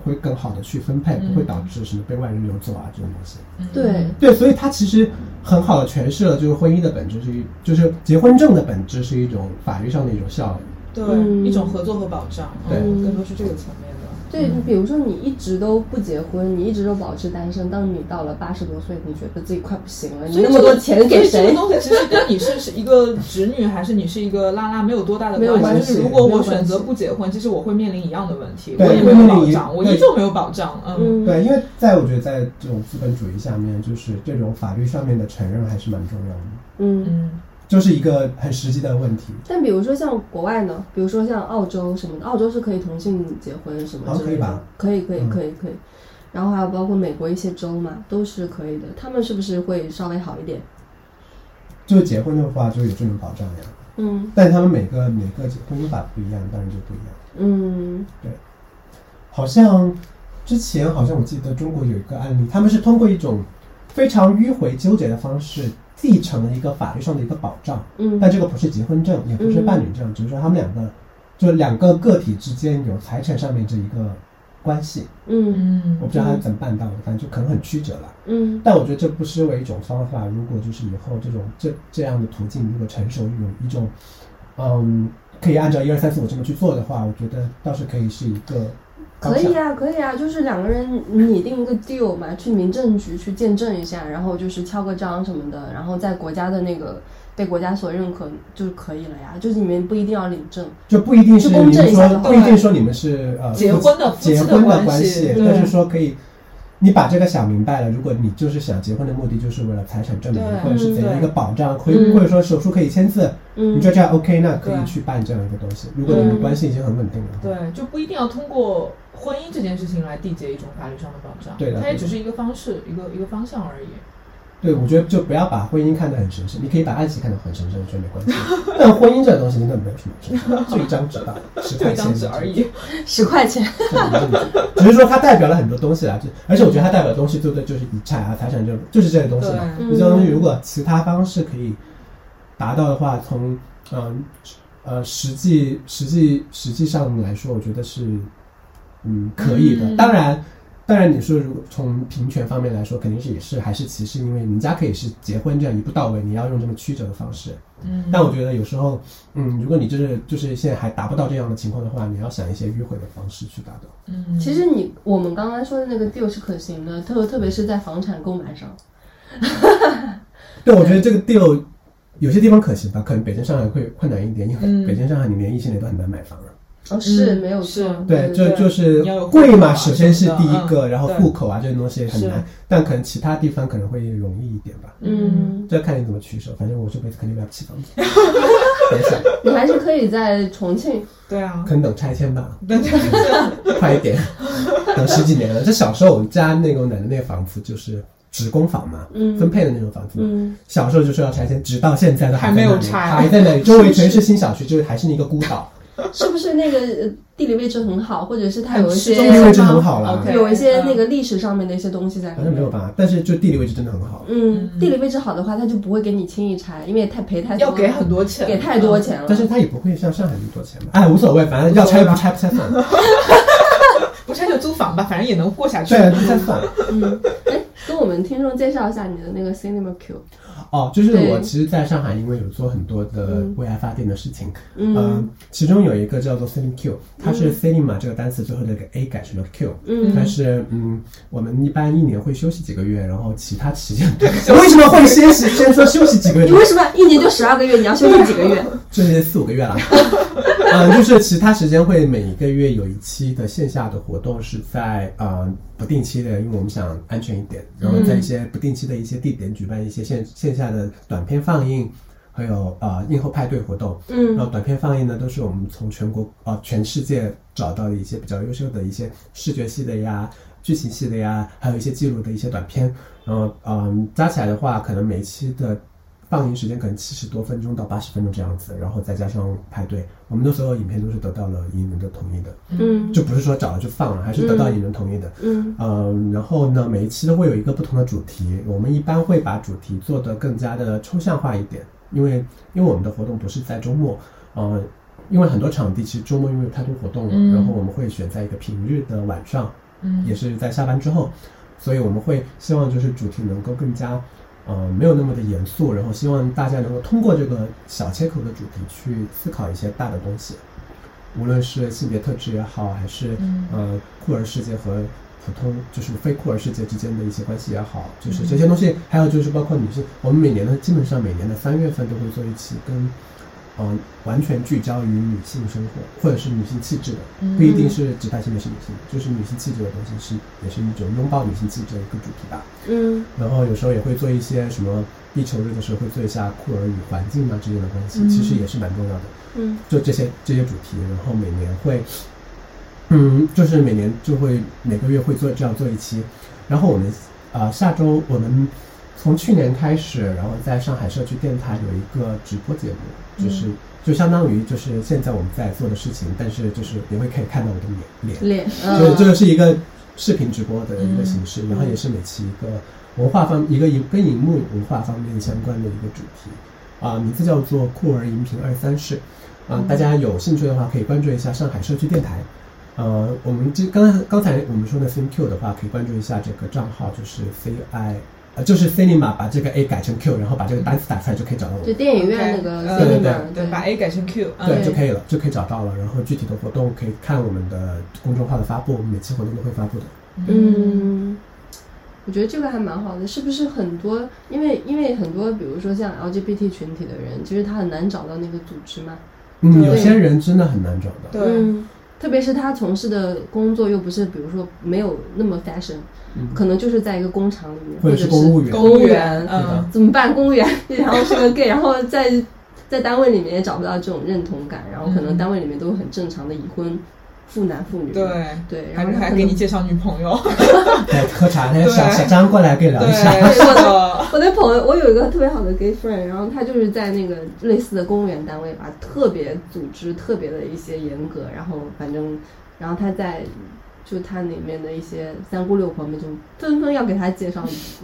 [SPEAKER 2] 会更好的去分配，
[SPEAKER 3] 嗯
[SPEAKER 2] 不会导致什么被外人流走啊这种东西。
[SPEAKER 3] 嗯
[SPEAKER 4] 对
[SPEAKER 2] 对，所以它其实很好的诠释了，就是婚姻的本质是一，就是结婚证的本质是一种法律上的一种效益。
[SPEAKER 3] 对
[SPEAKER 4] 嗯
[SPEAKER 3] 一种合作和保障，
[SPEAKER 2] 对
[SPEAKER 3] 嗯更多是这个层面的。
[SPEAKER 4] 对，就比如说你一直都不结婚，你一直都保持单身，当你到了八十多岁，你觉得自己快不行了，你那么多钱
[SPEAKER 3] 所
[SPEAKER 4] 给
[SPEAKER 3] 以这
[SPEAKER 4] 谁
[SPEAKER 3] 个？东西其实跟你是是一个直女还是你是一个辣辣没有多大的
[SPEAKER 4] 没有
[SPEAKER 3] 关
[SPEAKER 2] 关
[SPEAKER 3] 系。就是
[SPEAKER 2] 系
[SPEAKER 3] 如果
[SPEAKER 4] 没
[SPEAKER 3] 我
[SPEAKER 4] 有关
[SPEAKER 3] 选择
[SPEAKER 4] 系
[SPEAKER 3] 不结婚，其实我会面临一样的问题，我
[SPEAKER 2] 对
[SPEAKER 3] 也没有
[SPEAKER 2] 面
[SPEAKER 3] 保
[SPEAKER 2] 临一
[SPEAKER 3] 障，我
[SPEAKER 2] 对
[SPEAKER 3] 依旧没有保障。嗯，
[SPEAKER 4] 嗯，
[SPEAKER 2] 对，因为在我觉得在这种资本主义下面，就是这种法律上面的承认还是蛮重要的，
[SPEAKER 4] 嗯。
[SPEAKER 3] 嗯，
[SPEAKER 2] 就是一个很实际的问题。
[SPEAKER 4] 但比如说像国外呢，比如说像澳洲什么的，澳洲是可以同性结婚什么
[SPEAKER 2] 哦
[SPEAKER 4] 之
[SPEAKER 2] 可以
[SPEAKER 4] 类的
[SPEAKER 2] 吧，
[SPEAKER 4] 可以可以
[SPEAKER 2] 嗯
[SPEAKER 4] 可以可以。然后还有包括美国一些州嘛，都是可以的。他们是不是会稍微好一点？
[SPEAKER 2] 就结婚的话，就有这种保障呀。
[SPEAKER 4] 嗯
[SPEAKER 2] 但他们每个每个结婚姻法不一样，当然就不一样。
[SPEAKER 4] 嗯
[SPEAKER 2] 好像之前好像我记得中国有一个案例，他们是通过一种非常迂回纠结的方式，继承了一个法律上的一个保障，但
[SPEAKER 4] 嗯
[SPEAKER 2] 这个不是结婚证，也不是伴侣证，只是说他们两个就两个个体之间有财产上面这一个关系。
[SPEAKER 4] 嗯
[SPEAKER 3] 嗯
[SPEAKER 2] 我不知道他怎么办到的，反正就可能很曲折了。
[SPEAKER 4] 嗯
[SPEAKER 2] 但我觉得这不失为一种方法。如果就是以后这种这这样的途径，如果成熟有一种，嗯，可以按照一二三四五这么去做的话，我觉得倒是可以是一个方
[SPEAKER 4] 可
[SPEAKER 2] 向。
[SPEAKER 4] 以啊，可以啊，就是两个人拟定一个 deal 嘛，去民政局去见证一下，然后就是敲个章什么的，然后在国家的那个被国家所认可就可以了呀，就是你们不一定要领证。
[SPEAKER 2] 就不一定是你
[SPEAKER 4] 去公
[SPEAKER 2] 们
[SPEAKER 4] 证一下
[SPEAKER 2] 说
[SPEAKER 4] 就好
[SPEAKER 2] 不一定说你们是呃
[SPEAKER 3] 结婚的夫妻
[SPEAKER 2] 结
[SPEAKER 3] 的
[SPEAKER 2] 婚的
[SPEAKER 3] 关
[SPEAKER 2] 关
[SPEAKER 3] 系
[SPEAKER 2] 系，
[SPEAKER 3] 对
[SPEAKER 2] 但是说可以，你把这个想明白了，如果你就是想结婚的目的就是为了财产证明
[SPEAKER 3] 对
[SPEAKER 2] 或者是怎样
[SPEAKER 3] 嗯
[SPEAKER 2] 一个保障，或
[SPEAKER 4] 嗯
[SPEAKER 2] 或者说手术可以签字，
[SPEAKER 4] 嗯，
[SPEAKER 2] 你觉得这样 OK，那可
[SPEAKER 3] 对
[SPEAKER 2] 以去办这样一个东西。如果你们关系已经很稳定了，
[SPEAKER 3] 对，就不一定要通过婚姻这件事情来缔结一种法律上的保障，
[SPEAKER 2] 对的
[SPEAKER 3] 它也
[SPEAKER 2] 对的
[SPEAKER 3] 只是一个方式，一个一个方向而已。
[SPEAKER 2] 对，我觉得就不要把婚姻看得很神圣，你可以把爱情看得很神圣，我觉得没关系。但婚姻这个东西真的没有什么神圣，就一张纸
[SPEAKER 3] <laughs>
[SPEAKER 2] 吧，十
[SPEAKER 3] 就
[SPEAKER 2] 块
[SPEAKER 3] 一
[SPEAKER 2] 钱
[SPEAKER 3] 张纸而
[SPEAKER 2] 已。
[SPEAKER 3] 已。 <laughs>
[SPEAKER 4] 十块钱，
[SPEAKER 2] 只是说它代表了很多东西啊啦，就而且我觉得它代表的东西，对不对？就是遗产啊、财产这种，就是这些东西嘛。
[SPEAKER 3] 对
[SPEAKER 2] 这些东西如果其他方式可以达到的话，从嗯呃实际实际实际上来说，我觉得是嗯可以的。
[SPEAKER 3] 嗯
[SPEAKER 2] 当然，当然你说如果从平权方面来说，肯定是也是还是歧视，因为人家可以是结婚这样一步到位，你要用这么曲折的方式。
[SPEAKER 3] 嗯，
[SPEAKER 2] <laughs> 但我觉得有时候，嗯，如果你就是就是现在还达不到这样的情况的话，你要想一些迂回的方式去达到。
[SPEAKER 3] 嗯，
[SPEAKER 4] 其实你我们刚刚说的那个 deal 是可行的，特特别是在房产购买上，
[SPEAKER 2] 对，我觉
[SPEAKER 3] 嗯
[SPEAKER 2] 得这个 deal 有些地方可行吧，可能北京、上海会困难一点，因
[SPEAKER 3] 嗯
[SPEAKER 2] 为北京、上海你连一线的都很难买房了。
[SPEAKER 4] 哦，是
[SPEAKER 3] 嗯
[SPEAKER 4] 没有
[SPEAKER 3] 是
[SPEAKER 4] 错，
[SPEAKER 2] 对，就
[SPEAKER 4] 对
[SPEAKER 2] 就是
[SPEAKER 3] 你要有户口啊
[SPEAKER 2] 贵嘛，首先是第一
[SPEAKER 3] 什么
[SPEAKER 2] 个，
[SPEAKER 3] 的
[SPEAKER 2] 然后
[SPEAKER 3] 嗯
[SPEAKER 2] 户口啊这些东西很
[SPEAKER 3] 是
[SPEAKER 2] 难，但可能其他地方可能会容易一点吧。
[SPEAKER 4] 嗯，
[SPEAKER 2] 这看你怎么取舍，反正我这辈子肯定买不起房
[SPEAKER 3] <laughs>
[SPEAKER 2] 子，别想，
[SPEAKER 4] 你还是可以在重庆，
[SPEAKER 3] 对啊
[SPEAKER 4] <laughs>
[SPEAKER 2] 可，能等拆迁吧，
[SPEAKER 3] 但是
[SPEAKER 2] 快一点，等十几年了。这小时候我们家那个我奶奶那个房子就是职工房嘛，
[SPEAKER 4] 嗯
[SPEAKER 2] 分配的那种房子嘛，
[SPEAKER 4] 嗯，
[SPEAKER 2] 小时候就说要拆迁，直到现在都
[SPEAKER 3] 还没有
[SPEAKER 2] 在那里
[SPEAKER 3] 拆
[SPEAKER 2] 还在那里，周围全是新小区，就是还是那个孤岛。
[SPEAKER 4] 是不是那个呃地理位置很好，或者是
[SPEAKER 3] 哎
[SPEAKER 4] 它有一些
[SPEAKER 2] 地理位置很好啦，
[SPEAKER 3] OK 嗯
[SPEAKER 4] 有一些那个历史上面的一些东西在里
[SPEAKER 2] 反正没有
[SPEAKER 4] 面。
[SPEAKER 2] 办法，但是就地理位置真的很好。
[SPEAKER 4] 嗯，
[SPEAKER 3] 嗯
[SPEAKER 4] 地理位置好的话，它就不会给你轻易拆，因为太赔太多
[SPEAKER 3] 要
[SPEAKER 4] 了，
[SPEAKER 3] 给很多钱，嗯
[SPEAKER 4] 给太多钱了。
[SPEAKER 2] 但是它也不会像上海那么多钱吧？哎，无所谓，反正要拆就
[SPEAKER 4] 啊
[SPEAKER 2] 不拆，不拆算
[SPEAKER 4] <laughs>
[SPEAKER 2] 了。
[SPEAKER 3] 嗯，不拆就租房吧，反正也能过下去。
[SPEAKER 2] 对啊，不拆算了。
[SPEAKER 4] 嗯，哎，跟我们听众介绍一下你的那个 Cinema Q。
[SPEAKER 2] 哦，就是
[SPEAKER 4] 对
[SPEAKER 2] 我其实在上海，因为有做很多的
[SPEAKER 4] 嗯
[SPEAKER 2] 为爱发电的事情，
[SPEAKER 4] 嗯
[SPEAKER 2] 呃其中有一个叫做 Cinema Q，它是 cinema 这个单词最后的一个 a 改成了 Q，
[SPEAKER 4] 嗯
[SPEAKER 2] 但是嗯，我们一般一年会休息几个月，然后其他时间 <laughs> 为什么会先是先说休息几个月
[SPEAKER 4] 你？为什么一年就十二个月，你要休息几个月？
[SPEAKER 2] 就是四五个月了。 <laughs> 嗯，就是其他时间会每一个月有一期的线下的活动，是在呃不定期的，因为我们想安全一点，然后在一些不定期的一些地点举办一些线线下的短片放映，还有呃映后派对活动。然
[SPEAKER 4] 嗯
[SPEAKER 2] 后短片放映呢，都是我们从全国呃全世界找到的一些比较优秀的一些视觉系的呀、剧情系的呀，还有一些记录的一些短片。然后嗯、加起来的话，可能每一期的放映时间可能七十多分钟到八十分钟这样子，然后再加上派对，我们的所有影片都是得到了影人的同意的，
[SPEAKER 4] 嗯
[SPEAKER 2] 就不是说找了就放了，还是得到影人同意的。
[SPEAKER 4] 嗯
[SPEAKER 2] 嗯，然后呢，每一期都会有一个不同的主题，我们一般会把主题做得更加的抽象化一点，因为因为我们的活动不是在周末，呃，因为很多场地其实周末因为有太多活动了，
[SPEAKER 3] 嗯
[SPEAKER 2] 然后我们会选在一个平日的晚上，
[SPEAKER 3] 嗯
[SPEAKER 2] 也是在下班之后，所以我们会希望就是主题能够更加。呃，没有那么的严肃，然后希望大家能够通过这个小切口的主题去思考一些大的东西。无论是性别特质也好，还是
[SPEAKER 3] 嗯
[SPEAKER 2] 呃酷儿世界和普通就是非酷儿世界之间的一些关系也好，
[SPEAKER 3] 嗯
[SPEAKER 2] 就是这些东西，还有就是包括女性，我们每年的基本上每年的三月份都会做一期跟嗯、呃完全聚焦于女性生活或者是女性气质的，
[SPEAKER 3] 嗯
[SPEAKER 2] 不一定是指代性别是女性，就是女性气质的东西是也是一种拥抱女性气质的一个主题吧。
[SPEAKER 4] 嗯
[SPEAKER 2] 然后有时候也会做一些什么地球日的时候会做一下酷儿与环境啊之间的关系，
[SPEAKER 3] 嗯
[SPEAKER 2] 其实也是蛮重要的。
[SPEAKER 4] 嗯
[SPEAKER 2] 就这些这些主题，然后每年会，嗯，就是每年就会每个月会做这样做一期，然后我们啊、呃下周我们从去年开始，然后在上海社区电台有一个直播节目，就是、就相当于就是现在我们在做的事情，但是就是你会可以看到我的脸脸，
[SPEAKER 4] 脸，
[SPEAKER 2] 就
[SPEAKER 4] 嗯
[SPEAKER 2] 这个是一个视频直播的一个形式，然后也是每期一个文化方一个荧跟荧幕文化方面相关的一个主题，啊、名字叫做“酷儿荧屏二三事”，啊、大家有兴趣的话可以关注一下上海社区电台。呃，我们这刚刚才我们说的 ThinQ 的话，可以关注一下这个账号，就是 CI，呃，就是 Cinema 把这个 A 改成 Q，然后把这个单词打出来就可以找到我
[SPEAKER 4] 就
[SPEAKER 2] 们。
[SPEAKER 4] 电影院那个
[SPEAKER 3] OK，
[SPEAKER 2] 对
[SPEAKER 4] cinema，
[SPEAKER 3] 对，把 A 改成 Q，嗯
[SPEAKER 2] 对，
[SPEAKER 4] 对
[SPEAKER 2] 就可以了，就可以找到了。然后具体的活动可以看我们的公众号的发布，我们每期活动都会发布的。
[SPEAKER 4] 嗯，我觉得这个还蛮好的，是不是很多？因为因为很多，比如说像 LGBT 群体的人，其实他很难找到那个组织嘛。
[SPEAKER 2] 嗯，
[SPEAKER 4] 对
[SPEAKER 2] 有些人真的很难找到。
[SPEAKER 3] 对，，
[SPEAKER 4] 特别是他从事的工作又不是，比如说没有那么 fashion，、
[SPEAKER 2] 嗯
[SPEAKER 4] 可能就是在一个工厂里面，
[SPEAKER 2] 或
[SPEAKER 4] 或
[SPEAKER 2] 者
[SPEAKER 4] 者
[SPEAKER 2] 是
[SPEAKER 4] 是
[SPEAKER 2] 公务员
[SPEAKER 4] 公
[SPEAKER 3] 公
[SPEAKER 4] 务
[SPEAKER 3] 务
[SPEAKER 4] 员
[SPEAKER 3] 员，
[SPEAKER 2] 对吧
[SPEAKER 3] 嗯。
[SPEAKER 4] 怎么办？公务员， <laughs> 然后是个 gay，然后在在单位里面也找不到这种认同感，然后可能
[SPEAKER 3] 嗯
[SPEAKER 4] 单位里面都有很正常的已婚妇男妇女，
[SPEAKER 3] 对
[SPEAKER 4] 对，
[SPEAKER 3] 还
[SPEAKER 4] 然后他
[SPEAKER 3] 还
[SPEAKER 4] 可
[SPEAKER 3] 给你
[SPEAKER 4] 能
[SPEAKER 3] 介绍女朋友，
[SPEAKER 2] <laughs> 对，喝茶，那
[SPEAKER 3] 对
[SPEAKER 2] 小小张过来跟你聊一下。
[SPEAKER 3] 对，是的，
[SPEAKER 4] 我的朋友，我有一个特别好的 gay friend，然后他就是在那个类似的公务员单位吧，特别组织，特别的一些严格，然后反正，然后他在就他里面的一些三姑六婆们就纷纷要给他介绍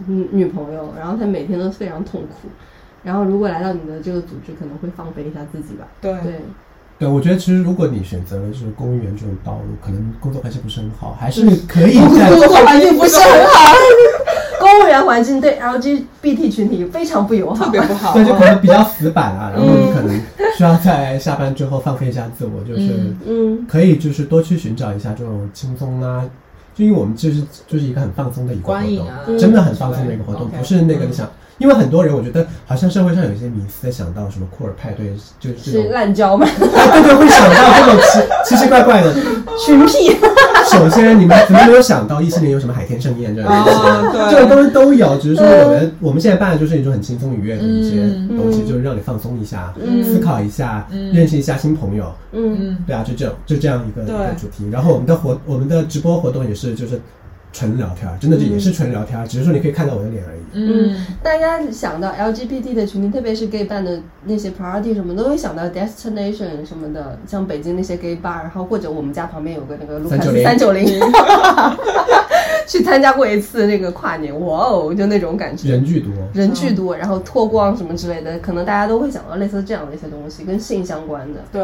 [SPEAKER 4] 女女朋友，然后他每天都非常痛苦，然后如果来到你的这个组织，可能会放飞一下自己吧，
[SPEAKER 3] 对
[SPEAKER 4] 对，
[SPEAKER 2] 对，我觉得其实如果你选择了就是公务员这种道路，可能工作环境不是很好，还是可以在
[SPEAKER 4] 工作环境不是很好，公务员环境对 LGBT 群体非常不友
[SPEAKER 3] 特
[SPEAKER 4] 好，
[SPEAKER 3] 别不好
[SPEAKER 2] <laughs> 对，，就可能比较死板啊。然后你可能需要在下班之后放飞一下自我，就是
[SPEAKER 3] 嗯
[SPEAKER 4] 嗯
[SPEAKER 2] 可以就是多去寻找一下这种轻松啊，就因为我们就是就是一个很放松的一个活
[SPEAKER 3] 观影
[SPEAKER 2] 动，
[SPEAKER 3] 啊，
[SPEAKER 4] 嗯
[SPEAKER 2] 真的很放松的一个活动，
[SPEAKER 3] 对
[SPEAKER 2] 不是那个
[SPEAKER 3] 嗯
[SPEAKER 2] 你想，因为很多人我觉得好像社会上有一些迷思想到什么酷儿派对，就是这
[SPEAKER 4] 是
[SPEAKER 2] 种，
[SPEAKER 4] 滥交嘛，
[SPEAKER 2] 对对，会想到这种奇奇奇怪怪的。
[SPEAKER 4] 群屁。
[SPEAKER 2] 首先，你们怎么没有想到异性恋有什么海天盛宴这样的东西？
[SPEAKER 3] 哦，
[SPEAKER 2] 这种
[SPEAKER 3] 对，嗯
[SPEAKER 2] 东西都有，只是说我们我们现在办的就是一种很轻松愉悦的一些东西，
[SPEAKER 4] 嗯
[SPEAKER 2] 就是让你放松一下，
[SPEAKER 4] 嗯
[SPEAKER 2] 思考一下，
[SPEAKER 3] 嗯
[SPEAKER 2] 认识一下新朋友，
[SPEAKER 4] 嗯，
[SPEAKER 3] 嗯，
[SPEAKER 2] 对啊，就这种就这样一个一
[SPEAKER 3] 对
[SPEAKER 2] 个主题。然后我们的活我们的直播活动也是就是纯聊天儿，真的就也是纯聊天儿，只是说你可以看到我的脸而已。
[SPEAKER 3] 嗯，
[SPEAKER 4] 大家想到 LGBT 的群体，特别是 gay 办的那些 party 什么，都会想到 destination 什么的，像北京那些 gay bar，然后或者我们家旁边有个那个卢卡斯
[SPEAKER 2] 390
[SPEAKER 4] 三九零， <laughs> 去参加过一次那个跨年，哇哦，就那种感觉，
[SPEAKER 2] 人巨多，
[SPEAKER 4] 人巨多，然后脱光什么之类的，可能大家都会想到类似这样的一些东西，跟性相关的。
[SPEAKER 3] 对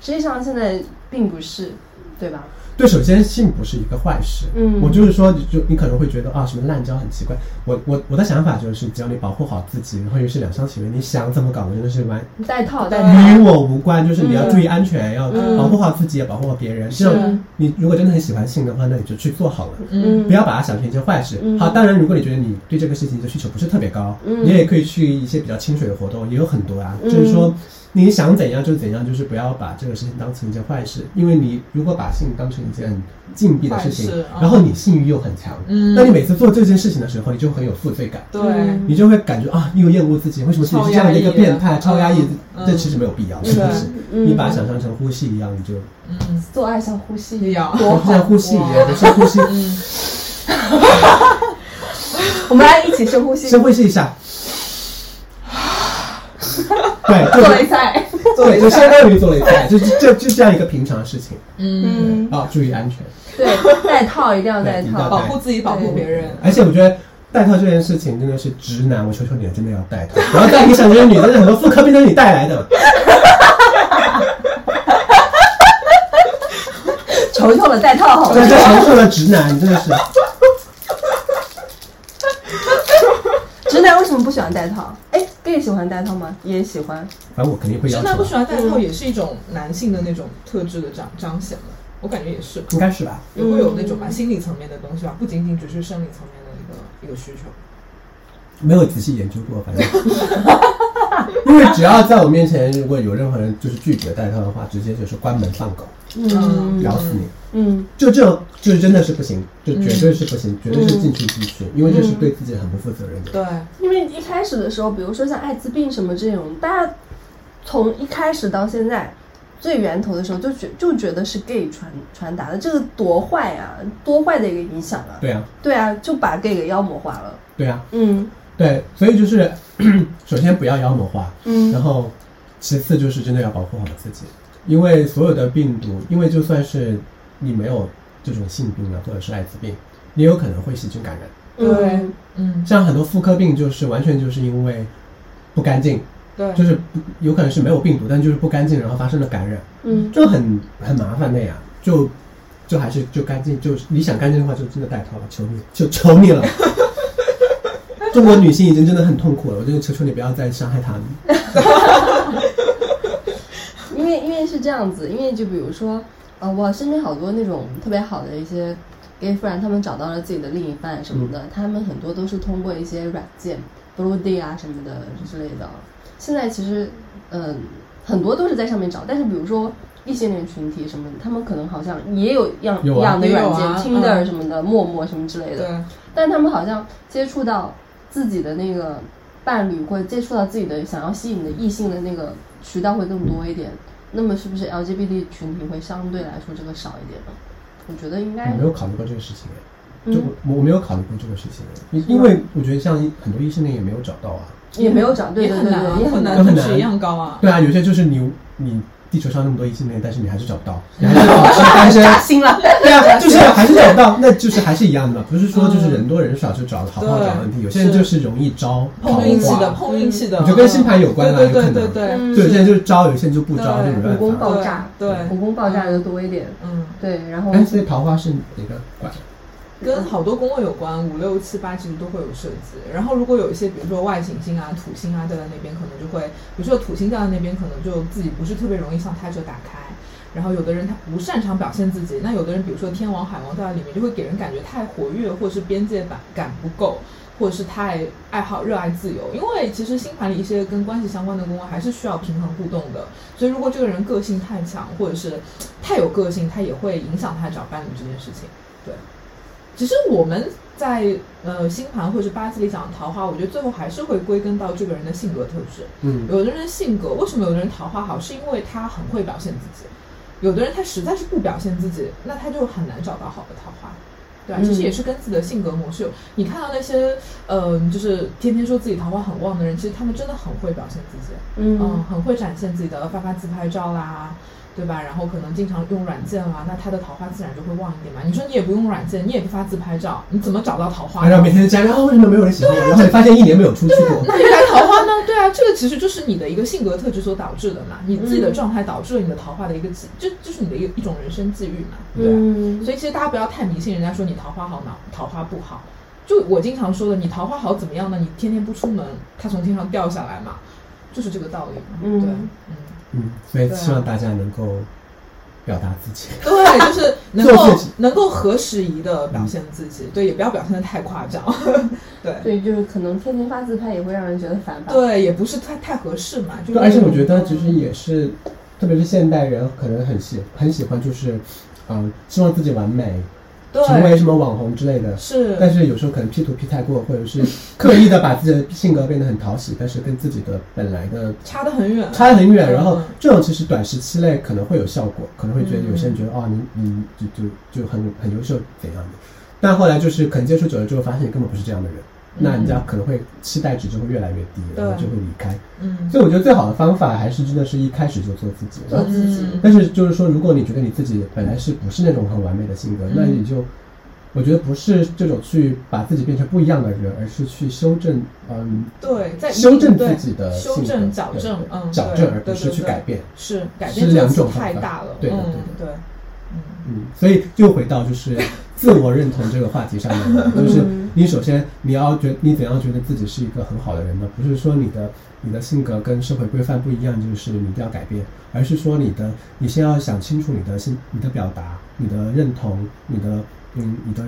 [SPEAKER 4] 实际上现在并不是，对吧？
[SPEAKER 2] 对，首先性不是一个坏事，
[SPEAKER 4] 嗯
[SPEAKER 2] 我就是说，就你可能会觉得啊，什么滥交很奇怪。我我我的想法就是，只要你保护好自己，然后又是两厢情愿，你想怎么搞，真的是完
[SPEAKER 4] 带套带
[SPEAKER 3] 对
[SPEAKER 4] 套，
[SPEAKER 2] 与我无关，就是你要注意安全，要
[SPEAKER 4] 嗯
[SPEAKER 2] 保护好自己，也保护好别人。这样，你如果真的很喜欢性的话，那你就去做好了。
[SPEAKER 3] 嗯，
[SPEAKER 2] 不要把它想成一件坏事。
[SPEAKER 4] 嗯
[SPEAKER 2] 好，当然，如果你觉得你对这个事情的需求不是特别高，
[SPEAKER 4] 嗯
[SPEAKER 2] 你也可以去一些比较清水的活动，也有很多啊。
[SPEAKER 4] 嗯
[SPEAKER 2] 就是说，你想怎样就怎样，就是不要把这个事情当成一件坏事，因为你如果把性当成一件禁闭的事情
[SPEAKER 3] 坏事，嗯
[SPEAKER 2] 然后你性欲又很强，
[SPEAKER 3] 嗯
[SPEAKER 2] 那你每次做这件事情的时候，你就很有负罪感。
[SPEAKER 3] 对，
[SPEAKER 4] 嗯
[SPEAKER 2] 你就会感觉啊，你有厌恶自己，为什么自己是这样的一个变态，超
[SPEAKER 3] 超
[SPEAKER 2] 压
[SPEAKER 3] 压
[SPEAKER 2] 抑
[SPEAKER 3] 抑？
[SPEAKER 2] 这
[SPEAKER 3] 嗯
[SPEAKER 2] 这其实没有必要，是不是？
[SPEAKER 4] 嗯
[SPEAKER 2] 你把它想象成呼吸一样，你就
[SPEAKER 3] 嗯，
[SPEAKER 4] 做爱像呼吸一
[SPEAKER 3] 一
[SPEAKER 4] <laughs> 样。
[SPEAKER 3] 样，
[SPEAKER 2] 就像呼吸一样，深呼吸，
[SPEAKER 4] 我们来一起深呼吸，
[SPEAKER 2] 深呼吸一下。对，
[SPEAKER 4] 做
[SPEAKER 2] 就
[SPEAKER 4] 了一
[SPEAKER 2] 是
[SPEAKER 4] 次爱。
[SPEAKER 2] 对，就相当于做了一次，就是就就这样一个平常的事情
[SPEAKER 3] 嗯，
[SPEAKER 4] 嗯，
[SPEAKER 2] 啊，注意安全。
[SPEAKER 4] <laughs> 对，戴套一定要戴
[SPEAKER 2] 对一定要
[SPEAKER 4] 套
[SPEAKER 2] 戴。
[SPEAKER 3] 保护自己，保护别人，
[SPEAKER 2] 而且我觉得戴套这件事情真的是直男，我求求你了，真的要戴套，不要戴你想这些女的，很多妇科病都是你带来的。
[SPEAKER 4] 求求了，戴套好吗
[SPEAKER 2] 这？这成熟的直男，真的是。
[SPEAKER 4] 直男为什么不喜欢戴套？哎， gay 喜欢戴套吗？也喜欢。
[SPEAKER 2] 反正我肯定会要
[SPEAKER 3] 直男不
[SPEAKER 2] 求
[SPEAKER 3] 喜
[SPEAKER 2] 啊，
[SPEAKER 3] 欢戴套也是一种男性的那种特质的彰彰显吧，我感觉也是吧，
[SPEAKER 2] 应该是吧？
[SPEAKER 3] 也会有那种吧心理层面的东西吧，不仅仅只是生理层面的一个一个需求。
[SPEAKER 2] 没有仔细研究过，反正。 <laughs> 因为只要在我面前，如果有任何人就是拒绝戴套的话，直接就是关门放狗，
[SPEAKER 3] 嗯
[SPEAKER 2] 咬死你。
[SPEAKER 4] 嗯
[SPEAKER 2] 就这种，就是真的是不行，就绝对是不行，绝对是
[SPEAKER 4] 嗯
[SPEAKER 2] 禁区禁区，因为这是对自己很不负责任的。
[SPEAKER 3] 对，
[SPEAKER 4] 因为一开始的时候，比如说像艾滋病什么这种，大家从一开始到现在最源头的时候，就觉就觉得是 gay 传传达的，这个多坏啊，多坏的一个影响啊！
[SPEAKER 2] 对啊，
[SPEAKER 4] 对啊，就把 gay 给妖魔化了。
[SPEAKER 2] 对啊，
[SPEAKER 4] 嗯
[SPEAKER 2] 对，所以就是 <coughs> 首先不要妖魔化，然
[SPEAKER 4] 嗯
[SPEAKER 2] 后其次就是真的要保护好自己，因为所有的病毒，因为就算是你没有这种性病啊，或者是艾滋病，你有可能会细菌感染。
[SPEAKER 4] 嗯
[SPEAKER 3] 嗯，
[SPEAKER 2] 像很多妇科病就是完全就是因为不干净，
[SPEAKER 3] 对，
[SPEAKER 2] 就是不有可能是没有病毒，但就是不干净，然后发生了感染，
[SPEAKER 4] 嗯
[SPEAKER 2] 就很很麻烦的呀。就就还是就干净，就你想干净的话，就真的戴套了，求你，就求
[SPEAKER 4] <laughs>
[SPEAKER 2] 你了。中国女性已经真的很痛苦了，我真的求求你不要再伤害她们。
[SPEAKER 4] 因为因为是这样子，因为就比如说，呃，我身边好多那种特别好的一些 gay friend，他们找到了自己的另一半什么的，
[SPEAKER 3] 嗯
[SPEAKER 4] 他们很多都是通过一些软件，Blue Day 啊什么的之类的。现在其实，嗯、很多都是在上面找，但是比如说异性恋群体什么的，他们可能好像也有样
[SPEAKER 2] 有啊
[SPEAKER 4] 样的
[SPEAKER 3] 也有
[SPEAKER 4] 软
[SPEAKER 3] 啊
[SPEAKER 4] 件、
[SPEAKER 3] 嗯
[SPEAKER 4] Tinder 什么的、陌陌什么之类的，
[SPEAKER 3] 对，
[SPEAKER 4] 但他们好像接触到自己的那个伴侣，或者接触到自己的想要吸引的异性的那个渠道会更多一点。那么是不是 LGBT 群体会相对来说这个少一点呢？我觉得应
[SPEAKER 2] 我
[SPEAKER 4] 该
[SPEAKER 2] 没，有考虑过这个事情，欸就
[SPEAKER 4] 嗯，
[SPEAKER 2] 我我没有考虑过这个事情，欸因因为我觉得像很多异性恋也没有找到啊。
[SPEAKER 4] 也没有找，对
[SPEAKER 3] 也
[SPEAKER 4] 对
[SPEAKER 3] 很
[SPEAKER 4] 对
[SPEAKER 3] 难啊
[SPEAKER 4] 对，也，
[SPEAKER 3] 很
[SPEAKER 4] 很
[SPEAKER 3] 难
[SPEAKER 2] 很
[SPEAKER 3] 度是
[SPEAKER 2] 难
[SPEAKER 3] 一样高
[SPEAKER 4] 哦
[SPEAKER 3] 啊。
[SPEAKER 2] 对啊，有些就是你你地球上那么多异性恋，但是你还是找不
[SPEAKER 4] <laughs>
[SPEAKER 2] 到，你还是保持单身。
[SPEAKER 4] 扎心了。
[SPEAKER 2] 对啊，就是嗯还是找不到，那就是还是一样的嘛，不是说就是人多人少就找好不好找问题，有些人就是容易招桃
[SPEAKER 3] 碰运气的，
[SPEAKER 2] 花，
[SPEAKER 3] 碰运气的，嗯
[SPEAKER 2] 就跟星盘有关啊
[SPEAKER 3] 对对
[SPEAKER 2] 有可
[SPEAKER 3] 对
[SPEAKER 2] 能
[SPEAKER 3] 对对，
[SPEAKER 4] 嗯
[SPEAKER 2] 对，有些人就是招，有些人就不招，
[SPEAKER 3] 对
[SPEAKER 2] 这没
[SPEAKER 4] 武功
[SPEAKER 2] 办法。
[SPEAKER 4] 爆炸，
[SPEAKER 3] 对对
[SPEAKER 4] 武功爆炸的多一点，
[SPEAKER 3] 嗯，
[SPEAKER 4] 对，然后
[SPEAKER 2] 哎，所以桃花是哪个管？
[SPEAKER 3] 跟好多宫位有关，五六七八其实都会有涉及。然后如果有一些，比如说外行星啊、土星啊掉在那边，可能就会，比如说土星掉在那边，可能就自己不是特别容易向他者打开。然后有的人他不擅长表现自己，那有的人比如说天王、海王掉在里面，就会给人感觉太活跃，或者是边界感感不够，或者是太爱好、热爱自由。因为其实星盘里一些跟关系相关的宫位还是需要平衡互动的，所以如果这个人个性太强，或者是太有个性，他也会影响他找伴侣这件事情。对，其实我们在呃星盘或者是八字里讲的桃花，我觉得最后还是会归根到这个人的性格特质。
[SPEAKER 2] 嗯，
[SPEAKER 3] 有的人的性格，为什么有的人桃花好，是因为他很会表现自己；有的人他实在是不表现自己，那他就很难找到好的桃花。对吧？
[SPEAKER 4] 嗯
[SPEAKER 3] 其实也是跟自己的性格模式有。你看到那些，呃，就是天天说自己桃花很旺的人，其实他们真的很会表现自己。嗯
[SPEAKER 2] 哦
[SPEAKER 4] 嗯，，
[SPEAKER 3] 很会展现自己的，发发自拍照啦，对吧？然后可能经常用软件啦，那他的桃花自然就会旺一点嘛。你说你也不用软件，你也不发自拍照，你怎么找到桃花
[SPEAKER 2] 然
[SPEAKER 3] 呢
[SPEAKER 2] 后？哎每天就加然哦后为什么没有人喜欢我？然后你发现一年没有出去过，
[SPEAKER 3] 那你来桃花呢？对啊，这个其实就是你的一个性格特质所导致的嘛，你自己
[SPEAKER 4] 嗯
[SPEAKER 3] 的状态导致了你的桃花的一个际，就就是你的一个一种人生际遇嘛，对啊、
[SPEAKER 4] 嗯，
[SPEAKER 3] 所以其实大家不要太迷信人家说你桃花好，脑桃花不好。就我经常说的，你桃花好怎么样呢？你天天不出门，它从天上掉下来嘛，就是这个道理嘛。
[SPEAKER 4] 嗯
[SPEAKER 3] 对，嗯。
[SPEAKER 2] 嗯，所以希望大家能够表达自己。
[SPEAKER 3] 对，就是
[SPEAKER 2] <laughs>
[SPEAKER 3] 能
[SPEAKER 2] 做
[SPEAKER 3] 够
[SPEAKER 2] 自己
[SPEAKER 3] 能够合时宜的表现自己，对，也不要表现的太夸张， <laughs> 对
[SPEAKER 4] 对，就是可能天天发自拍也会让人觉得烦吧。
[SPEAKER 3] 对，也不是太太合适嘛，就是
[SPEAKER 2] 对，而且我觉得其实也是，特别是现代人可能很喜很喜欢，就是，呃，希望自己完美，成为
[SPEAKER 3] 对
[SPEAKER 2] 什么网红之类的。
[SPEAKER 3] 是，
[SPEAKER 2] 但是有时候可能 P 图 P 太过，或者是刻意的把自己的性格变得很讨喜，但是跟自己的本来的
[SPEAKER 3] 差得很远，
[SPEAKER 2] 差得很远。然后
[SPEAKER 3] 嗯
[SPEAKER 2] 这种其实短时期内可能会有效果，可能会觉得有些人觉得哦，你你就就就很很优秀怎样的，但后来就是可能接触久了之后，发现你根本不是这样的人，那人家可能会期待值就会越来越低，然后
[SPEAKER 3] 对
[SPEAKER 2] 就会离开。
[SPEAKER 3] 嗯，
[SPEAKER 2] 所以我觉得最好的方法还是真的是一开始就做自己。
[SPEAKER 4] 做自己
[SPEAKER 3] 嗯
[SPEAKER 2] 但是就是说，如果你觉得你自己本来是不是那种很完美的性格，
[SPEAKER 3] 嗯
[SPEAKER 2] 那你就，我觉得不是这种去把自己变成不一样的人，而是去修正，嗯，
[SPEAKER 3] 对，在
[SPEAKER 2] 修正
[SPEAKER 3] 对
[SPEAKER 2] 自己的性
[SPEAKER 3] 修
[SPEAKER 2] 格，
[SPEAKER 3] 正矫正
[SPEAKER 2] 对，
[SPEAKER 3] 嗯，
[SPEAKER 2] 矫
[SPEAKER 3] 对
[SPEAKER 2] 正，而不
[SPEAKER 3] 对
[SPEAKER 2] 是
[SPEAKER 3] 对
[SPEAKER 2] 去
[SPEAKER 3] 对
[SPEAKER 2] 改变。
[SPEAKER 3] 是改
[SPEAKER 2] 是
[SPEAKER 3] 变这个
[SPEAKER 2] 两
[SPEAKER 3] 词
[SPEAKER 2] 种方
[SPEAKER 3] 太
[SPEAKER 2] 法
[SPEAKER 3] 大了，
[SPEAKER 2] 对的
[SPEAKER 3] 嗯
[SPEAKER 2] 对
[SPEAKER 3] 对，嗯
[SPEAKER 2] 嗯，所以又回到就是自我认同这个话题上面的，就是你首先你要觉你怎样觉得自己是一个很好的人呢？不是说你的你的性格跟社会规范不一样，就是你一定要改变，而是说你的你先要想清楚你的心、你的表达、你的认同、你的嗯、你的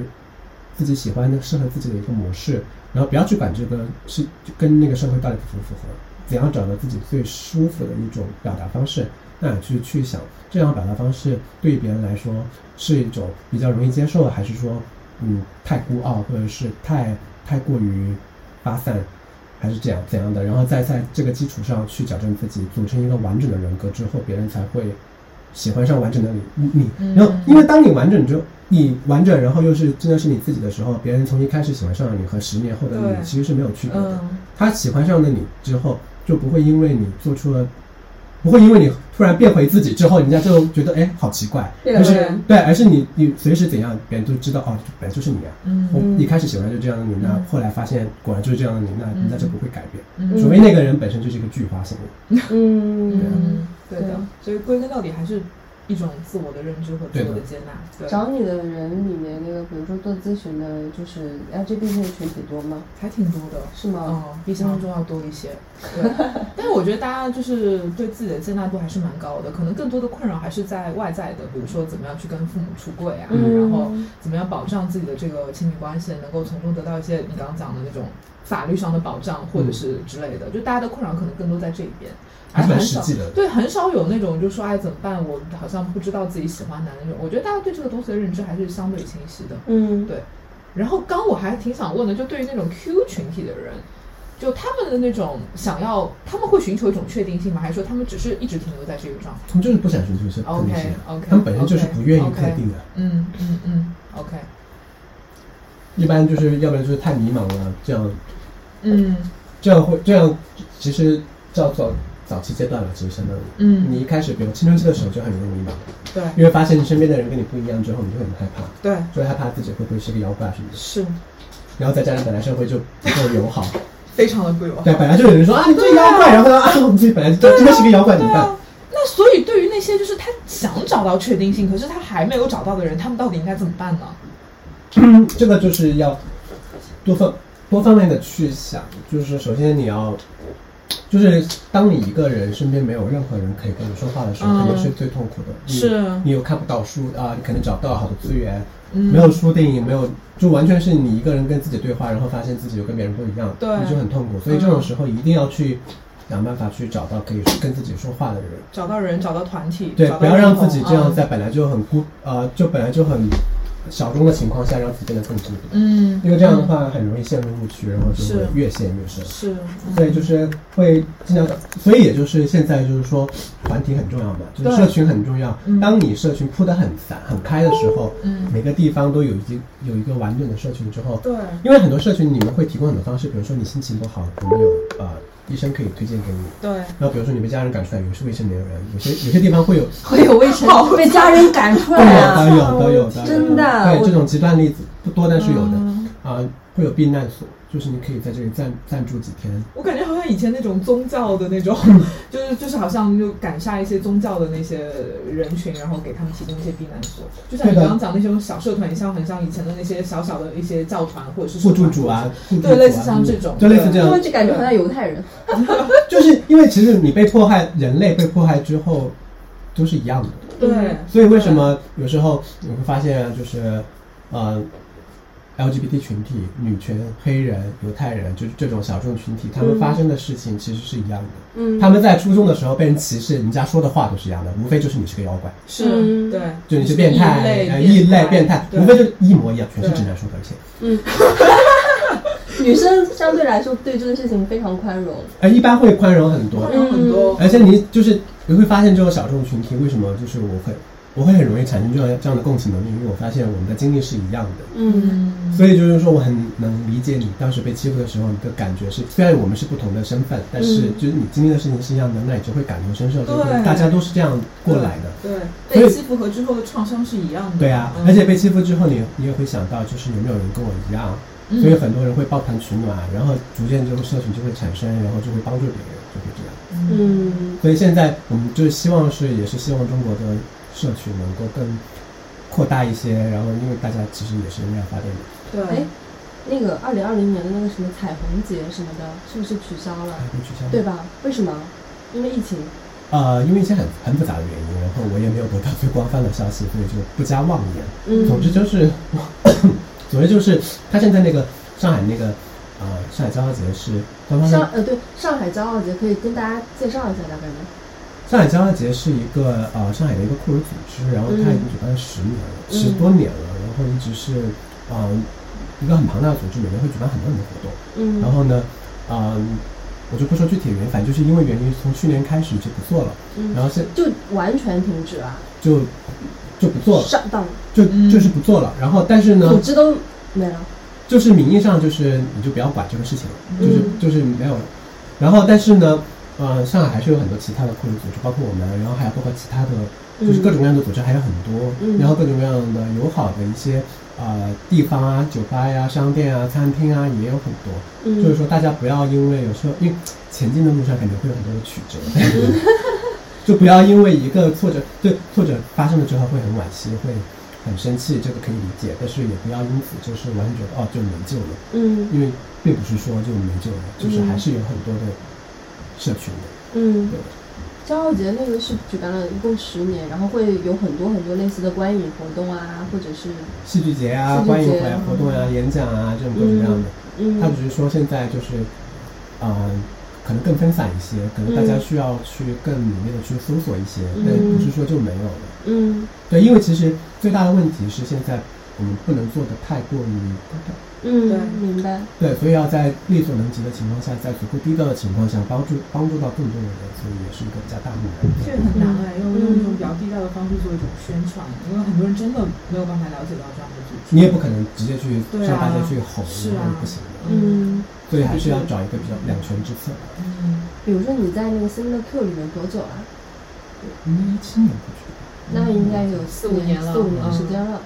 [SPEAKER 2] 自己喜欢的适合自己的一个模式，然后不要去管这个是跟那个社会到底符不符合，怎样找到自己最舒服的一种表达方式。那你去去想，这样表达方式对别人来说是一种比较容易接受的，还是说，嗯，太孤傲，或者是太太过于发散，还是这样怎样的？然后再在这个基础上去矫正自己，组成一个完整的人格之后，别人才会喜欢上完整的你。你，你然后因为当你完整之后，你完整，然后又是真的是你自己的时候，别人从一开始喜欢上了你和十年后的
[SPEAKER 3] 对
[SPEAKER 2] 你其实是没有区别的。
[SPEAKER 3] 嗯
[SPEAKER 2] 他喜欢上了你之后，就不会因为你做出了，不会因为你突然变回自己之后，人家就觉得哎好奇怪，
[SPEAKER 4] 变
[SPEAKER 2] 而
[SPEAKER 4] 了个
[SPEAKER 2] 是
[SPEAKER 4] 人
[SPEAKER 2] 对，而是你你随时怎样，别人都知道哦，本来就是你啊。我
[SPEAKER 3] 嗯
[SPEAKER 2] 一开始喜欢就这样的你，那
[SPEAKER 3] 嗯
[SPEAKER 2] 后来发现果然就是这样的你，那
[SPEAKER 3] 嗯
[SPEAKER 2] 人家就不会改变，
[SPEAKER 3] 嗯
[SPEAKER 2] 除非那个人本身就是一个巨花心。
[SPEAKER 4] 嗯，
[SPEAKER 3] 嗯，对
[SPEAKER 4] 对
[SPEAKER 3] 的，所以归根到底还是一种自我的认知和自
[SPEAKER 2] 对的
[SPEAKER 3] 我的接纳。对，
[SPEAKER 4] 找你的人里面那个，比如说做咨询的，就是 LGBT 群体多吗？
[SPEAKER 3] 还挺多的。
[SPEAKER 4] 是吗？
[SPEAKER 3] 嗯，比想象中要多一些。 <laughs> 对，但是我觉得大家就是对自己的接纳度还是蛮高的，可能更多的困扰还是在外在的，比如说怎么样去跟父母出柜啊，
[SPEAKER 4] 嗯
[SPEAKER 3] 然后怎么样保障自己的这个亲密关系，能够从中得到一些你刚刚讲的那种法律上的保障，或者是之类的。就大家的困扰可能更多在这一边，
[SPEAKER 2] 嗯还
[SPEAKER 3] 而
[SPEAKER 2] 是蛮
[SPEAKER 3] 很
[SPEAKER 2] 实
[SPEAKER 3] 少
[SPEAKER 2] 际的
[SPEAKER 3] 对，很少有那种就说哎怎么办，我好像不知道自己喜欢男的那种。我觉得大家对这个东西的认知还是相对清晰的。
[SPEAKER 4] 嗯，
[SPEAKER 3] 对然后刚我还挺想问的，就对于那种 Q 群体的人，就他们的那种想要，他们会寻求一种确定性吗？还是说他们只是一直停留在这个状态？
[SPEAKER 2] 他们就是不想寻求这个
[SPEAKER 3] OK，
[SPEAKER 2] 东西
[SPEAKER 3] OK，
[SPEAKER 2] 他们本身就是
[SPEAKER 3] OK，
[SPEAKER 2] 不愿意
[SPEAKER 3] OK
[SPEAKER 2] 特定的。
[SPEAKER 3] 嗯嗯嗯，OK，
[SPEAKER 2] 一般就是要不然就是太迷茫了，这样
[SPEAKER 3] 嗯
[SPEAKER 2] 这样会这样，其实叫做早期阶段了，其实相当于。你
[SPEAKER 3] 嗯，
[SPEAKER 2] 一开始，比如青春期的时候就很容易迷茫，
[SPEAKER 3] 对
[SPEAKER 2] 因为发现你身边的人跟你不一样之后，你就很害怕，
[SPEAKER 3] 对
[SPEAKER 2] 就会害怕自己会不会是个妖怪什么的。
[SPEAKER 3] 是，
[SPEAKER 2] 然后再加上本来社会就不够友好，
[SPEAKER 3] 非常的不友好。
[SPEAKER 2] 对，本来就有人说啊你这个妖怪，然后呢啊我们自己本来就真的是个妖怪怎么办？
[SPEAKER 3] 啊那所以对于那些就是他想找到确定性，可是他还没有找到的人，他们到底应该怎么办呢？
[SPEAKER 2] 这个就是要多方多方面的去想，就是首先你要，就是当你一个人身边没有任何人可以跟你说话的时候，
[SPEAKER 3] 嗯
[SPEAKER 2] 肯定是最痛苦的。你
[SPEAKER 3] 是
[SPEAKER 2] 你又看不到书啊，你可能找不到好的资源，
[SPEAKER 3] 嗯
[SPEAKER 2] 没有书电影，没有，就完全是你一个人跟自己对话，然后发现自己又跟别人不一样，
[SPEAKER 3] 对嗯
[SPEAKER 2] 你就很痛苦。所以这种时候一定要去想办法去找到可以跟自己说话的人。
[SPEAKER 3] 找到人，找到团体，
[SPEAKER 2] 对，
[SPEAKER 3] 找到嗯
[SPEAKER 2] 不要让自
[SPEAKER 3] 认同
[SPEAKER 2] 己这样在本来就很孤呃，就本来就很小众的情况下，让自己变得更孤独。
[SPEAKER 3] 嗯，
[SPEAKER 2] 因为这样的话很容易陷入误区，然后就会
[SPEAKER 3] 是
[SPEAKER 2] 越陷越深。
[SPEAKER 3] 是，嗯
[SPEAKER 2] 所以就是会尽量，所以也就是现在就是说团体很重要嘛，就是
[SPEAKER 3] 对
[SPEAKER 2] 社群很重要
[SPEAKER 3] 嗯。
[SPEAKER 2] 当你社群铺得很散、很开的时候，
[SPEAKER 3] 嗯
[SPEAKER 2] 每个地方都有一个有一个完整的社群之后，
[SPEAKER 3] 对，
[SPEAKER 2] 因为很多社群你们会提供很多方式，比如说你心情不好，有没有呃医生可以推荐给你？
[SPEAKER 3] 对，
[SPEAKER 2] 然后比如说你被家人赶出来，有是卫生棉人，有
[SPEAKER 3] 嗯
[SPEAKER 2] 些有些地方会有，
[SPEAKER 4] 会有卫生被家人赶出
[SPEAKER 2] 会有
[SPEAKER 4] 来
[SPEAKER 2] <laughs>
[SPEAKER 4] 啊！
[SPEAKER 2] 的，有的，有的，
[SPEAKER 4] 真的
[SPEAKER 2] 对
[SPEAKER 4] 我
[SPEAKER 2] 这种极端例子不多，但是有的。
[SPEAKER 3] 嗯
[SPEAKER 2] 啊，会有避难所，就是你可以在这里暂暂住几天。
[SPEAKER 3] 我感觉好像以前那种宗教
[SPEAKER 2] <laughs>
[SPEAKER 3] 的那种，就是就是好像就赶杀一些宗教的那些人群，然后给他们提供一些避难所。就像你
[SPEAKER 2] 对的
[SPEAKER 3] 刚刚讲那种小社团，像很像以前的那些小小的一些教团或者是
[SPEAKER 2] 互助
[SPEAKER 3] 社团
[SPEAKER 2] 主啊，互助
[SPEAKER 3] 对
[SPEAKER 2] 组
[SPEAKER 3] 类似
[SPEAKER 2] 啊
[SPEAKER 3] 像这种
[SPEAKER 2] 就类似
[SPEAKER 3] 对
[SPEAKER 2] 这
[SPEAKER 4] 因
[SPEAKER 2] 样
[SPEAKER 4] 为，就感觉好像犹太人，
[SPEAKER 2] 就是因为其实你被迫害，人类被迫害之后都是一样的，
[SPEAKER 3] 对，
[SPEAKER 2] 所以为什么有时候你会发现啊，就是呃，LGBT 群体、女权、黑人、犹太人，就是这种小众群体，他们发生的事情其实是一样的。
[SPEAKER 4] 嗯，
[SPEAKER 2] 他们在初中的时候被人歧视，人家说的话都是一样的，无非就是你是个妖怪，
[SPEAKER 3] 是，
[SPEAKER 4] 嗯
[SPEAKER 3] 对，
[SPEAKER 2] 就你是变态、呃异类、变态，
[SPEAKER 3] 对
[SPEAKER 2] 无非就是一模一样，全是
[SPEAKER 3] 对
[SPEAKER 2] 直男说的，而且。
[SPEAKER 4] 女生相对来说对这个事情非常宽容，
[SPEAKER 2] 哎，一般会宽容很多
[SPEAKER 3] 会，
[SPEAKER 4] 嗯
[SPEAKER 3] 有很多，
[SPEAKER 2] 而且你就是你会发现这种小众群体为什么就是我会我会很容易产生这样这样的共情能力，因为我发现我们的经历是一样的，
[SPEAKER 4] 嗯
[SPEAKER 3] 嗯，
[SPEAKER 2] 所以就是说我很能理解你当时被欺负的时候你的感觉是，虽然我们是不同的身份，但是就是你经历的事情是一样的，那你就会感同身受，就是
[SPEAKER 3] 嗯对
[SPEAKER 2] 大家都是这样过来的。
[SPEAKER 3] 对，
[SPEAKER 2] 所
[SPEAKER 3] 被
[SPEAKER 2] 以
[SPEAKER 3] 欺负和之后的创伤是一样的，
[SPEAKER 2] 对啊，
[SPEAKER 3] 嗯
[SPEAKER 2] 而且被欺负之后你，你也会想到，就是有没有人跟我一样，
[SPEAKER 3] 嗯
[SPEAKER 2] 所以很多人会抱团取暖，然后逐渐这个社群就会产生，然后就会帮助别人，就会这样。
[SPEAKER 4] 嗯
[SPEAKER 2] 所以现在我们就是希望是，也是希望中国的社群能够更扩大一些，然后因为大家其实也是为了发电的。
[SPEAKER 3] 对，
[SPEAKER 4] 哎那个二零二零年的那个什么彩虹节什么的，是不是取消了
[SPEAKER 2] 还？会取消吗
[SPEAKER 4] 啊对吧？为什么？因为疫情。
[SPEAKER 2] 呃，因为一些很很复杂的原因，然后我也没有得到最官方的消息，所以就不加妄言。总
[SPEAKER 4] 嗯，
[SPEAKER 2] 之就是， <coughs> 总之就是，他现在那个上海那个呃上海交叉节是官方的
[SPEAKER 4] 上呃对上海骄傲节可以跟大家介绍一下大概吗？
[SPEAKER 2] 上海交叉节是一个呃上海的一个酷儿组织，然后它已经举办了十年了，
[SPEAKER 4] 嗯
[SPEAKER 2] 十多年了，然后一直是呃一个很庞大的组织，每年会举办很多很多活动。
[SPEAKER 4] 嗯，
[SPEAKER 2] 然后呢，嗯、我就不说具体的原因，反正就是因为原因，从去年开始就不做了，
[SPEAKER 4] 嗯
[SPEAKER 2] 然后现
[SPEAKER 4] 就完全停止啊了，
[SPEAKER 2] 就就不做了，
[SPEAKER 4] 上当
[SPEAKER 2] 就
[SPEAKER 3] 嗯
[SPEAKER 2] 就是不做了。然后但是
[SPEAKER 4] 组
[SPEAKER 2] 呢，
[SPEAKER 4] 织都没了。
[SPEAKER 2] 就是名义上就是你就不要管这个事情了，就是
[SPEAKER 4] 嗯
[SPEAKER 2] 就是没有。然后但是呢，呃，上海还是有很多其他的酷儿组织，包括我们，然后还有包括其他的。就是各种各样的组织还有很多，
[SPEAKER 4] 嗯
[SPEAKER 2] 然后各种各样的友好的一些呃地方啊、酒吧呀、商店啊、餐厅啊也有很多。
[SPEAKER 4] 嗯，
[SPEAKER 2] 就是说，大家不要因为有时候，因为前进的路上肯定会有很多的曲折， <laughs> 就不要因为一个挫折，对挫折发生了之后会很惋惜，会很生气，这个可以理解。但是也不要因此就是完全觉得哦就没救了，
[SPEAKER 4] 嗯
[SPEAKER 2] 因为并不是说就没救了，就是
[SPEAKER 4] 嗯
[SPEAKER 2] 还是有很多的社群的。
[SPEAKER 4] 嗯
[SPEAKER 2] 对，
[SPEAKER 4] 骄傲节那个是举办了一共十年，然后会有很多很多类似的观影活动啊，或者是
[SPEAKER 2] 戏剧节啊
[SPEAKER 4] 戏、剧
[SPEAKER 2] 观影
[SPEAKER 4] 节
[SPEAKER 2] 会啊、活动啊、演讲啊，这种各种各样的。
[SPEAKER 4] 嗯
[SPEAKER 2] 他只是说现在就是，呃，可能更分散一些，可能大家需要去更努力的去搜索一些，
[SPEAKER 4] 嗯
[SPEAKER 2] 但不是说就没有了。
[SPEAKER 4] 嗯
[SPEAKER 2] 对，因为其实最大的问题是现在我们不能做的太过于高调，
[SPEAKER 3] 对
[SPEAKER 4] 嗯，明白。
[SPEAKER 2] 对，所以要在力所能及的情况下，在足够低调的情况下，帮助帮助到更多的人，所以也是一个比较大的
[SPEAKER 3] 这
[SPEAKER 2] 难
[SPEAKER 3] 个
[SPEAKER 2] 题。
[SPEAKER 3] 很难哎，用用一种
[SPEAKER 4] 嗯
[SPEAKER 3] 比较低调的方式做一种宣传，因为很多人真的没有办法了解到这样的组织。
[SPEAKER 2] 你也不可能直接去
[SPEAKER 3] 对啊
[SPEAKER 2] 上大街去吼，
[SPEAKER 3] 是
[SPEAKER 2] 那
[SPEAKER 3] 啊
[SPEAKER 2] 不行的，
[SPEAKER 4] 嗯，
[SPEAKER 2] 所以还是要找一个比较两全之策。
[SPEAKER 3] 嗯，
[SPEAKER 4] 比如说你在那个 s i m i l Q 里面多久啊？
[SPEAKER 2] 嗯，一七年不去。
[SPEAKER 4] 那应该有
[SPEAKER 3] 四五年了
[SPEAKER 4] 四五年嗯
[SPEAKER 3] 嗯
[SPEAKER 4] 时间了。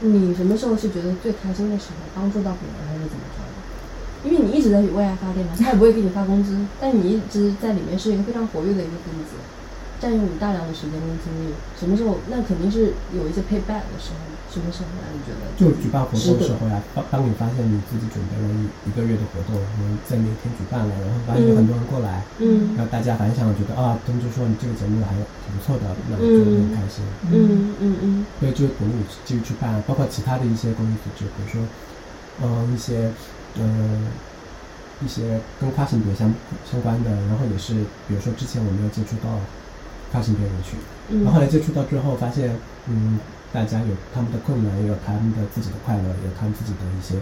[SPEAKER 4] 你什么时候是觉得最开心的时候？帮助到别人还是怎么着的？因为你一直在为爱发电嘛，他也不会给你发工 <laughs> 资，但你一直在里面是一个非常活跃的一个分子，占用你大量的时间跟精力。什么时候？那肯定是有一些 payback 的时候。什么时候啊让你觉得？
[SPEAKER 2] 就举办活动的时候呀、当当你发现你自己准备了一一个月的活动，然后在那天举办了，然后发现有很多人过来，
[SPEAKER 4] 嗯
[SPEAKER 2] 然后大家反响觉得啊，他们就说你这个节目还挺不错的，那就会很开心。
[SPEAKER 4] 嗯嗯嗯
[SPEAKER 2] 所以就鼓励你继续去办，包括其他的一些公益组织，比如说，嗯、一些，嗯、一些跟跨性别相相关的，然后也是，比如说之前我没有接触到跨性别人群，
[SPEAKER 4] 嗯。
[SPEAKER 2] 然后后来接触到之后，发现，嗯，大家有他们的困难，也有他们的自己的快乐，也有他们自己的一些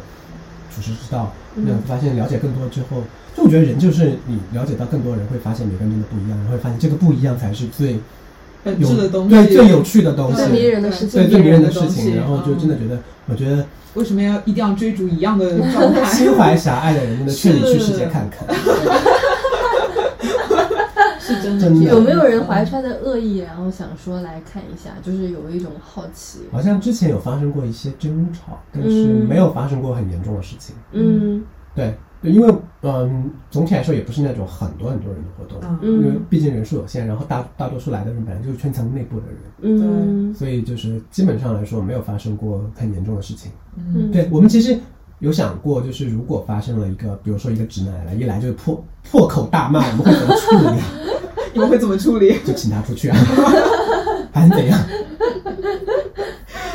[SPEAKER 2] 处事之道。那
[SPEAKER 4] 嗯
[SPEAKER 2] 发现了解更多之后，就我觉得人就是你了解到更多人，会发现每个人真的不一样，然后会发现这个不一样才是最
[SPEAKER 3] 本
[SPEAKER 2] 有
[SPEAKER 3] 质的东西，
[SPEAKER 2] 对最有趣的东
[SPEAKER 3] 对
[SPEAKER 2] 西，
[SPEAKER 4] 最迷人的事
[SPEAKER 2] 对
[SPEAKER 4] 情，
[SPEAKER 2] 最迷人的
[SPEAKER 3] 的
[SPEAKER 2] 事
[SPEAKER 3] 东
[SPEAKER 2] 情。
[SPEAKER 3] 西
[SPEAKER 2] 然后就真的
[SPEAKER 3] 嗯
[SPEAKER 2] 觉得，我觉得
[SPEAKER 3] 为什么要一定要追逐一样的状态？
[SPEAKER 2] <laughs> 心怀狭隘的人真的劝你去世界
[SPEAKER 3] 是
[SPEAKER 2] 看看。
[SPEAKER 3] 是真
[SPEAKER 2] 真的
[SPEAKER 4] 有没有人怀揣着恶意，然后想说来看一下，就是有一种好奇？
[SPEAKER 2] <laughs> 好像之前有发生过一些争吵，但是
[SPEAKER 4] 嗯
[SPEAKER 2] 没有发生过很严重的事情。
[SPEAKER 4] 嗯
[SPEAKER 2] 对，对，因为嗯，总体来说也不是那种很多很多人的活动，
[SPEAKER 3] 嗯
[SPEAKER 2] 因为
[SPEAKER 4] 嗯
[SPEAKER 2] 毕竟人数有限，然后大大多数来的人本来就是圈层内部的人，
[SPEAKER 4] 嗯
[SPEAKER 2] 所以就是基本上来说没有发生过很严重的事情。
[SPEAKER 4] 嗯，
[SPEAKER 2] 对我们其实有想过，就是如果发生了一个，比如说一个直男来，一来就是破破口大骂，我们会怎么处理？啊
[SPEAKER 3] 你们会怎么处理？
[SPEAKER 2] 就请他出去啊， <laughs> 还是怎样？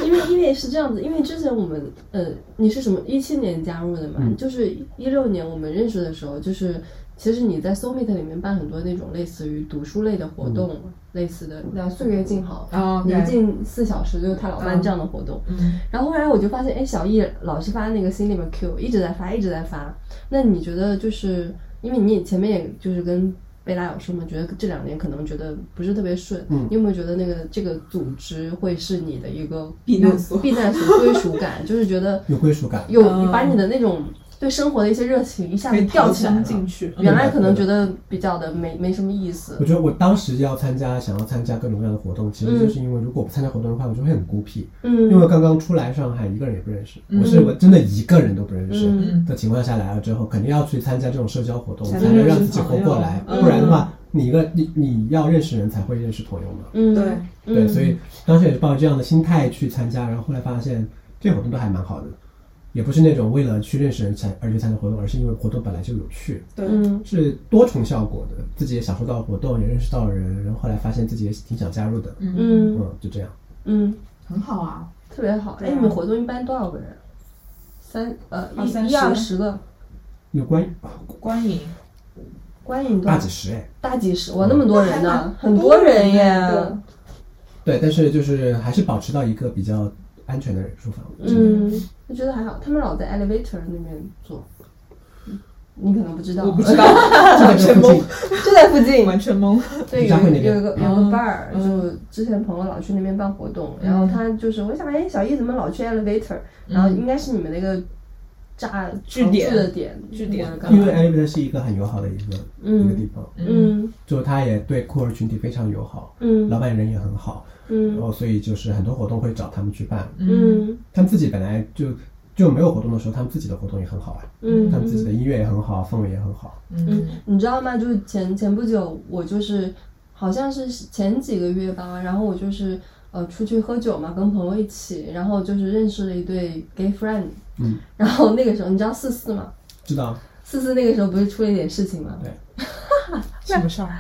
[SPEAKER 4] 因为因为是这样子，因为之前我们呃，你是什么一七年加入的嘛？
[SPEAKER 2] 嗯
[SPEAKER 4] 就是一六年我们认识的时候，就是其实你在 s o m i t 里面办很多那种类似于读书类的活动，类似的那岁月静好。
[SPEAKER 3] 啊
[SPEAKER 4] 宁静四小时就是他老办
[SPEAKER 3] 嗯
[SPEAKER 4] 这样的活动，
[SPEAKER 3] 嗯，
[SPEAKER 4] 然后后来我就发现，哎，小易老是发那个心里面 Q，一直在发，一直在发。那你觉得就是因为你也前面也就是跟贝拉有说嘛，觉得这两年可能觉得不是特别顺，
[SPEAKER 2] 嗯
[SPEAKER 4] 你有没有觉得那个这个组织会是你的一个
[SPEAKER 3] <laughs> 避难所
[SPEAKER 4] 避难所归属感？就是觉得
[SPEAKER 2] <laughs> 有归属感。
[SPEAKER 4] 有
[SPEAKER 3] 嗯
[SPEAKER 4] 你把你的那种对生活的一些热情一下
[SPEAKER 3] 可
[SPEAKER 4] 子
[SPEAKER 3] 以
[SPEAKER 4] 吊
[SPEAKER 3] 跳
[SPEAKER 4] 起来
[SPEAKER 3] 枪
[SPEAKER 4] 了。
[SPEAKER 3] 进去。
[SPEAKER 4] 原来可能觉得比较的没没什么意思
[SPEAKER 2] 我，觉得我当时要参加，想要参加各种各样的活动，其实就是因为如果我不参加活动的话，我就会很孤僻。
[SPEAKER 4] 嗯
[SPEAKER 2] 因为刚刚出来上海，一个人也不认识，
[SPEAKER 3] 嗯
[SPEAKER 2] 我是我真的一个人都不认识
[SPEAKER 4] 嗯
[SPEAKER 2] 的情况下来了之后，肯定要去参加这种社交活动，
[SPEAKER 3] 才
[SPEAKER 2] 才
[SPEAKER 3] 能
[SPEAKER 2] 能让
[SPEAKER 3] 认
[SPEAKER 2] 自己
[SPEAKER 3] 识朋
[SPEAKER 2] 活
[SPEAKER 3] 友
[SPEAKER 2] 过来，
[SPEAKER 3] 嗯
[SPEAKER 2] 不然的话，你一个你你要认识人才会认识朋友嘛，
[SPEAKER 4] 嗯，
[SPEAKER 3] 对
[SPEAKER 4] 嗯
[SPEAKER 2] 对，所以当时也是抱着这样的心态去参加，然后后来发现这些活动都还蛮好的，也不是那种为了去认识人才而去参加活动，而是因为活动本来就有趣，
[SPEAKER 3] 对，
[SPEAKER 4] 嗯
[SPEAKER 2] 是多重效果的，自己也享受到活动，也认识到人，然后后来发现自己也挺想加入的，
[SPEAKER 3] 嗯，
[SPEAKER 4] 嗯
[SPEAKER 2] 嗯，就这样。
[SPEAKER 4] 嗯，
[SPEAKER 3] 很好啊。
[SPEAKER 4] 特别好。哎，
[SPEAKER 3] 对啊
[SPEAKER 4] 你们活动一般多少个人？三呃
[SPEAKER 3] 二三
[SPEAKER 4] 一
[SPEAKER 3] 十
[SPEAKER 4] 一二十个，
[SPEAKER 2] 有关于
[SPEAKER 3] 观影
[SPEAKER 4] 观影多
[SPEAKER 2] 大
[SPEAKER 4] 少
[SPEAKER 2] 几十哎，
[SPEAKER 4] 大几十，哇，那么多人
[SPEAKER 3] 还
[SPEAKER 4] 呢
[SPEAKER 3] 蛮，
[SPEAKER 4] 很多人耶。
[SPEAKER 3] 对
[SPEAKER 2] 对，但是就是还是保持到一个比较安全的人数范围。
[SPEAKER 4] 嗯，我觉得还好，他们老在 elevator 那边做，你可能不知道，
[SPEAKER 3] 我不
[SPEAKER 4] <laughs>
[SPEAKER 3] 知道，完全懵，
[SPEAKER 4] 就在附近。
[SPEAKER 3] 完全懵。
[SPEAKER 4] 对，
[SPEAKER 2] 徐家
[SPEAKER 4] 有
[SPEAKER 2] 汇那
[SPEAKER 4] 一
[SPEAKER 2] 边
[SPEAKER 4] 有一个有
[SPEAKER 3] 嗯
[SPEAKER 4] 个伴儿，
[SPEAKER 3] 嗯
[SPEAKER 4] 就之前朋友老去那边办活动，
[SPEAKER 3] 嗯
[SPEAKER 4] 然后他就是我想，哎，小易怎么老去 elevator？然
[SPEAKER 3] 嗯
[SPEAKER 4] 后应该是你们那个炸
[SPEAKER 3] 据
[SPEAKER 4] 常
[SPEAKER 3] 点
[SPEAKER 4] 去的点，
[SPEAKER 3] 据点
[SPEAKER 4] 或者干
[SPEAKER 2] 因为
[SPEAKER 4] 嘛？
[SPEAKER 2] Elevator 是一个很友好的一个、一个地
[SPEAKER 4] 嗯
[SPEAKER 2] 方，
[SPEAKER 4] 嗯
[SPEAKER 2] 就它也对酷儿群体非常友好，
[SPEAKER 4] 嗯
[SPEAKER 2] 老板人也很好，然
[SPEAKER 4] 嗯
[SPEAKER 2] 后所以就是很多活动会找他们去办，
[SPEAKER 4] 嗯
[SPEAKER 2] 他们自己本来就就没有活动的时候，他们自己的活动也很好啊，
[SPEAKER 4] 嗯，
[SPEAKER 2] 他们自己的音乐也很好，氛围也很好。
[SPEAKER 4] 嗯
[SPEAKER 3] 嗯，
[SPEAKER 4] 你知道吗？就是前前不久，我就是好像是前几个月吧，然后我就是呃出去喝酒嘛，跟朋友一起，然后就是认识了一对 gay friend，
[SPEAKER 2] 嗯，
[SPEAKER 4] 然后那个时候你知道四四吗？
[SPEAKER 2] 知道，
[SPEAKER 4] 四四那个时候不是出了一点事情吗？
[SPEAKER 3] 什么事儿？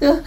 [SPEAKER 3] 嗯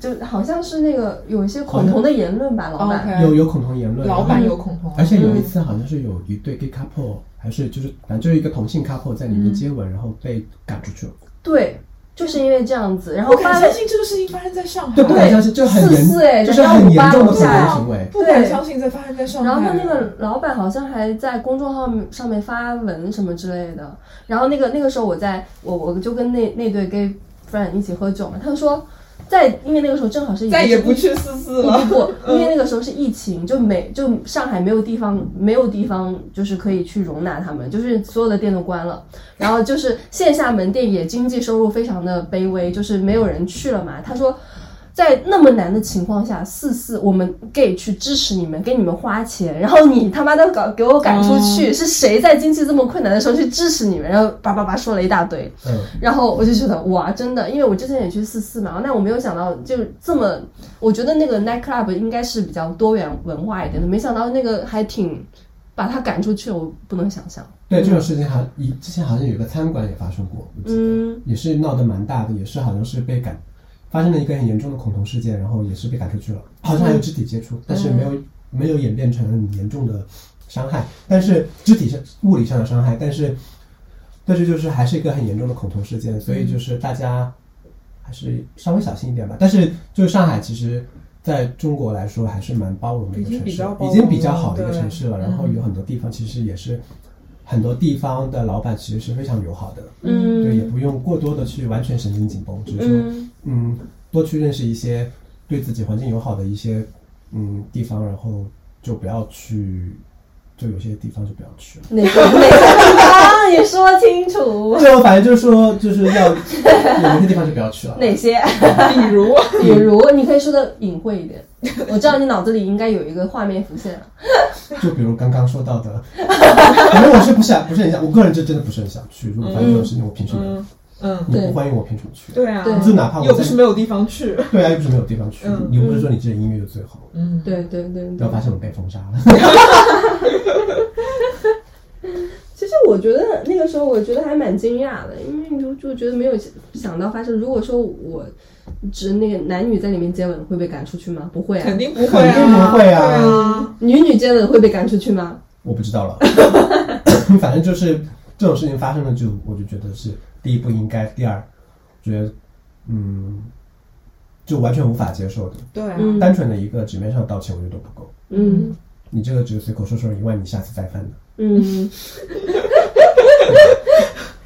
[SPEAKER 4] 就好像是那个有一些恐同的言论吧，老板。
[SPEAKER 3] 哦 OK
[SPEAKER 2] 有有恐同言论，
[SPEAKER 3] 嗯老
[SPEAKER 2] 然
[SPEAKER 3] 板
[SPEAKER 2] 后
[SPEAKER 3] 有恐同啊，
[SPEAKER 2] 而且有一次好像是有一对 gay couple，还是就是反正就是一个同性 couple 在里面接吻，然后被赶出去了。
[SPEAKER 4] 对，就是因为这样子，然后
[SPEAKER 3] 不敢
[SPEAKER 4] 发
[SPEAKER 3] 相信这个事情发生在上海
[SPEAKER 2] 对，，不敢相信，就很
[SPEAKER 4] 四四哎
[SPEAKER 2] 严，就是很严重的恐同
[SPEAKER 4] 人家五八
[SPEAKER 2] 行为。
[SPEAKER 3] 不敢相信在发生在上海。
[SPEAKER 4] 然后那个老板好像还在公众号上面发文什么之类的。然后那个那个时候我在我我就跟那那对 gay friend 一起喝酒嘛，他说在因为那个时候正好是
[SPEAKER 3] 再也不
[SPEAKER 4] 疫
[SPEAKER 3] 去思思
[SPEAKER 4] 不
[SPEAKER 3] 了。
[SPEAKER 4] 不不，因为那个时候是疫情，就没就上海没有地方没有地方就是可以去容纳他们，就是所有的店都关了，然后就是线下门店也经济收入非常的卑微，就是没有人去了嘛。他说。在那么难的情况下，四四我们 gay 去支持你们，给你们花钱，然后你他妈的搞给我赶出去，是谁在经济这么困难的时候去支持你们？然后叭叭叭说了一大堆，
[SPEAKER 2] 嗯，
[SPEAKER 4] 然后我就觉得哇，真的，因为我之前也去四四嘛，那我没有想到就这么，我觉得那个 night club 应该是比较多元文化一点的，没想到那个还挺把他赶出去，我不能想象。
[SPEAKER 2] 对这种事情好像以之前好像有个餐馆也发生过，我记得
[SPEAKER 4] 嗯
[SPEAKER 2] 也是闹得蛮大的，也是好像是被赶，发生了一个很严重的恐同事件，然后也是被赶出去了，好像还有肢体接触，但是没
[SPEAKER 3] 嗯
[SPEAKER 2] 有、没有演变成很严重的伤害，但是肢体上物理上的伤害，但是但是就是还是一个很严重的恐同事件，所以就是大家还是稍微小心一点吧。但是就是上海其实。在中国来说，还是蛮包容的一个
[SPEAKER 3] 已经
[SPEAKER 2] 城
[SPEAKER 3] 比
[SPEAKER 2] 市
[SPEAKER 3] 较，包
[SPEAKER 2] 已经
[SPEAKER 3] 容
[SPEAKER 2] 比较
[SPEAKER 3] 了
[SPEAKER 2] 好的一个
[SPEAKER 3] 对
[SPEAKER 2] 城市了。然后
[SPEAKER 3] 嗯
[SPEAKER 2] 有很多地方其实也是，很多地方的老板其实是非常友好的，对，也
[SPEAKER 4] 嗯
[SPEAKER 2] 不用过多的去完全神经紧绷，只是说，
[SPEAKER 4] 嗯
[SPEAKER 2] 嗯，多去认识一些对自己环境友好的一些嗯地方，然后就不要去，就有些地方就不要去了。
[SPEAKER 4] 哪个哪个地方？你说清
[SPEAKER 2] <laughs>
[SPEAKER 4] 楚。
[SPEAKER 2] 最后反正就是说，就是要有些地方就不要去了。嗯
[SPEAKER 4] 哪些？
[SPEAKER 3] 比如，
[SPEAKER 2] <laughs>
[SPEAKER 4] 比如你可以说的隐晦一点，我知道你脑子里应该有一个画面浮现。啊
[SPEAKER 2] 就比如刚刚说到的， <laughs> 反正我是不想，不是很想，我个人就真的不是很想去。如果发生这种事情，我凭什么？
[SPEAKER 3] 嗯嗯，
[SPEAKER 2] 你
[SPEAKER 4] 对
[SPEAKER 2] 不欢迎我，凭什么去？
[SPEAKER 3] 对啊，
[SPEAKER 4] 对
[SPEAKER 2] 就哪怕我
[SPEAKER 3] 又不是
[SPEAKER 2] 在，
[SPEAKER 3] 没有地方去。
[SPEAKER 2] 对啊，又不是没有地方去
[SPEAKER 3] 嗯。
[SPEAKER 2] 你又不是说你这音乐就最好，
[SPEAKER 3] 嗯，
[SPEAKER 4] 对对对对
[SPEAKER 2] 然后。发现我被封杀了。
[SPEAKER 4] 其实我觉得那个时候，我觉得还蛮惊讶的，因为就就觉得没有想到发生。如果说我只那个男女在里面接吻会被赶出去吗？不会
[SPEAKER 3] 肯
[SPEAKER 4] 啊。
[SPEAKER 3] 定不会啊，
[SPEAKER 2] 肯定不会啊
[SPEAKER 3] 对啊，
[SPEAKER 4] 女女接吻会被赶出去吗？
[SPEAKER 2] 我不知道了， <laughs> 反正就是这种事情发生了就，我就觉得是第一不应该，第二觉得嗯，就完全无法接受的。
[SPEAKER 3] 对啊，
[SPEAKER 4] 嗯
[SPEAKER 2] 单纯的一个纸面上的道歉，我觉得都不够。
[SPEAKER 4] 嗯
[SPEAKER 2] 你这个只是随口说说以外，你下次再犯的。
[SPEAKER 4] 嗯，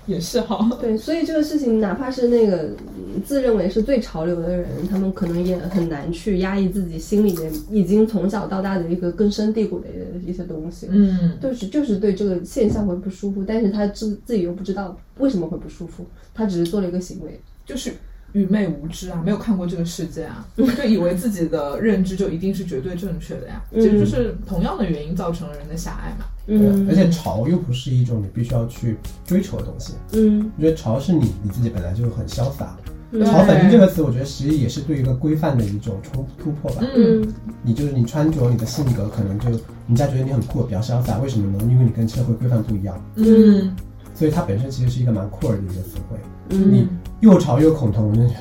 [SPEAKER 3] 也是哈。
[SPEAKER 4] 对，所以这个事情，哪怕是那个嗯自认为是最潮流的人，他们可能也很难去压抑自己心里面已经从小到大的一个根深蒂固的一些东西。
[SPEAKER 3] 嗯，
[SPEAKER 4] 就是就是对这个现象会不舒服，但是他自自己又不知道为什么会不舒服，他只是做了一个行为。
[SPEAKER 3] 就是愚昧无知啊，没有看过这个世界啊，就以为自己的认知就一定是绝对正确的呀。
[SPEAKER 4] 嗯
[SPEAKER 3] 其实就是同样的原因造成了人的狭隘嘛。
[SPEAKER 2] 对啊
[SPEAKER 4] 嗯，
[SPEAKER 2] 而且潮又不是一种你必须要去追求的东西，
[SPEAKER 4] 嗯
[SPEAKER 2] 我觉得潮是你你自己本来就很潇洒，嘲粉这个词，我觉得其实也是对一个规范的一种突突破吧。
[SPEAKER 3] 嗯，
[SPEAKER 2] 你就是你穿着你的性格，可能就人家觉得你很酷，比较潇洒，为什么呢？因为你跟社会规范不一样，
[SPEAKER 3] 嗯
[SPEAKER 2] 所以它本身其实是一个蛮酷儿的一个词汇。
[SPEAKER 4] 嗯
[SPEAKER 2] 你又潮又恐同，我真的觉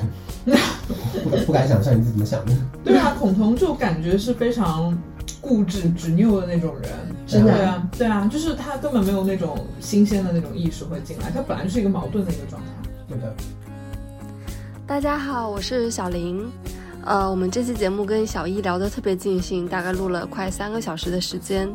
[SPEAKER 2] 得不敢不敢想象你是怎么想的。
[SPEAKER 3] 对啊，孔彤就感觉是非常固执执拗的那种人，
[SPEAKER 2] 真的
[SPEAKER 3] 对啊，对啊，就是他根本没有那种新鲜的那种意识会进来，他本来就是一个矛盾的一个状态。
[SPEAKER 2] 对的，
[SPEAKER 1] 大家好，我是小林。呃，我们这期节目跟小一聊得特别尽兴，大概录了快三个小时的时间。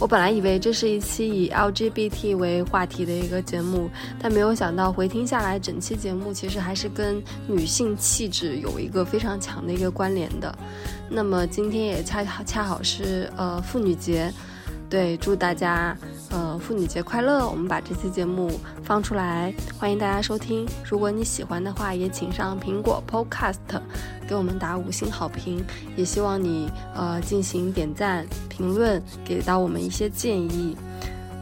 [SPEAKER 1] 我本来以为这是一期以 LGBT 为话题的一个节目，但没有想到回听下来，整期节目其实还是跟女性气质有一个非常强的一个关联的。那么今天也恰好恰好是呃妇女节，对，祝大家呃妇女节快乐！我们把这期节目放出来，欢迎大家收听。如果你喜欢的话，也请上苹果 Podcast 给我们打五星好评，也希望你呃进行点赞、评论，给到我们一些建议。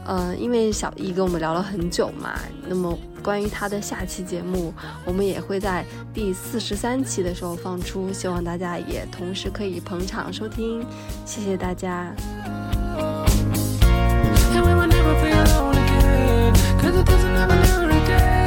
[SPEAKER 1] 呃，因为小易跟我们聊了很久嘛，那么关于他的下期节目，我们也会在第四十三期的时候放出，希望大家也同时可以捧场收听，谢谢大家。
[SPEAKER 5] And we will never feel alone again. Cause it doesn't ever learn again.